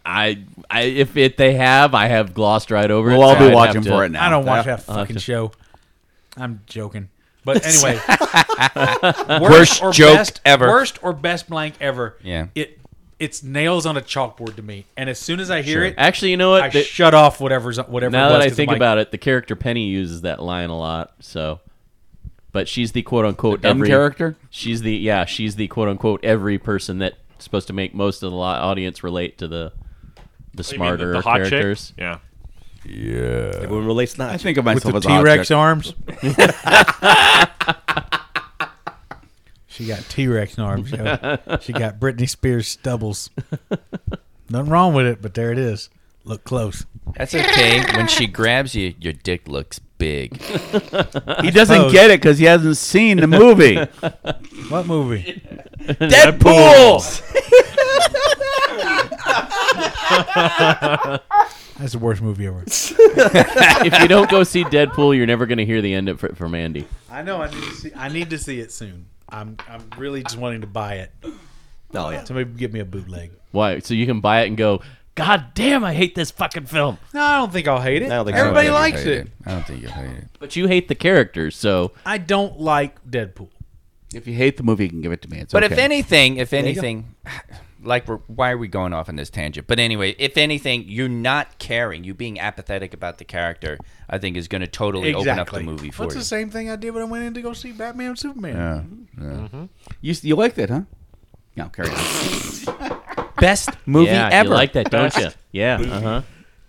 S4: I, I, if it they have, I have glossed right over it.
S6: We'll all
S4: so
S6: be
S4: I'd have
S6: watching
S4: to-
S6: for it now.
S1: I don't watch
S6: Yeah.
S1: that fucking show. I'm joking. But anyway, worst, or
S2: joke
S1: best,
S2: ever.
S1: Worst or best blank ever.
S2: Yeah.
S1: It it's nails on a chalkboard to me, and as soon as I hear it,
S4: Actually, you know
S1: I
S4: what? The-
S1: shut off whatever's whatever.
S4: now
S1: it was
S4: that I
S1: 'cause I'm
S4: think
S1: like,
S4: about it, the character Penny uses that line a lot. So, but she's the quote unquote
S6: dumb
S4: every
S6: character?
S4: She's the yeah. She's the quote unquote every person that's supposed to make most of the lo- audience relate to the
S3: You mean
S4: the
S3: the-
S4: smarter
S3: the hot chick?
S4: characters.
S3: Yeah.
S5: Everyone relates not.
S6: I think of
S1: with
S6: myself
S1: the
S6: as a hot
S1: T Rex
S6: chick.
S1: arms. she got T Rex arms. yo. She got Britney Spears stubbles. Nothing wrong with it, but there it is. Look close.
S2: That's okay. When she grabs you, your dick looks big.
S6: He doesn't
S1: suppose.
S6: get it because he hasn't seen the movie.
S1: What movie?
S6: Deadpool.
S1: That's the worst movie ever.
S4: if you don't go see Deadpool, you're never going to hear the end of it from Andy.
S1: I know. I need to see. I need to see it soon. I'm. I'm really just wanting to buy it.
S5: Oh yeah.
S1: Somebody give me a bootleg.
S4: Why? So you can buy it and go.
S7: God damn, I hate this fucking film.
S1: No, I don't think I'll hate it.
S5: I don't think so.
S2: Oh,
S1: Everybody
S5: I don't
S1: likes it.
S6: I don't think you hate it.
S4: But you hate the characters, so
S1: I don't like Deadpool.
S6: If you hate the movie, you can give it to me. It's
S2: But if
S6: okay.
S2: anything, if anything, like we're, why are we going off on this tangent? But anyway, if anything, you not caring, you being apathetic about the character, I think is going to totally open up the movie for
S1: That's
S2: you.
S1: the same thing I did when I went in to go see Batman and Superman.
S6: you, you liked it, huh? No, carry on.
S2: Best movie
S4: yeah,
S2: ever.
S4: you like that, don't you? Uh-huh.
S7: Yeah. Uh huh.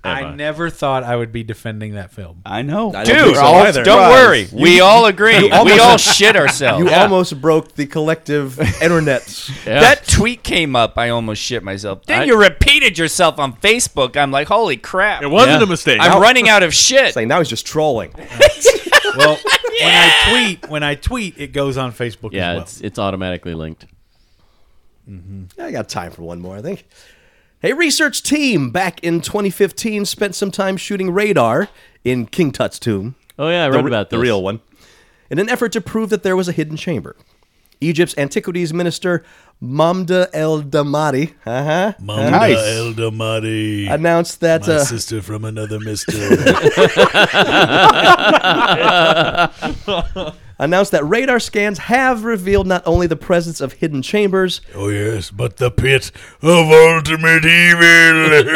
S1: I never thought I would be defending that film.
S6: I know.
S5: don't
S2: uh,
S5: think so either.
S2: don't worry. We all agree. we all shit ourselves.
S5: You almost broke the collective internets.
S4: Yeah.
S2: That tweet came up. I almost shit myself. Then
S4: I-
S2: you repeated yourself on Facebook. I'm like, holy crap.
S3: It wasn't
S7: Yeah.
S3: a mistake.
S2: I'm running out of shit.
S5: Saying now he's just trolling.
S1: Well, when I tweet, when I tweet, it goes on Facebook
S4: yeah,
S1: as well.
S4: it's it's automatically linked.
S5: I got time for one more, I think. A research team back in 2015 spent some time shooting radar in King Tut's tomb.
S4: Oh yeah, I
S5: the
S4: read
S5: re-
S4: about
S5: the
S4: this.
S5: real one, in an effort to prove that there was a hidden chamber. Egypt's antiquities minister Mamda El Damadi uh-huh,
S6: Nice.
S1: Eldamari,
S5: announced that uh,
S1: sister from another mister.
S5: announced that radar scans have revealed not only the presence of hidden chambers,
S1: oh yes, but the pit of ultimate evil.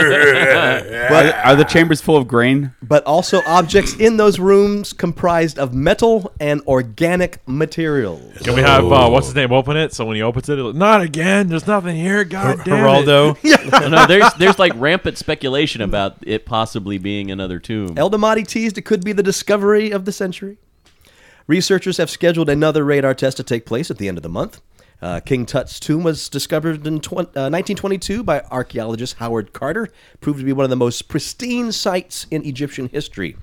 S6: Are, are the chambers full of grain?
S5: but also objects in those rooms comprised of metal and organic materials.
S3: Can we have uh, what's his name open it? So when he opens it, it'll, not again. There's nothing here. God damn it.
S1: Geraldo.
S4: no, no, there's there's like rampant speculation about it possibly being another tomb.
S5: El Damati teased it could be the discovery of the century. Researchers have scheduled another radar test to take place at the end of the month. Uh, King Tut's tomb was discovered in twen- uh, 1922 by archaeologist Howard Carter, proved to be one of the most pristine sites in Egyptian history.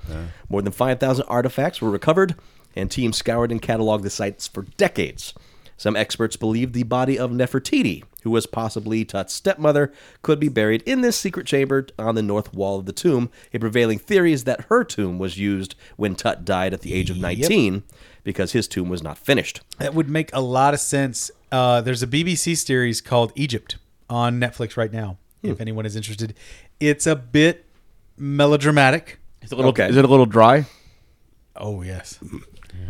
S5: More than 5,000 artifacts were recovered, and teams scoured and cataloged the sites for decades. Some experts believe the body of Nefertiti, who was possibly Tut's stepmother, could be buried in this secret chamber on the north wall of the tomb. A prevailing theory is that her tomb was used when Tut died at the age of 19 because his tomb was not finished.
S1: That would make a lot of sense. Uh, there's a BBC series called Egypt on Netflix right now.
S2: Hmm.
S1: If anyone is interested, it's a bit melodramatic.
S6: Is it a little,
S5: Okay.
S6: is it a little dry?
S1: Oh yes,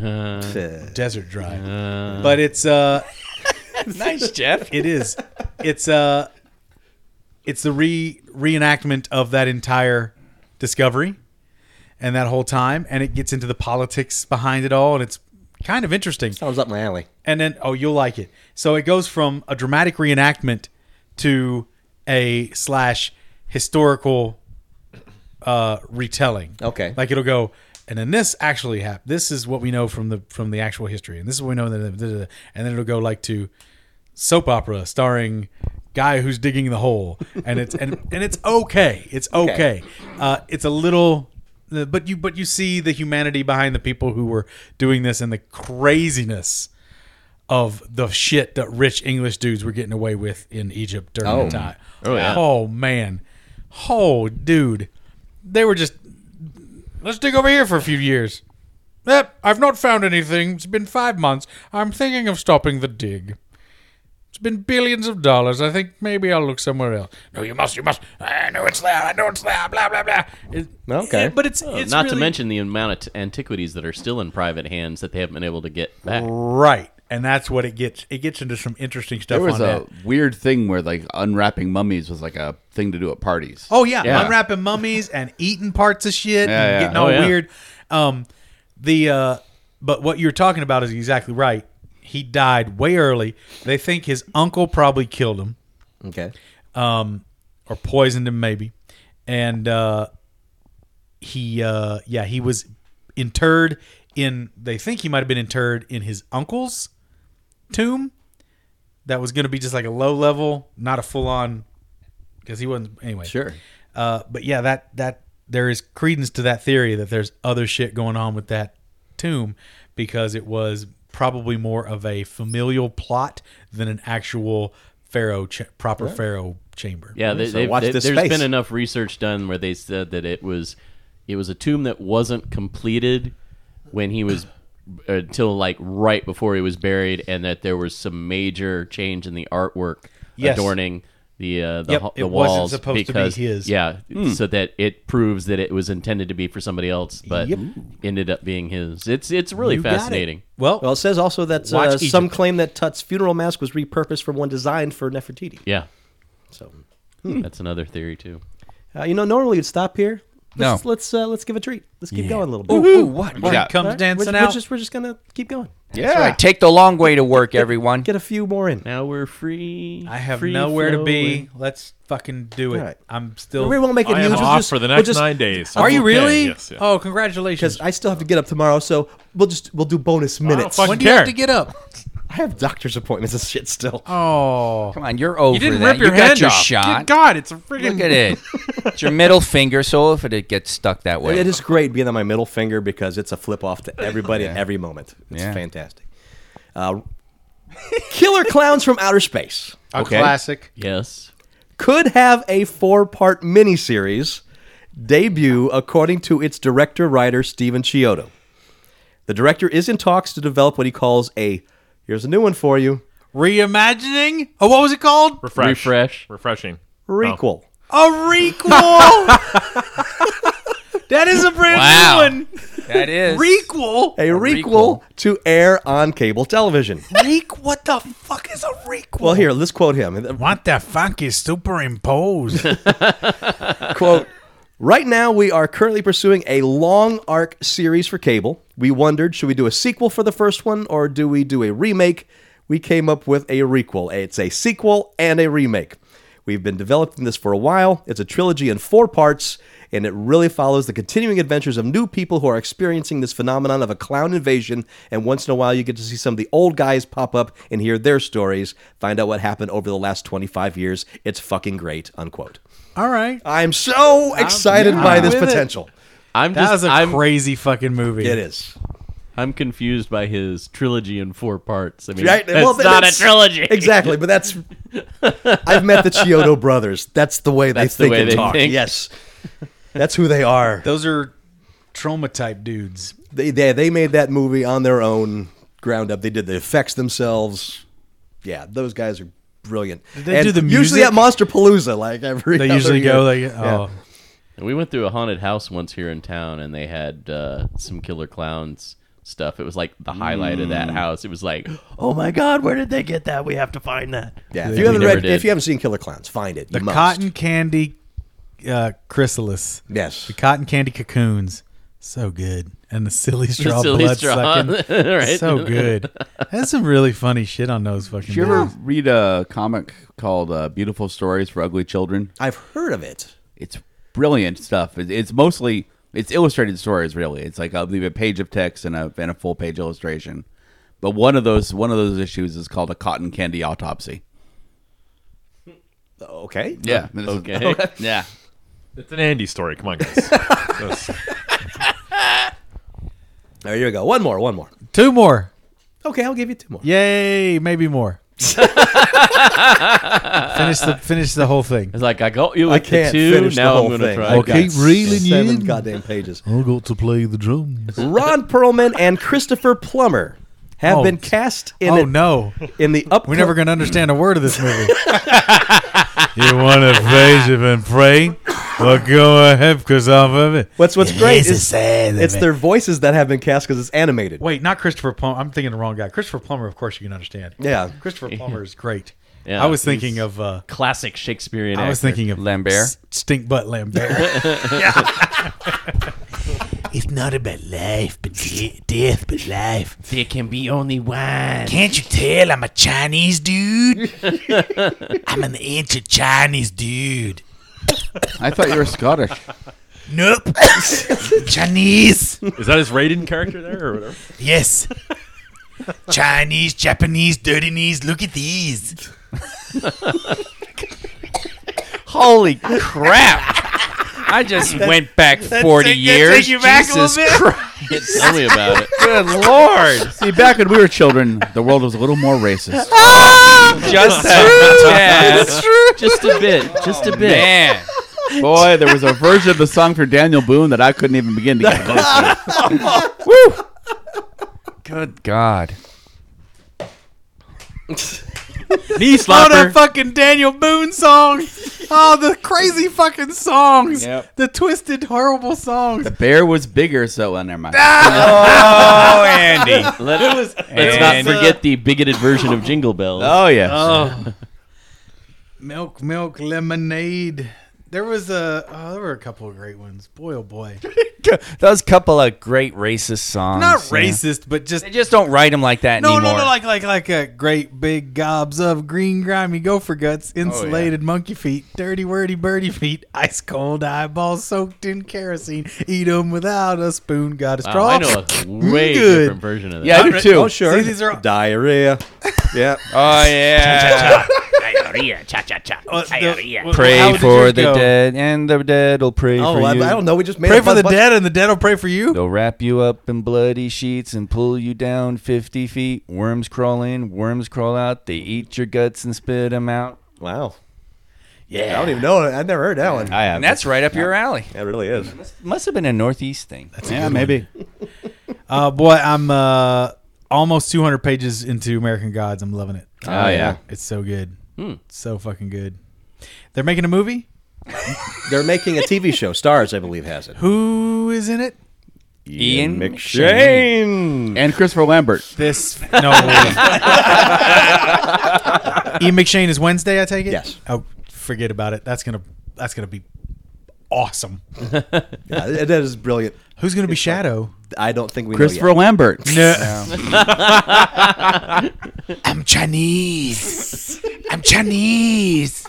S5: Uh,
S1: desert dry. but it's uh,
S2: nice, Jeff.
S1: it is, it's uh, it's the re reenactment of that entire discovery and that whole time, and it gets into the politics behind it all, and it's kind of interesting.
S5: Sounds up my alley.
S1: and then oh you'll like it so it goes from a dramatic reenactment to a slash historical uh retelling
S5: Okay.
S1: like it'll go and then this actually happened this is what we know from the from the actual history and this is what we know and then it'll go like to soap opera starring guy who's digging the hole and it's and, and it's okay it's okay, Uh, it's a little uh, but you but you see the humanity behind the people who were doing this and the craziness of the shit that rich English dudes were getting away with in Egypt during the time. Oh,
S4: yeah.
S1: man. Oh, dude. They were just, let's dig over here for a few years. Eh, I've not found anything. It's been five months. I'm thinking of stopping the dig. It's been billions of dollars. I think maybe I'll look somewhere else. No, you must. You must. I know it's there. I know it's there. Blah blah blah. It-
S5: Okay.
S1: but it's,
S4: Uh,
S1: it's
S4: Not to
S1: really-
S4: mention the amount of t- antiquities that are still in private hands that they haven't been able to get back.
S1: right, and that's what it gets. It gets into some interesting stuff.
S6: There was
S1: on
S6: a
S1: that.
S6: weird thing where like unwrapping mummies was like a thing to do at parties.
S1: Oh yeah,
S6: Yeah.
S1: unwrapping mummies and eating parts of shit
S6: Yeah,
S1: and
S6: yeah.
S1: getting
S6: Oh,
S1: all
S4: yeah.
S1: weird. Um, the uh, but what you're talking about is exactly right. He died way early. They think his uncle probably killed him
S5: Okay.
S1: um, or poisoned him maybe, and uh, he uh, yeah he was interred in they think he might have been interred in his uncle's tomb that was going to be just like a low level, not a full on because he wasn't anyway.
S6: Sure.
S1: Uh, but yeah, that that there is credence to that theory that there's other shit going on with that tomb because it was probably more of a familial plot than an actual pharaoh ch- proper pharaoh chamber.
S4: Yeah, they, they've,
S5: watch
S4: they,
S5: this
S4: there's
S5: space.
S4: been enough research done where they said that it was it was a tomb that wasn't completed when he was until like right before he was buried, and that there was some major change in the artwork
S1: Yes.
S4: adorning the uh, the,
S1: Yep,
S4: ha- the
S1: it
S4: walls
S1: wasn't supposed to be
S4: because
S1: his. Hmm.
S4: yeah, so that it proves that it was intended to be for somebody else, but ended up being his. It's it's really fascinating.
S1: Well,
S5: Well, it says also that
S1: Watch
S5: uh, some
S1: Egypt.
S5: claim that Tut's funeral mask was repurposed from one designed for Nefertiti.
S4: Yeah,
S5: So,
S4: that's another theory too.
S5: uh, you know, normally you'd stop here.
S2: No.
S5: Let's let's, uh, let's give a treat. Let's keep going a little bit.
S1: ooh, ooh, what? When
S2: Yeah.
S1: he comes
S5: All right,
S1: dancing
S5: we're,
S1: out.
S5: We're just, we're just gonna keep going.
S2: Yeah, take the long way to work, everyone.
S5: Get a few more in.
S4: Now we're free.
S1: I have
S4: free
S1: nowhere to
S4: flowing.
S1: be. Let's fucking do it.
S5: All right.
S1: I'm still.
S5: We won't make it
S3: I
S5: news.
S3: am
S5: we'll
S3: off
S5: just-
S3: for the
S5: we'll
S3: next
S5: just-
S3: nine days.
S1: Are you
S3: Okay,
S1: really?
S3: Yes, yeah.
S1: Oh, congratulations.
S5: Because I still have to get up tomorrow, so we'll just we'll do bonus
S3: I don't
S5: minutes.
S3: fucking
S1: when do you have
S3: care.
S1: to get up?
S5: I have doctor's appointments and shit still.
S1: Oh,
S2: Come on, you're over
S3: You didn't
S2: that.
S3: rip your
S2: you
S3: hand
S2: got your
S3: off. Good
S2: shot.
S3: God, it's a freaking.
S2: Look at it. It's your middle finger, so if it gets stuck that way.
S5: It is great being on my middle finger because it's a flip off to everybody at every moment. It's
S2: Yeah.
S5: fantastic. Uh, Killer Clowns from Outer Space
S1: a classic.
S4: Yes.
S5: could have a four part miniseries debut, according to its director writer, Steven Chiodo. The director is in talks to develop what he calls a here's a new one for you
S1: Reimagining? Oh, what was it called?
S3: Refresh.
S4: Refresh.
S3: Refreshing.
S5: requel.
S1: A requel. that is a brand
S2: Wow.
S1: new one.
S2: That is.
S1: Requel.
S5: A, requel, to air on cable television.
S1: Reek? What the fuck is a requel?
S5: well, here, let's quote him.
S1: What the fuck is superimposed?
S5: quote right now we are currently pursuing a long arc series for cable we wondered should we do a sequel for the first one or do we do a remake we came up with a requel it's a sequel and a remake we've been developing this for a while it's a trilogy in four parts and it really follows the continuing adventures of new people who are experiencing this phenomenon of a clown invasion and once in a while you get to see some of the old guys pop up and hear their stories find out what happened over the last 25 years it's fucking great unquote
S1: All right.
S5: I'm so excited by this potential.
S4: I'm
S1: That
S4: just
S1: was a
S4: I'm,
S1: crazy fucking movie.
S5: It is.
S4: I'm confused by his trilogy in four parts. I mean,
S5: Right?
S4: that's
S5: Well, th-
S4: not a
S5: that's-
S4: trilogy.
S5: Exactly, but that's I've met the Chiodo brothers. That's the way they
S4: That's the
S5: think
S4: way
S5: and
S4: they
S5: talk.
S4: think.
S5: Yes. That's who they are.
S1: Those are trauma type dudes.
S5: They, they they made that movie on their own ground up. They did the effects themselves. Yeah, those guys are brilliant. Did
S1: they do the
S5: usually
S1: music?
S5: at Monster Palooza like every
S1: They
S5: other
S1: usually
S5: year.
S1: go like, oh,
S4: We went through a haunted house once here in town, and they had uh, some killer clowns stuff. It was like the highlight of that house. It was like,
S7: Oh my God, where did they get that? We have to find that.
S5: yeah.
S1: Yeah,
S5: If you
S1: we
S5: haven't
S4: never
S5: read
S4: did.
S5: if you haven't seen Killer Clowns, find it.
S1: the
S5: you must.
S1: cotton candy uh, chrysalis.
S5: Yes.
S1: The cotton candy cocoons. So good. And the silly straw
S4: silly
S1: blood
S4: straw.
S1: sucking.
S4: Right.
S1: So good. That's some really funny shit on those fucking
S6: Did you ever
S1: movies.
S6: read a comic called uh, "Beautiful Stories for Ugly Children"?
S5: I've heard of it.
S6: It's brilliant stuff. It, it's mostly it's illustrated stories. Really, it's like I'll leave a page of text and a and a full page illustration. But one of those one of those issues is called a cotton candy autopsy. Oh,
S5: Okay.
S6: Yeah.
S4: okay.
S6: yeah.
S3: It's an Andy story. Come on, guys. That's-
S5: There you go. One more, one more.
S1: Two more.
S5: Okay, I'll give you two more.
S1: Yay, maybe more. finish the finish the whole thing.
S4: It's like I got you
S5: I
S4: with the
S5: can't
S4: two.
S5: finish the
S4: Now I'm
S5: whole
S4: going to
S5: thing.
S4: try.
S5: I've got
S1: Okay, reeling
S5: seven
S1: in.
S5: goddamn pages.
S1: I got to play the drums.
S5: Ron Perlman and Christopher Plummer have
S1: Oh.
S5: been cast in
S1: Oh
S5: it-
S1: no.
S5: in the up.
S1: We're never going to understand a word of this movie. you want to evasive and pray? Well, go ahead, because I'm of it.
S5: What's what's great is
S1: sad
S5: it's their voices that have been cast because it's animated.
S1: Wait, not Christopher Plummer. I'm thinking the wrong guy. Christopher Plummer, of course, you can understand.
S5: Yeah.
S1: Christopher Plummer is great.
S4: Yeah,
S1: I was
S4: he's-
S1: thinking of. Uh,
S4: Classic Shakespearean.
S1: I was
S4: actor.
S1: thinking of
S2: Lambert.
S1: S- stink butt Lambert.
S7: It's not about life, but de- death, but life. There can be only one. Can't you tell I'm a Chinese dude? I'm an ancient Chinese dude.
S6: I thought you were Scottish.
S7: Nope. Chinese.
S3: Is that his Raiden character there or whatever?
S7: Yes. Chinese, Japanese, dirty knees. Look at these.
S2: Holy crap! I just went back forty
S7: take- that
S2: years.
S7: take you back a little
S2: Jesus
S7: bit?
S2: Christ!
S4: Tell me about it.
S2: Good lord!
S6: See, back when we were children, the world was a little more racist.
S2: Just that tad.
S4: Just a bit. Just a bit.
S2: Man,
S6: Oh, Boy, there was a version of the song for Daniel Boone that I couldn't even begin to get close to.
S2: good God!
S3: Knee
S1: Oh, that
S3: slapper.
S1: fucking Daniel Boone song. Oh, the crazy fucking songs.
S6: Yep.
S1: The twisted, horrible songs.
S6: Bear was bigger, so well, never mind.
S4: Ah!
S3: oh, Andy.
S4: Let, us not
S1: uh,
S3: And-
S4: forget the bigoted version of Jingle Bells.
S6: Oh yes.
S3: Oh,
S1: Milk, milk, lemonade. There was a. Oh, there were a couple of great ones. Boy, oh boy.
S2: Those couple of great racist songs.
S1: Not
S2: you know.
S1: racist, but just
S2: They just don't write them like that
S1: No,
S2: anymore.
S1: no, no, like like like a great big gobs of green grimy gopher guts,
S2: Oh,
S1: insulated monkey feet, dirty wordy birdie feet, ice cold eyeballs soaked in kerosene. Eat 'em without a spoon, got a
S4: Wow,
S1: straw.
S4: Oh, I know a way
S1: Good.
S4: different version of that.
S6: yeah, I do too.
S5: Oh, sure.
S1: See, these are all-
S5: Diarrhea. Yeah.
S2: oh yeah.
S1: Uh, the- well, how
S2: pray
S1: did
S2: for
S1: yours
S2: the
S1: go?
S2: dead, and the dead will pray
S5: Oh,
S2: for
S5: I, I
S2: you.
S5: don't know. We just made
S1: Pray
S5: up
S1: for
S5: a
S1: the
S5: bunch-
S1: dead, and the dead will pray for you.
S2: They'll wrap you up in bloody sheets and pull you down 50 feet. Worms crawl in, worms crawl out. They eat your guts and spit them out.
S5: Wow. Yeah. I don't even know. it. I've never heard that one.
S2: And that's right up your alley.
S5: That really is.
S2: Must have been a Northeast thing.
S6: yeah, maybe.
S1: Uh, boy, I'm uh, almost 200 pages into American Gods. I'm loving it.
S5: Oh yeah. Hmm.
S1: It's so good. So fucking good. They're making a movie.
S5: They're making a TV show. Stars, I believe, has it.
S1: Who is in it?
S2: Ian
S5: McShane.
S6: And Christopher Lambert.
S1: This no. Ian McShane is Wednesday. I take it.
S5: Yes.
S1: Oh, forget about it. That's gonna that's gonna be awesome.
S5: Yeah, Uh, that that is brilliant.
S1: Who's gonna be Shadow?
S5: I don't think we
S6: Christopher
S5: know
S6: Lambert.
S7: I'm Chinese. I'm Chinese.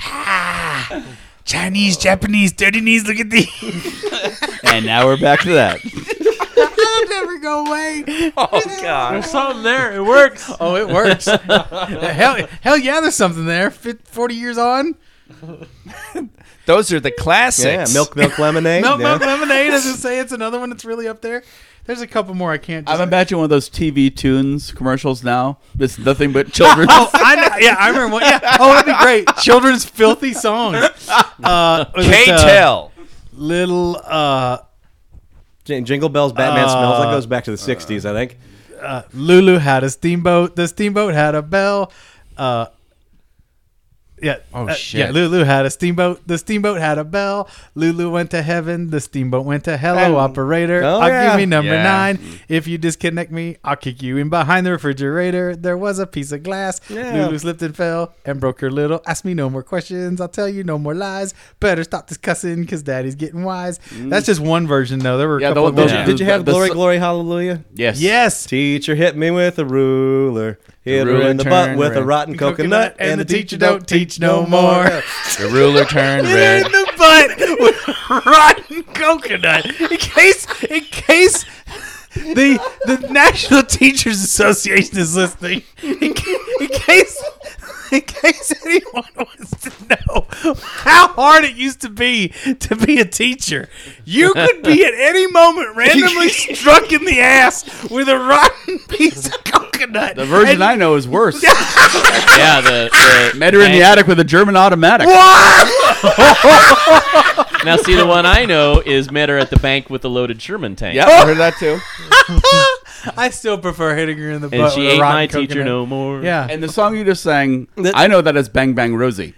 S7: Ah, Chinese, Japanese, dirty knees. Look at these.
S6: and now we're back to that.
S1: I'll never go away.
S3: there's something there. It works.
S1: Oh, it works. hell, hell yeah, there's something there. Fif- Forty years on,
S2: Those are the classics.
S5: yet. Yeah, milk, milk, lemonade.
S1: Milk
S5: yeah.
S1: Milk Lemonade. As I say, it's another one that's really up there. There's a couple more I can't.
S6: I'm
S1: Just
S6: imagining one of those TV tunes commercials now. It's nothing but children.
S1: Oh, I know, yeah, I remember. One, yeah. Oh, that'd be great. Children's filthy songs. Uh, it was,
S2: Hey,
S1: uh,
S2: tell.
S1: Little. Uh,
S5: Jing- Jingle Bells, Batman Smells. That goes back to the 60s, I think.
S1: Lulu had a steamboat. The steamboat had a bell. Uh, yeah. Oh
S2: shit.
S1: yeah, Lulu had a steamboat. The steamboat had a bell. Lulu went to heaven. The steamboat went to hello, operator.
S5: Oh,
S1: I'll
S5: yeah.
S1: give me number
S2: Yeah.
S1: nine. If you disconnect me, I'll kick you in behind the refrigerator. There was a piece of glass.
S5: Yeah.
S1: Lulu slipped and fell and broke her little. Ask me no more questions. I'll tell you no more lies. Better stop discussing because daddy's getting wise. That's just one version, though. There were a
S6: Yeah,
S1: couple
S6: tho-
S1: of
S6: those-
S1: more.
S6: Yeah.
S5: Did you have
S6: The- the
S5: Glory,
S6: so-
S5: Glory, Hallelujah?
S6: yes.
S1: Yes.
S5: Teacher hit me with a ruler. Hit her
S6: ruler
S5: in the butt
S6: turned
S5: with a
S6: red.
S5: rotten coconut. And the teacher don't teach no more.
S2: The ruler turned red.
S1: in the butt with rotten coconut. In case, in case the the National Teachers Association is listening, in, ca- in case, in case anyone wants to know how hard it used to be to be a teacher, you could be at any moment randomly struck in the ass with a rotten piece of coconut.
S6: The version I know is worse.
S4: yeah, the, the
S6: Met her in the attic with a German automatic.
S4: now see the one I know is met her at the bank with a loaded Sherman tank.
S6: Yeah, I heard that too.
S1: I still prefer hitting her in the butt.
S4: and she
S1: with a
S4: ain't
S1: rotten
S4: my teacher
S1: coconut.
S4: no more.
S1: Yeah.
S6: And the song you just sang, I know that as Bang Bang Rosie.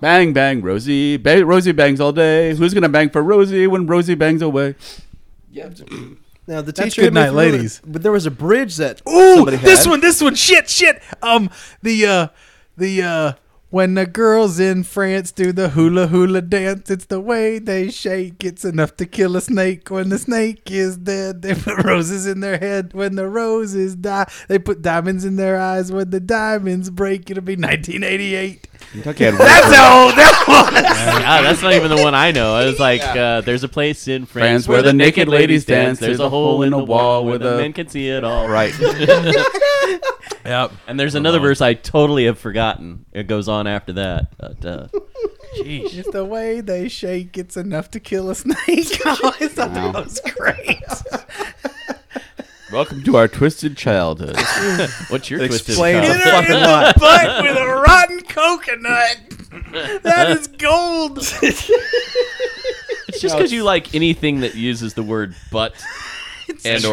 S6: Bang Bang Rosie, ba- Rosie bangs all day. Who's gonna bang for Rosie when Rosie bangs away?
S5: Now, the
S1: That's
S5: teacher hit me
S1: Goodnight
S5: with a ruler,
S1: Ladies.
S5: But there was a bridge that
S1: Ooh,
S5: somebody had.
S1: this one, this one, shit, shit. Um, the uh, the uh, when the girls in France do the hula hula dance, it's the way they shake. It's enough to kill a snake. When the snake is dead, they put roses in their head. When the roses die, they put diamonds in their eyes. When the diamonds break, it'll be 1988. That's how old that was.
S4: Ah, that's not even the one I know. I was like, uh, there's a place in France,
S6: France where the naked ladies dance.
S4: There's a hole in the wall where the
S6: the-
S4: men can see it all.
S6: Right. Uh-huh.
S3: Yep.
S4: And there's another verse I totally have forgotten. It goes on after that. But, uh,
S1: It's the way they shake. It's enough to kill a snake. Oh, I thought that was great.
S6: Welcome to our twisted childhood.
S4: what's your twisted
S5: Explain the
S4: thought?
S5: fucking lot.
S1: butt with a rotten coconut. That is gold.
S4: It's just because you like anything that uses the word "but." and or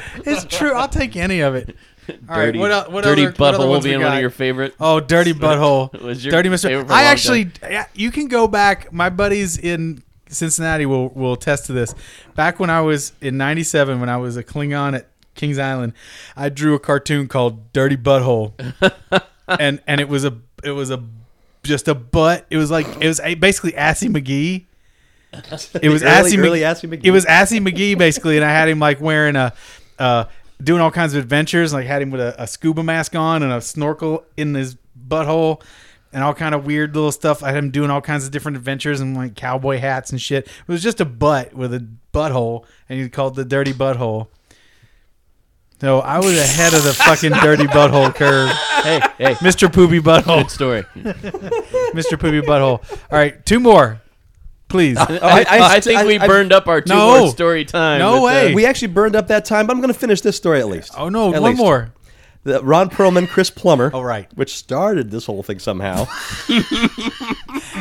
S4: hole.
S1: It's true. I'll take any of it. All right.
S4: Dirty,
S1: What, el- what
S4: dirty
S1: other, what other
S4: butthole
S1: ones we
S4: being one
S1: got?
S4: of your favorite.
S1: Oh, dirty butthole.
S4: was your
S1: dirty Mister.
S4: favorite for a
S1: I
S4: long
S1: actually, yeah, you can go back. My buddies in Cincinnati will will attest to this. Back when I was in '97, when I was a Klingon at Kings Island, I drew a cartoon called "Dirty Butthole," and and it was a it was a just a butt. It was like it was a- basically Assy McGee. It was
S5: Early-
S1: Assy
S5: early
S1: Mc-
S5: Assy McGee.
S1: It was Assy McGee basically, and I had him like wearing a. Uh, doing all kinds of adventures like had him with a, a scuba mask on and a snorkel in his butthole and all kind of weird little stuff i had him doing all kinds of different adventures and like cowboy hats and shit it was just a butt with a butthole and he called the dirty butthole so i was ahead of the fucking dirty butthole curve
S4: Hey, hey,
S1: mr poopy butthole
S4: good story.
S1: Mr. Poopy Butthole. All right, two more, please.
S5: Oh, I,
S4: I think we burned up our two
S1: No.
S4: more story time.
S1: No
S4: with, uh,
S1: way.
S5: We actually burned up that time, but I'm going to finish this story at least.
S1: oh no,
S5: At
S1: one
S5: least.
S1: more.
S5: The Ron Perlman, Chris Plummer.
S1: Oh, right.
S5: Which started this whole thing somehow.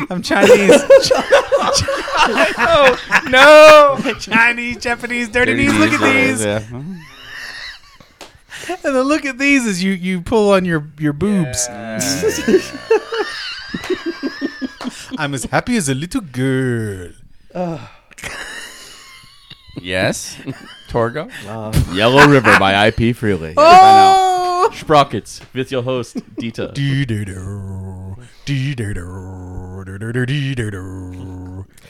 S1: I'm Chinese,
S2: No.
S1: Chinese, Japanese, dirty knees. Look at these, and then look at these as you you pull on your your boobs. I'm as happy as a little girl.
S2: Yes. Torgo.
S6: Yellow River by IP Freely.
S4: uh, Sprockets with your host Dita.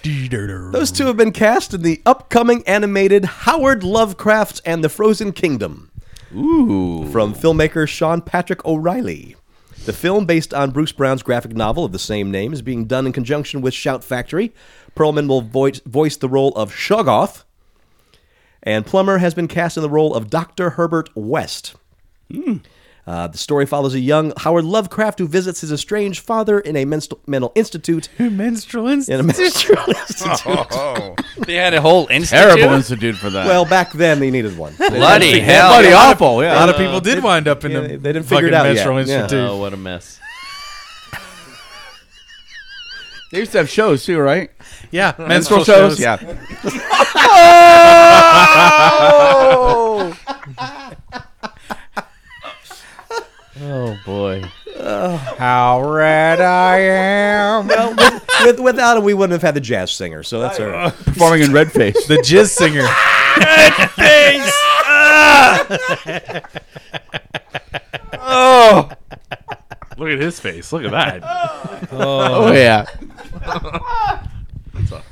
S5: Those two have been cast in the upcoming animated Howard Lovecraft's and the Frozen Kingdom
S6: Ooh.
S5: from filmmaker Sean Patrick O'Reilly. The film, based on Bruce Brown's graphic novel of the same name, is being done in conjunction with Shout Factory. Perlman will voice, voice the role of Shoggoth, and Plummer has been cast in the role of Dr. Herbert West. Uh, the story follows a young Howard Lovecraft who visits his estranged father in a menstru- mental institute.
S1: Menstrual
S5: In
S1: instant.
S5: a menstrual institute.
S2: They had a whole institute.
S6: Terrible institute for that.
S5: Well, back then they needed one.
S2: bloody hell.
S6: bloody
S4: Oh,
S6: awful. Yeah.
S1: A lot
S3: Uh,
S1: of people did wind up in
S5: yeah,
S1: the
S5: they- they didn't
S1: fucking
S5: figure it out yet.
S1: menstrual
S5: Yeah.
S1: institute.
S4: Oh, what a mess.
S6: They used to have shows too, right?
S1: Yeah,
S6: Minstrel
S1: menstrual
S6: shows.
S1: shows.
S6: Yeah.
S4: Oh boy.
S1: How red I am.
S5: Oh, Well, with, with, without him, we wouldn't have had the jazz singer, so that's all right.
S6: Performing in red face.
S1: The jizz singer.
S3: Ah! Look at his face. Look at that.
S6: oh yeah.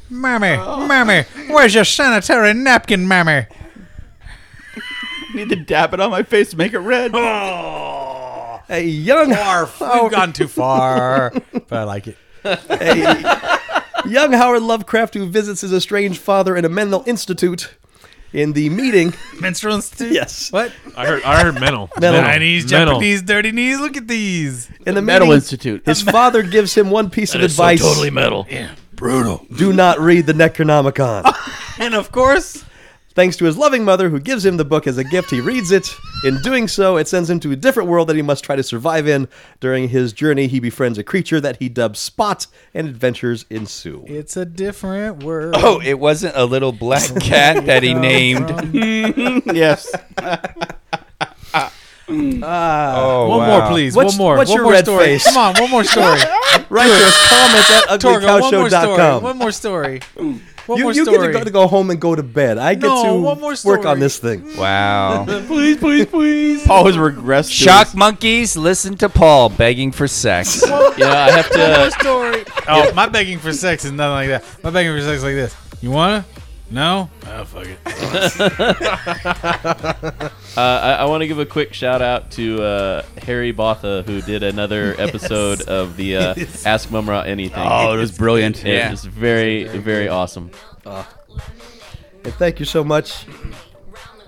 S1: Mammy, mammy, where's your sanitary napkin, mammy?
S6: Need to dab it on my face to make it red.
S5: A young, Oh.
S1: We've gone too far, but I like it.
S5: young Howard Lovecraft who visits his estranged father in a mental institute. In the meeting,
S1: Menstrual institute.
S5: Yes.
S1: What?
S3: I heard. I heard mental.
S5: Mental.
S1: Chinese,
S3: Mental.
S1: Japanese, dirty knees. Look at these.
S5: in the
S6: Metal
S5: meeting,
S6: Institute.
S5: his father gives him one piece of advice:
S4: totally metal.
S5: do not read the Necronomicon.
S1: And of course,
S5: Thanks to his loving mother, who gives him the book as a gift, he reads it. In doing so, it sends him to a different world that he must try to survive in. During his journey, he befriends a creature that he dubs Spot, and adventures ensue.
S1: it's a different word.
S2: Oh, it wasn't a little black cat that he named.
S6: yes.
S2: Oh,
S1: One
S2: wow.
S1: more, please.
S5: What's-
S1: one more.
S5: what's
S1: one
S5: your
S1: more
S5: red
S1: story.
S5: face?
S1: Come on, one more story.
S5: Right there, comments at
S1: Torgo, one more story. One
S5: uglycowshow.com.
S1: more story. One
S5: You,
S1: more
S5: you get to
S1: story.
S5: go, to go home and go to bed. I get
S1: No,
S5: to
S1: one more
S5: work on
S1: story.
S5: this thing.
S2: Wow.
S1: please, please, please.
S6: Paul has regressed. to
S2: Shock
S6: his-
S2: monkeys, listen to Paul begging for sex.
S4: Yeah, I have
S1: One more
S4: to.
S1: story. Oh, my begging for sex is nothing like that. My begging for sex is like this. You wanna? No? Oh, fuck it.
S4: Uh, I, I want to give a quick shout out to uh, Harry Botha who did another episode of the uh, Ask Mumra Anything.
S6: Oh, it was brilliant.
S4: It was very, very awesome.
S5: And thank you so much.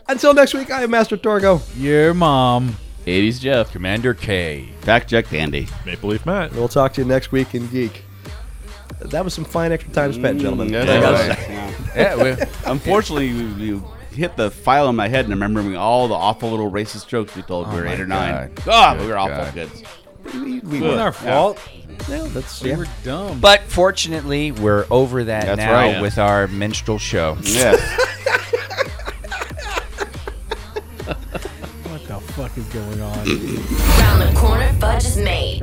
S5: Until next week, I am Master Torgo.
S1: Your mom.
S4: 80s Jeff.
S2: Commander K.
S6: Fact check, Dandy.
S3: Maple Leaf Matt.
S5: We'll talk to you next week in Geek. That was some fine extra time spent, gentlemen.
S6: Mm, Yeah, we- unfortunately, you, you hit the file in my head and I'm remembering all the awful little racist jokes we told. we were eight or nine.
S2: God.
S6: Ah, we
S2: Good
S6: were awful
S2: God.
S6: kids.
S1: It wasn't our fault.
S5: Yeah, that's,
S1: We
S5: yeah.
S1: were dumb.
S2: But fortunately, we're over that
S6: That's
S2: now
S6: right.
S2: with our menstrual show.
S6: Yeah.
S1: fuck is going on?
S8: Round the corner, fudge is made.